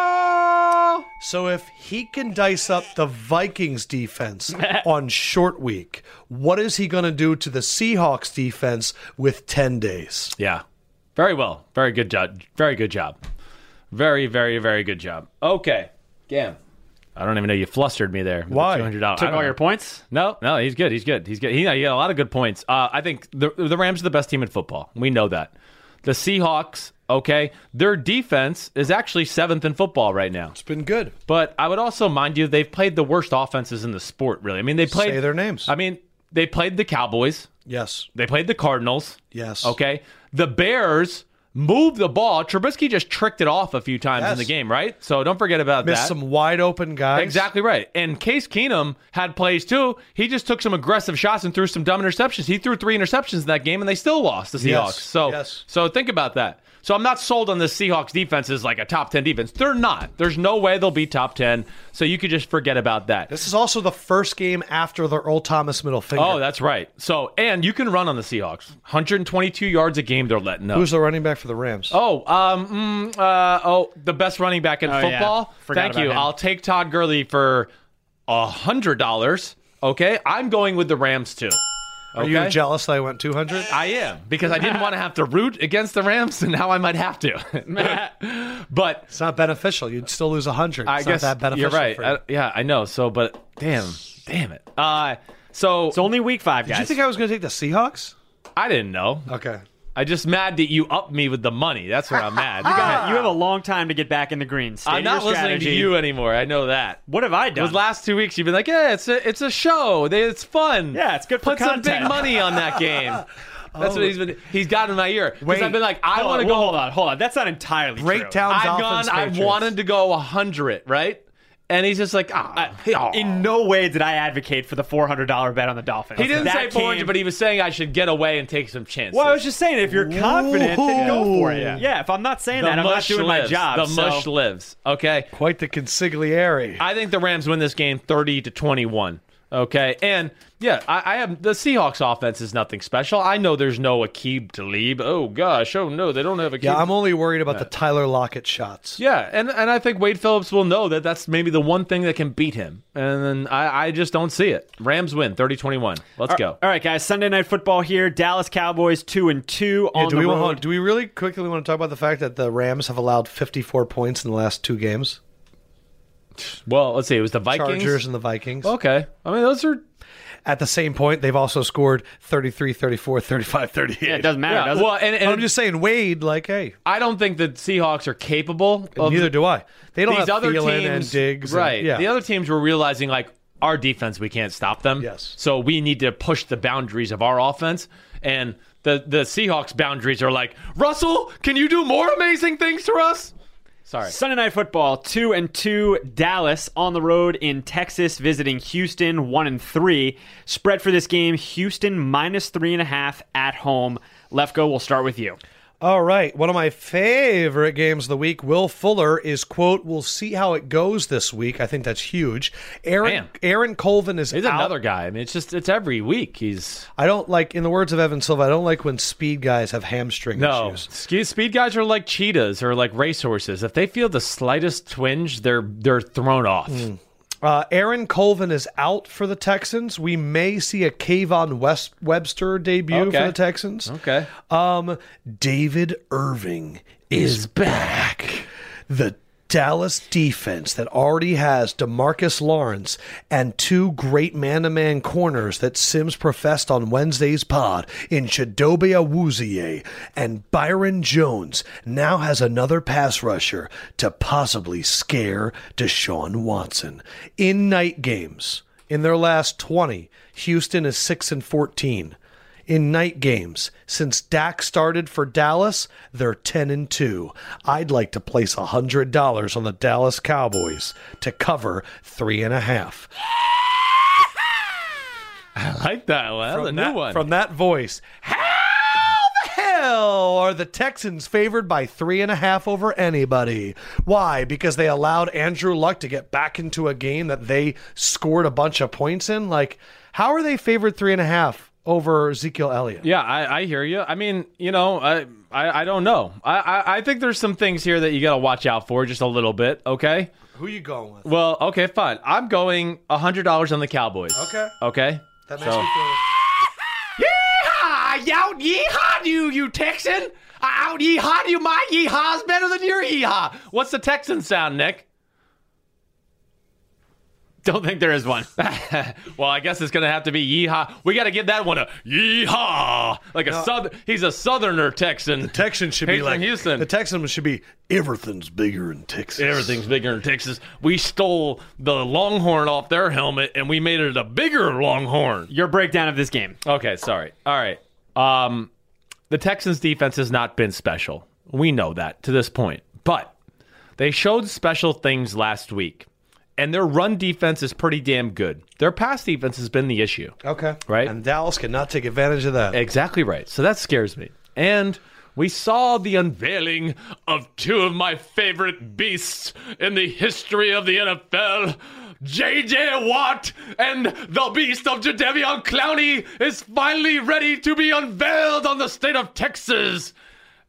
Speaker 2: Whoa!
Speaker 1: So if he can dice up the Vikings defense on short week, what is he going to do to the Seahawks defense with 10 days?
Speaker 2: Yeah. Very well. Very good job. Very good job. Very, very, very good job. Okay. Damn. I don't even know you flustered me there. with the
Speaker 1: Why?
Speaker 2: $200. I
Speaker 3: Took
Speaker 2: don't
Speaker 3: all
Speaker 2: know.
Speaker 3: your points.
Speaker 2: No, no, he's good. He's good. He's good. He, he got a lot of good points. Uh, I think the the Rams are the best team in football. We know that. The Seahawks, okay, their defense is actually seventh in football right now.
Speaker 1: It's been good.
Speaker 2: But I would also mind you, they've played the worst offenses in the sport. Really, I mean, they played
Speaker 1: Say their names.
Speaker 2: I mean, they played the Cowboys.
Speaker 1: Yes.
Speaker 2: They played the Cardinals.
Speaker 1: Yes.
Speaker 2: Okay. The Bears moved the ball. Trubisky just tricked it off a few times
Speaker 1: Yes.
Speaker 2: in the game, right? So don't forget about
Speaker 1: Missed
Speaker 2: that.
Speaker 1: some wide open guys.
Speaker 2: Exactly right. And Case Keenum had plays too. He just took some aggressive shots and threw some dumb interceptions. He threw three interceptions in that game, and they still lost the Seahawks.
Speaker 1: Yes.
Speaker 2: So,
Speaker 1: Yes.
Speaker 2: so think about that. So I'm not sold on the Seahawks defense as like a top ten defense. They're not. There's no way they'll be top ten. So you could just forget about that.
Speaker 1: This is also the first game after the Earl Thomas middle finger.
Speaker 2: Oh, that's right. So and you can run on the Seahawks. 122 yards a game they're letting up.
Speaker 1: Who's the running back for the Rams?
Speaker 2: Oh, um, mm, uh, oh, the best running back in
Speaker 3: Oh, yeah.
Speaker 2: football.
Speaker 3: Forgot
Speaker 2: Thank
Speaker 3: about
Speaker 2: you.
Speaker 3: him.
Speaker 2: I'll take Todd Gurley for a hundred dollars. Okay, I'm going with the Rams too.
Speaker 1: Are you
Speaker 2: okay.
Speaker 1: jealous that I went 200?
Speaker 2: I am because I didn't want to have to root against the Rams, and now I might have to. but
Speaker 1: It's not beneficial. You'd still lose 100.
Speaker 2: I
Speaker 1: it's
Speaker 2: guess
Speaker 1: not that
Speaker 2: you're
Speaker 1: beneficial.
Speaker 2: right.
Speaker 1: for you.
Speaker 2: I- yeah, I know. So, but damn, damn it. Uh, so,
Speaker 3: It's only week five,
Speaker 1: Did you
Speaker 3: guys.
Speaker 1: think I was going to take the Seahawks?
Speaker 2: I didn't know.
Speaker 1: Okay.
Speaker 2: I just mad that you upped me with the money. That's where I'm mad.
Speaker 3: you have a long time to get back in the green. State
Speaker 2: I'm
Speaker 3: your
Speaker 2: not listening to
Speaker 3: strategy.
Speaker 2: you anymore. I know that.
Speaker 3: What have I done?
Speaker 2: Those last two weeks, you've been like, "Yeah, it's a it's a show. They- It's fun.
Speaker 3: Yeah, it's good for
Speaker 2: Put some big
Speaker 3: content."
Speaker 2: money on that game." That's what he's been. He's got in my ear because
Speaker 1: Wait.
Speaker 2: I've been like, "I
Speaker 3: hold
Speaker 2: want to
Speaker 3: on,
Speaker 2: go."
Speaker 3: hold on, hold on. That's not entirely
Speaker 1: Break
Speaker 3: true.
Speaker 1: down
Speaker 2: I've
Speaker 1: Dolphins,
Speaker 2: gone. I
Speaker 1: Patriots.
Speaker 2: wanted to go hundred, right? And he's just like, "Ah, yeah."
Speaker 3: In no way did I advocate for the four hundred dollar bet on the Dolphins.
Speaker 2: He didn't
Speaker 3: That
Speaker 2: say
Speaker 3: came-
Speaker 2: 400, but he was saying I should get away and take some chances.
Speaker 3: Well, I was just saying, if you're confident, then go for it.
Speaker 1: Ooh.
Speaker 3: Yeah, if I'm not saying
Speaker 2: the
Speaker 3: that, I'm not
Speaker 2: mush
Speaker 3: doing my
Speaker 2: lives.
Speaker 3: job.
Speaker 2: The
Speaker 3: so-
Speaker 2: mush lives. Okay,
Speaker 1: Quite the consigliere.
Speaker 2: I think the Rams win this game 30 to 21. Okay, and yeah, I, I have the Seahawks offense is nothing special. I know there's no Akib Talib. Oh gosh, oh no, they don't have Akib.
Speaker 1: Yeah, I'm only worried about the Tyler Lockett shots.
Speaker 2: Yeah, and, and I think Wade Phillips will know that that's maybe the one thing that can beat him. And then I, I just don't see it. Rams win 30 21. Let's go.
Speaker 3: All right, guys. Sunday night football here. Dallas Cowboys two and two on
Speaker 1: Yeah, do
Speaker 3: the
Speaker 1: we
Speaker 3: road.
Speaker 1: want? Do we really quickly want to talk about the fact that the Rams have allowed 54 points in the last two games?
Speaker 2: Well, let's see. It was the Vikings.
Speaker 1: Chargers and the Vikings.
Speaker 2: Okay. I mean, those are.
Speaker 1: At the same point, they've also scored 33, 34, 35, 38.
Speaker 3: yeah, it doesn't matter,
Speaker 2: Yeah,
Speaker 3: does it?
Speaker 2: well, and, and
Speaker 1: I'm just saying, Wade, like, hey,
Speaker 2: I don't think the Seahawks are capable of
Speaker 1: neither do I. They don't
Speaker 2: these
Speaker 1: have
Speaker 2: other
Speaker 1: Thielen
Speaker 2: teams.
Speaker 1: and Diggs. and-
Speaker 2: right.
Speaker 1: yeah.
Speaker 2: The other teams were realizing, like, our defense, we can't stop them.
Speaker 1: Yes.
Speaker 2: So we need to push the boundaries of our offense. And the, the Seahawks boundaries are like, Russell, can you do more amazing things to us? Sorry.
Speaker 3: Sunday night football, two and two. Dallas on the road in Texas, visiting Houston, one and three. Spread for this game: Houston minus three and a half at home. Lefko, we'll start with you.
Speaker 1: All right. One of my favorite games of the week. Will Fuller is quote. We'll see how it goes this week. I think that's huge. Aaron
Speaker 2: Man.
Speaker 1: Aaron Colvin is
Speaker 2: He's
Speaker 1: out.
Speaker 2: another guy. I mean, it's just it's every week. He's
Speaker 1: I don't like, in the words of Evan Silva, I don't like when speed guys have hamstring
Speaker 2: no
Speaker 1: issues.
Speaker 2: oh, Ski- speed guys are like cheetahs or like racehorses. If they feel the slightest twinge, they're they're thrown off.
Speaker 1: Uh, Aaron Colvin is out for the Texans. We may see a Kayvon West Webster debut
Speaker 2: Okay.
Speaker 1: for the Texans.
Speaker 2: Okay,
Speaker 1: Um, David Irving is back. The Dallas defense that already has Demarcus Lawrence and two great man to man corners that Sims professed on Wednesday's pod in Chidobe Awuzie and Byron Jones now has another pass rusher to possibly scare Deshaun Watson. In night games, in their last 20, Houston is 6 and 14 in night games. Since Dak started for Dallas, they're 10 and 2. I'd like to place $100 on the Dallas Cowboys to cover three and a half.
Speaker 2: I like that. Well, That's a new
Speaker 1: that,
Speaker 2: one.
Speaker 1: From that voice. How the hell are the Texans favored by three and a half over anybody? Why? Because they allowed Andrew Luck to get back into a game that they scored a bunch of points in? Like, how are they favored three and a half over Ezekiel Elliott?
Speaker 2: yeah, I, I hear you. I mean, you know, I I, I don't know. I, I I think there's some things here that you got to watch out for just a little bit. Okay.
Speaker 1: Who you going with?
Speaker 2: Well, okay, fine. I'm going hundred dollars on the Cowboys.
Speaker 1: Okay.
Speaker 2: Okay.
Speaker 1: That makes me feel.
Speaker 2: Yeehaw! Yout Ah, yeehaw you, you Texan! I out yeehaw you, my yeehaw's better than your yeehaw! What's the Texan sound, Nick?
Speaker 3: Don't think there is one.
Speaker 2: Well, I guess it's gonna have to be yeehaw. We gotta give that one a yeehaw! Like a southern, he's a southerner Texan.
Speaker 1: Texans should
Speaker 2: He's
Speaker 1: be
Speaker 2: from
Speaker 1: like
Speaker 2: Houston.
Speaker 1: The Texans should be
Speaker 5: Everything's bigger in Texas.
Speaker 2: Everything's bigger in Texas. We stole the longhorn off their helmet and we made it a bigger longhorn.
Speaker 3: Your breakdown of this game.
Speaker 2: Okay, sorry. All right. Um, the Texans' defense has not been special. We know that to this point. But they showed special things last week, and their run defense is pretty damn good. Their pass defense has been the issue.
Speaker 1: okay,
Speaker 2: Right.
Speaker 1: And Dallas cannot take advantage of that.
Speaker 2: Exactly right. So that scares me. And we saw the unveiling of two of my favorite beasts in the history of the NFL. JJ Watt and the beast of Jadevion Clowney is finally ready to be unveiled on the state of Texas.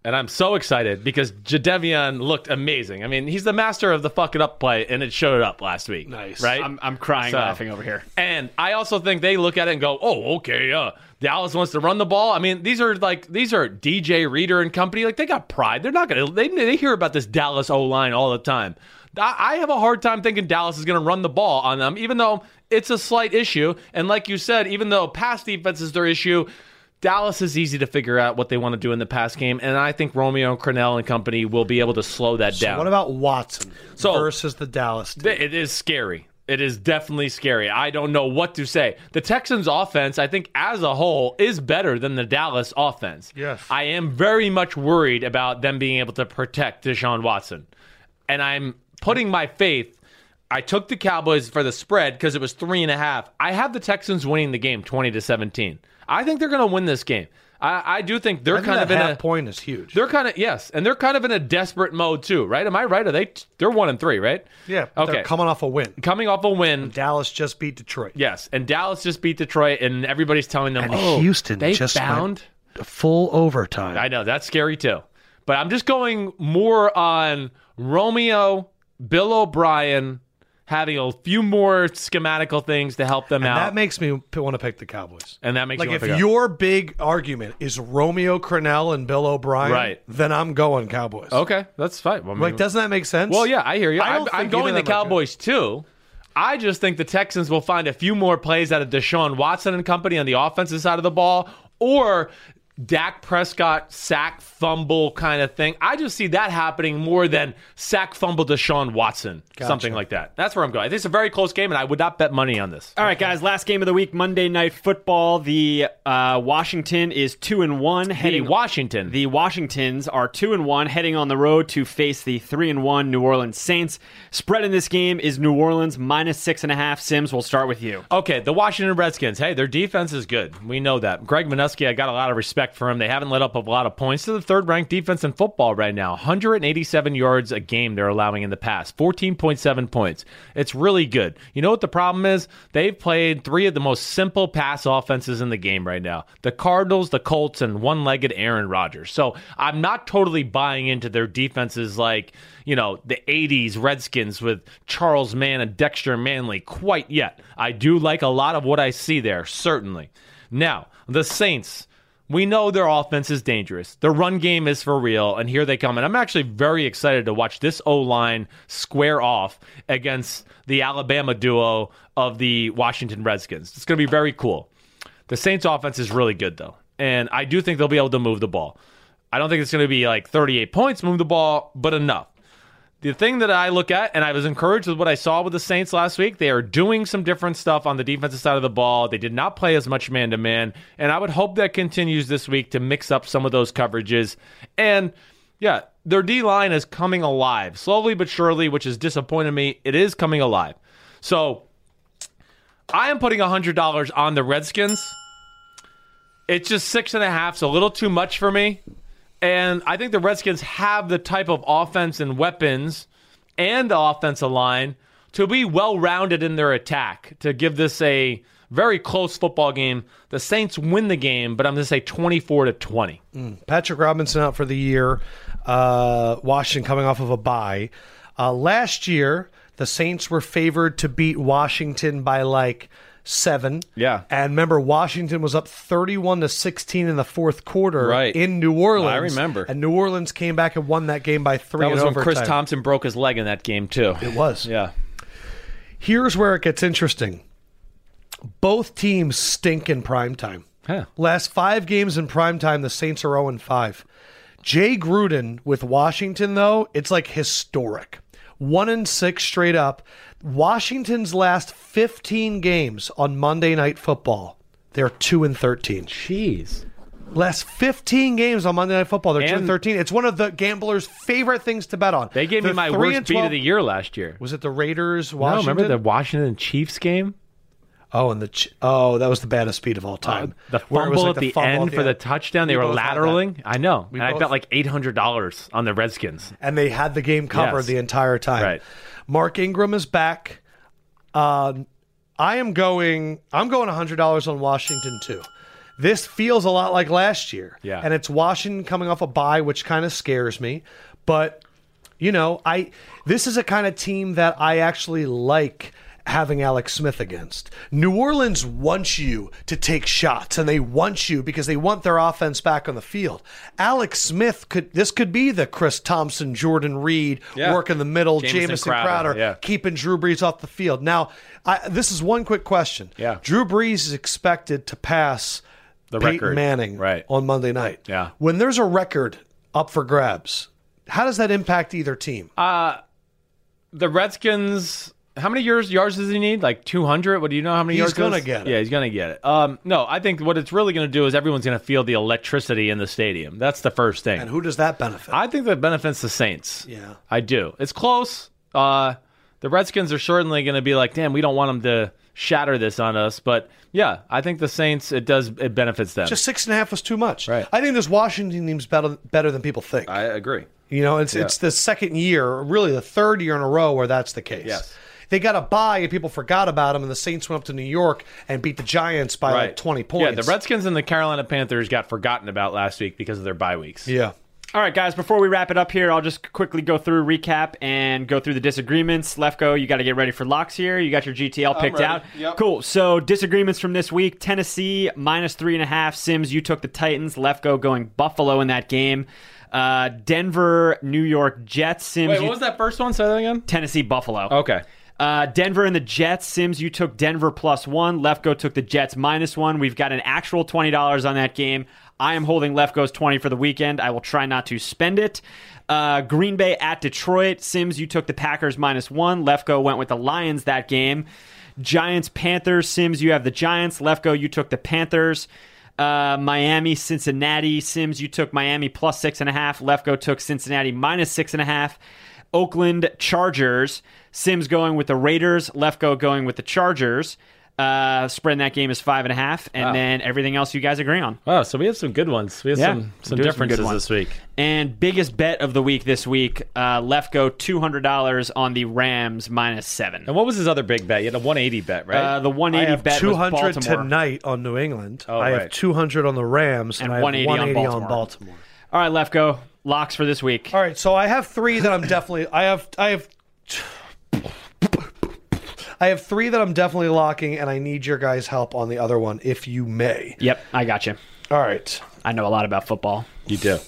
Speaker 2: And I'm so excited because Jadevion looked amazing. I mean, he's the master of the fuck it up play, and it showed up last week. Nice. Right?
Speaker 3: I'm, I'm crying
Speaker 2: So-
Speaker 3: laughing over here.
Speaker 2: And I also think they look at it and go, "Oh, okay, uh, Dallas wants to run the ball." I mean, these are like these are DJ Reader and company. Like they got pride. They're not gonna. They, they hear about this Dallas O line all the time. I, I have a hard time thinking Dallas is gonna run the ball on them, even though it's a slight issue. And like you said, even though pass defense is their issue. Dallas is easy to figure out what they want to do in the pass game, and I think Romeo Cornell and company will be able to slow that down.
Speaker 1: What about Watson
Speaker 2: So-
Speaker 1: versus the Dallas? Team?
Speaker 2: Th- It is scary. It is definitely scary. I don't know what to say. The Texans' offense, I think, as a whole, is better than the Dallas offense.
Speaker 1: Yes.
Speaker 2: I am very much worried about them being able to protect Deshaun Watson. And I'm putting my faith. I took the Cowboys for the spread because it was three and a half. I have the Texans winning the game 20 to 17. I think they're going to win this game. I, I do think they're
Speaker 1: I think
Speaker 2: kind
Speaker 1: that
Speaker 2: of in
Speaker 1: half
Speaker 2: a
Speaker 1: point is huge.
Speaker 2: They're kind of yes, and they're kind of in a desperate mode too, right? Am I right? Are they? They're one and three, right?
Speaker 1: yeah,
Speaker 2: Okay.
Speaker 1: they're coming off a win.
Speaker 2: Coming off a win,
Speaker 1: Dallas just beat Detroit.
Speaker 2: yes, and Dallas just beat Detroit, and everybody's telling them,
Speaker 1: And
Speaker 2: "Oh,
Speaker 1: Houston
Speaker 2: they
Speaker 1: just went-
Speaker 2: found."
Speaker 1: Full overtime.
Speaker 2: I know that's scary too, but I'm just going more on Romeo, Bill O'Brien having a few more schematical things to help them out,
Speaker 1: that makes me want to pick the Cowboys.
Speaker 2: and that makes
Speaker 1: Like
Speaker 2: you wanna
Speaker 1: if
Speaker 2: pick up.
Speaker 1: your big argument is Romeo Cornell and Bill O'Brien,
Speaker 2: Right.
Speaker 1: then I'm going Cowboys.
Speaker 2: okay, that's fine. Well, I mean-
Speaker 1: Like, doesn't that make sense?
Speaker 2: Well, yeah, I hear you.
Speaker 1: I
Speaker 2: I
Speaker 1: don't
Speaker 2: am
Speaker 1: think
Speaker 2: I'm going
Speaker 1: either
Speaker 2: the
Speaker 1: of them are good.
Speaker 2: Cowboys too. I just think the Texans will find a few more plays out of Deshaun Watson and company on the offensive side of the ball, or Dak Prescott sack fumble kind of thing. I just see that happening more than sack fumble Deshaun Watson, something like that. That's where I'm going. I think it's a very close game, and I would not bet money on this.
Speaker 3: All right, guys. Last game of the week, Monday Night Football. The uh, Washington is two and one.
Speaker 2: Hey,
Speaker 3: Heading
Speaker 2: Washington.
Speaker 3: The Washingtons are two and one, heading on the road to face the three and one New Orleans Saints. Spread in this game is New Orleans minus six and a half. Sims, we'll start with you.
Speaker 2: Okay, the Washington Redskins. Hey, their defense is good. We know that. Greg Minuski, I got a lot of respect for him. They haven't let up a lot of points. They're the third ranked defense in football right now. 187 yards a game they're allowing in the pass, 14.7 points. It's really good. You know what the problem is? They've played three of the most simple pass offenses in the game right now the Cardinals, the Colts, and one legged Aaron Rodgers. So I'm not totally buying into their defenses like, you know, the 80s Redskins with Charles Mann and Dexter Manley quite yet. I do like a lot of what I see there, certainly. Now, the Saints. We know their offense is dangerous. Their run game is for real, and here they come. And I'm actually very excited to watch this O line square off against the Alabama duo of the Washington Redskins. It's going to be very cool. The Saints offense is really good though. And I do think they'll be able to move the ball. I don't think it's going to be like 38 points move the ball, but enough. The thing that I look at and I was encouraged with what I saw with the Saints last week, they are doing some different stuff on the defensive side of the ball. They did not play as much man to man, and I would hope that continues this week to mix up some of those coverages. And yeah, their D line is coming alive slowly but surely, which has disappointed me. It is coming alive. So I am putting $100 on the Redskins. It's just six and a half, so a little too much for me. And I think the Redskins have the type of offense and weapons and the offensive line to be well rounded in their attack to give this a very close football game. The Saints win the game, but I'm going to say 24 to 20.
Speaker 1: Mm. Patrick Robinson out for the year. Uh, Washington coming off of a bye. Uh, last year, the Saints were favored to beat Washington by like seven.
Speaker 2: Yeah.
Speaker 1: And remember, Washington was up 31 to 16 in the fourth quarter
Speaker 2: Right.
Speaker 1: in New Orleans.
Speaker 2: I remember.
Speaker 1: And New Orleans came back and won that game by three
Speaker 2: That was
Speaker 1: in
Speaker 2: when
Speaker 1: overtime.
Speaker 2: Chris Thompson broke his leg in that game, too.
Speaker 1: It was.
Speaker 2: Yeah.
Speaker 1: Here's where it gets interesting. Both teams stink in primetime.
Speaker 2: Huh.
Speaker 1: Last five games in primetime, the Saints are 0 5. Jay Gruden with Washington, though, it's like historic. 1 and 6 straight up. Washington's last 15 games on Monday Night Football, they're 2 and 13.
Speaker 2: Jeez.
Speaker 1: Last 15 games on Monday Night Football, they're 2 and
Speaker 2: And-
Speaker 1: 13. It's one of the gamblers' favorite things to bet on.
Speaker 2: They gave
Speaker 1: The
Speaker 2: me my
Speaker 1: 3
Speaker 2: worst
Speaker 1: and
Speaker 2: beat
Speaker 1: 12
Speaker 2: of the year last year.
Speaker 1: Was it the Raiders,
Speaker 2: No,
Speaker 1: Washington?
Speaker 2: remember the Washington Chiefs game?
Speaker 1: Oh, and the ch- oh, that was the baddest speed of all time.
Speaker 2: Uh, The
Speaker 1: Where it was
Speaker 2: fumble
Speaker 1: like
Speaker 2: at the,
Speaker 1: fumble
Speaker 2: end
Speaker 1: at
Speaker 2: for the touchdown. They
Speaker 1: We
Speaker 2: were
Speaker 1: both had that.
Speaker 2: lateraling. I know. and I
Speaker 1: both-
Speaker 2: bet like $800 on the Redskins.
Speaker 1: and they had the game covered
Speaker 2: Yes.
Speaker 1: the entire time.
Speaker 2: Right.
Speaker 1: Mark Ingram is back. Um, I am going. I'm going hundred dollars on Washington too. This feels a lot like last year.
Speaker 2: Yeah.
Speaker 1: And it's Washington coming off a bye, which kind of scares me. But you know, I this is a kind of team that I actually like having Alex Smith against. New Orleans wants you to take shots and they want you because they want their offense back on the field. Alex Smith could this could be the Chris Thompson, Jordan Reed
Speaker 2: Yeah.
Speaker 1: work in the middle,
Speaker 2: Jameson
Speaker 1: Jamison, Crowder,
Speaker 2: Crowder, yeah.
Speaker 1: keeping Drew Brees off the field. Now, I, this is one quick question.
Speaker 2: Yeah.
Speaker 1: Drew Brees is expected to pass the Peyton
Speaker 2: record.
Speaker 1: Manning
Speaker 2: Right.
Speaker 1: on Monday night.
Speaker 2: Yeah.
Speaker 1: When there's a record up for grabs, how does that impact either team?
Speaker 2: the Redskins. How many yards yards does he need? Like two hundred. What do you know? How many
Speaker 1: He's
Speaker 2: yards?
Speaker 1: gonna
Speaker 2: goes?
Speaker 1: get it.
Speaker 2: Yeah, he's gonna get it. Um, no, I think what it's really gonna do is everyone's gonna feel the electricity in the stadium. That's the first thing.
Speaker 1: and who does that benefit?
Speaker 2: I think that benefits the Saints.
Speaker 1: Yeah.
Speaker 2: I do. It's close. Uh, the Redskins are certainly going to be like, damn, we don't want them to shatter this on us. But yeah, I think the Saints it does it benefits them.
Speaker 1: Just six and a half was too much.
Speaker 2: Right.
Speaker 1: I think this Washington team's better better than people think.
Speaker 2: I agree.
Speaker 1: You know, it's it's the second year, really the third year in a row where that's the case.
Speaker 2: Yes.
Speaker 1: They got a bye and people forgot about them, and the Saints went up to New York and beat the Giants by like 20 uh, points.
Speaker 2: Yeah, the Redskins and the Carolina Panthers got forgotten about last week because of their bye weeks.
Speaker 1: Yeah.
Speaker 3: All right, guys, before we wrap it up here, I'll just quickly go through, recap, and go through the disagreements. Lefko, you got to get ready for locks here. You got your GTL picked out. Cool. So, disagreements from this week Tennessee minus three and a half. Sims, you took the Titans. Lefko going Buffalo in that game. Uh, Denver, New York Jets. Sims,
Speaker 2: Wait,
Speaker 3: you-
Speaker 2: what was that first one? Say that again.
Speaker 3: Tennessee, Buffalo.
Speaker 2: Okay.
Speaker 3: Uh, Denver and the Jets. Sims, you took Denver plus one. Lefko took the Jets minus one. We've got an actual twenty dollars on that game. I am holding Lefko's twenty for the weekend. I will try not to spend it. Uh, Green Bay at Detroit. Sims, you took the Packers minus one. Lefko went with the Lions that game. Giants Panthers. Sims, you have the Giants. Lefko, you took the Panthers. Uh, Miami, Cincinnati. Sims, you took Miami plus six and a half. Lefko took Cincinnati minus six and a half. Oakland Chargers. Sims going with the Raiders. Lefko going with the Chargers. Uh, spread in that game is five and a half, and then everything else you guys agree on.
Speaker 2: Wow, so we have some good ones. We have
Speaker 3: Yeah,
Speaker 2: some, some
Speaker 3: we do have some good
Speaker 2: differences
Speaker 3: ones.
Speaker 2: this week.
Speaker 3: And biggest bet of the week this week, uh, Lefko two hundred dollars on the Rams minus seven.
Speaker 2: And what was his other big bet? You had a 180 bet, right?
Speaker 3: Uh, the one
Speaker 1: I
Speaker 3: eighty
Speaker 1: have
Speaker 3: bet was
Speaker 1: 200
Speaker 3: Baltimore.
Speaker 1: tonight on New England. I have
Speaker 2: Oh, right.
Speaker 1: 200 on the Rams, and,
Speaker 3: And
Speaker 1: I have
Speaker 3: 180 on
Speaker 1: 180 on
Speaker 3: Baltimore.
Speaker 1: Baltimore.
Speaker 3: All right, Lefko locks for this week.
Speaker 1: All right, so I have three that I'm definitely. I have. I have. I have three that I'm definitely locking, and I need your guys' help on the other one, if you may.
Speaker 3: Yep, I got you.
Speaker 1: All right.
Speaker 3: I know a lot about football.
Speaker 2: you do.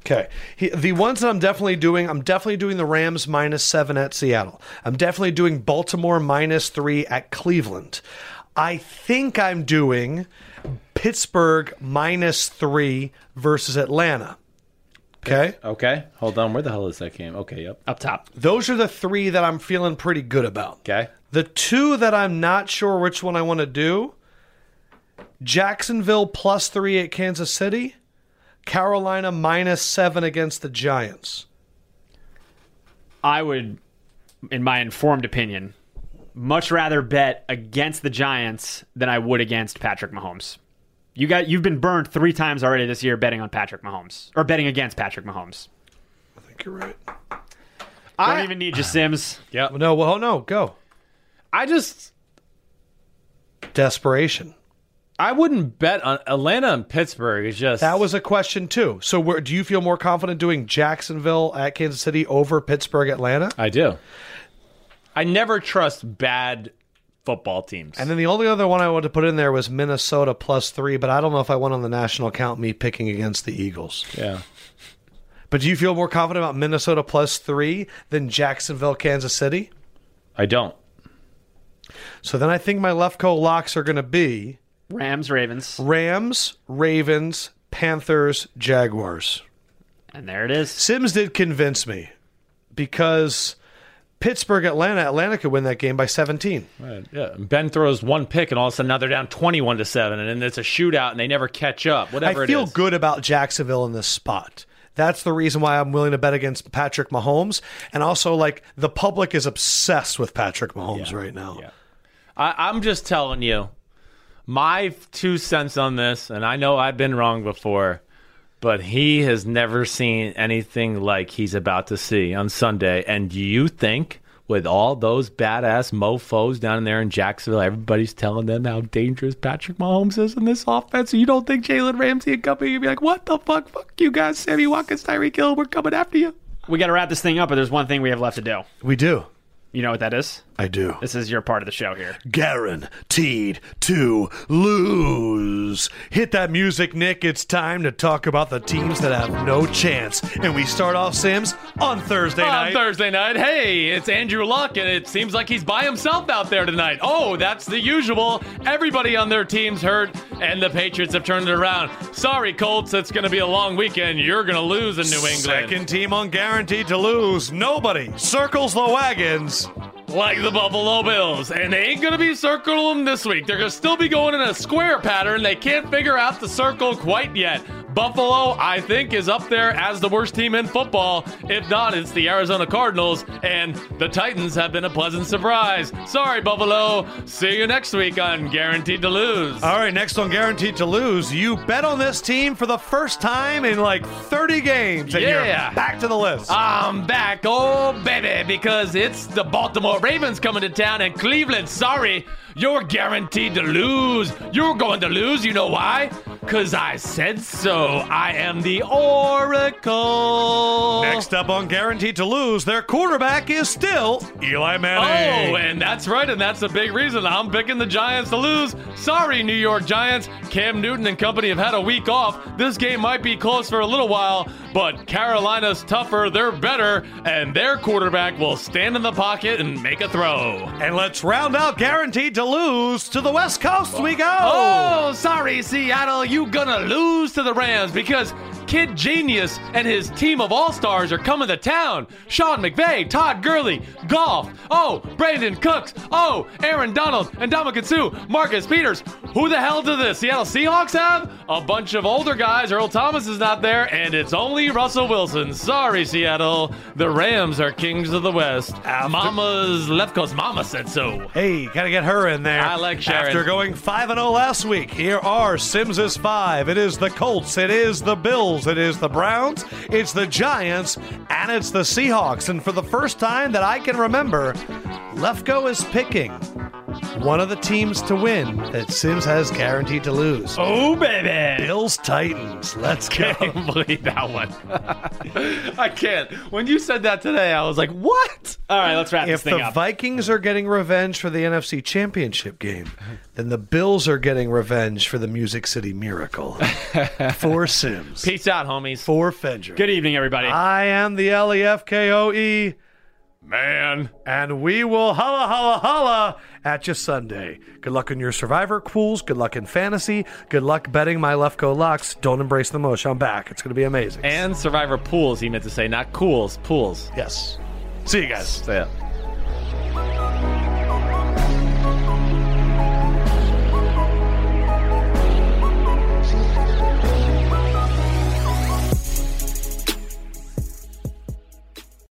Speaker 1: Okay. He, the ones that I'm definitely doing, I'm definitely doing the Rams minus seven at Seattle. I'm definitely doing Baltimore minus three at Cleveland. I think I'm doing Pittsburgh minus three versus Atlanta. Okay.
Speaker 2: Okay. Hold on. Where the hell is that game? Okay, yep.
Speaker 3: Up top,
Speaker 1: Those are the three that I'm feeling pretty good about.
Speaker 2: Okay.
Speaker 1: The two that I'm not sure which one I want to do Jacksonville plus three at Kansas City, Carolina minus seven against the Giants.
Speaker 3: I would, in my informed opinion, much rather bet against the Giants than I would against Patrick Mahomes. You got you've been burned three times already this year betting on Patrick Mahomes or betting against Patrick Mahomes.
Speaker 1: I think you're right.
Speaker 3: I don't even need your Sims.
Speaker 1: No, well, no, go.
Speaker 2: I just,
Speaker 1: Desperation.
Speaker 2: I wouldn't bet on Atlanta and Pittsburgh. It's just.
Speaker 1: That was a question too. So, where, do you feel more confident doing Jacksonville at Kansas City over Pittsburgh, Atlanta?
Speaker 2: I do. I never trust bad football teams.
Speaker 1: And then the only other one I wanted to put in there was Minnesota plus three, but I don't know if I went on the national count me picking against the Eagles.
Speaker 2: yeah.
Speaker 1: But do you feel more confident about Minnesota plus three than Jacksonville, Kansas City?
Speaker 2: I don't.
Speaker 1: So then I think my Lefko locks are going to be
Speaker 3: Rams, Ravens,
Speaker 1: Rams, Ravens, Panthers, Jaguars.
Speaker 3: and there it is.
Speaker 1: Sims did convince me because Pittsburgh, Atlanta, Atlanta could win that game by 17.
Speaker 2: Right, Yeah. Ben throws one pick, and all of a sudden now they're down 21 to 7, and then it's a shootout, and they never catch up. Whatever
Speaker 1: I feel
Speaker 2: it is.
Speaker 1: good about Jacksonville in this spot. That's the reason why I'm willing to bet against Patrick Mahomes. And also, like, the public is obsessed with Patrick Mahomes right now.
Speaker 2: Yeah. I, I'm just telling you, my two cents on this, and I know I've been wrong before, but he has never seen anything like he's about to see on Sunday. And do you think with all those badass mofos down there in Jacksonville, everybody's telling them how dangerous Patrick Mahomes is in this offense? You don't think Jalen Ramsey and company would be like, what the fuck? Fuck you guys, Sammy Watkins, Tyreek Hill, we're coming after you.
Speaker 3: We got to wrap this thing up, but there's one thing we have left to do.
Speaker 1: We do.
Speaker 3: You know what that is?
Speaker 1: I do.
Speaker 3: This is your part of the show here.
Speaker 1: Guaranteed to lose. Hit that music, Nick. It's time to talk about the teams that have no chance. And we start off, Sims, on Thursday
Speaker 2: On
Speaker 1: night.
Speaker 2: Thursday night, hey, it's Andrew Luck, and it seems like he's by himself out there tonight. Oh, that's the usual. Everybody on their team's hurt, and the Patriots have turned it around. Sorry, Colts, it's going to be a long weekend. You're going to lose in New England.
Speaker 1: Second team on guaranteed to lose. Nobody circles the wagons.
Speaker 2: Like the Buffalo Bills, and they ain't going to be circling them this week. They're going to still be going in a square pattern. They can't figure out the circle quite yet. Buffalo, I think, is up there as the worst team in football. If not, it's the Arizona Cardinals, and the Titans have been a pleasant surprise. Sorry, Buffalo. See you next week on Guaranteed to Lose.
Speaker 1: All right, next on Guaranteed to Lose, you bet on this team for the first time in like 30 games. And
Speaker 2: Yeah.
Speaker 1: you're back to the list.
Speaker 2: I'm back, oh baby, because it's the Baltimore Ravens coming to town, and Cleveland, sorry, you're guaranteed to lose. You're going to lose, you know why? Because I said so. I am the Oracle.
Speaker 1: Next up on Guaranteed to Lose, their quarterback is still Eli
Speaker 2: Oh,
Speaker 1: Manning.
Speaker 2: and that's right, and that's a big reason I'm picking the Giants to lose. Sorry, New York Giants. Cam Newton and company have had a week off. This game might be close for a little while, but Carolina's tougher, they're better, and their quarterback will stand in the pocket and make a throw.
Speaker 1: And let's round out Guaranteed to Lose to the West Coast we go.
Speaker 2: Oh, sorry, Seattle, you gonna lose to the Rams because Kid Genius and his team of all stars are coming to town. Sean McVay, Todd Gurley, Golf, oh, Brandon Cooks, oh, Aaron Donald, and Damakatsu, Marcus Peters. Who the hell do the Seattle Seahawks have? A bunch of older guys. Earl Thomas is not there, and it's only Russell Wilson. Sorry, Seattle. The Rams are kings of the West. Mama's left coast mama said so.
Speaker 1: Hey, gotta get her in there.
Speaker 2: I like Sharon.
Speaker 1: After going 5 0 last week, here are Sims's 5. It is the Colts, it is the Bills, it is the Browns, it's the Giants, and it's the Seahawks. And for the first time that I can remember, Lefko is picking one of the teams to win that Sims has guaranteed to lose.
Speaker 3: Oh, baby.
Speaker 1: Bills Titans. Let's go.
Speaker 2: can't believe that one. I can't. When you said that today, I was like, what?
Speaker 3: All right, let's wrap
Speaker 1: If
Speaker 3: this thing
Speaker 1: the
Speaker 3: up.
Speaker 1: Vikings are getting revenge for the NFC Championship game, then the Bills are getting revenge for the Music City Miracle. Four Sims.
Speaker 2: Peace out, homies.
Speaker 1: Four Fendrick.
Speaker 3: Good e- evening, everybody.
Speaker 1: I am the E L-E-F-K-O-E,
Speaker 2: Man.
Speaker 1: E. and we will holla, holla, holla at you Sunday. Good luck in your Survivor pools. Good luck in fantasy. Good luck betting my Lefko Locks. Don't embrace the mush. I'm back. It's going to be amazing.
Speaker 2: And Survivor Pools, he meant to say, not Cools, Pools.
Speaker 1: yes. See you guys.
Speaker 2: So, yeah.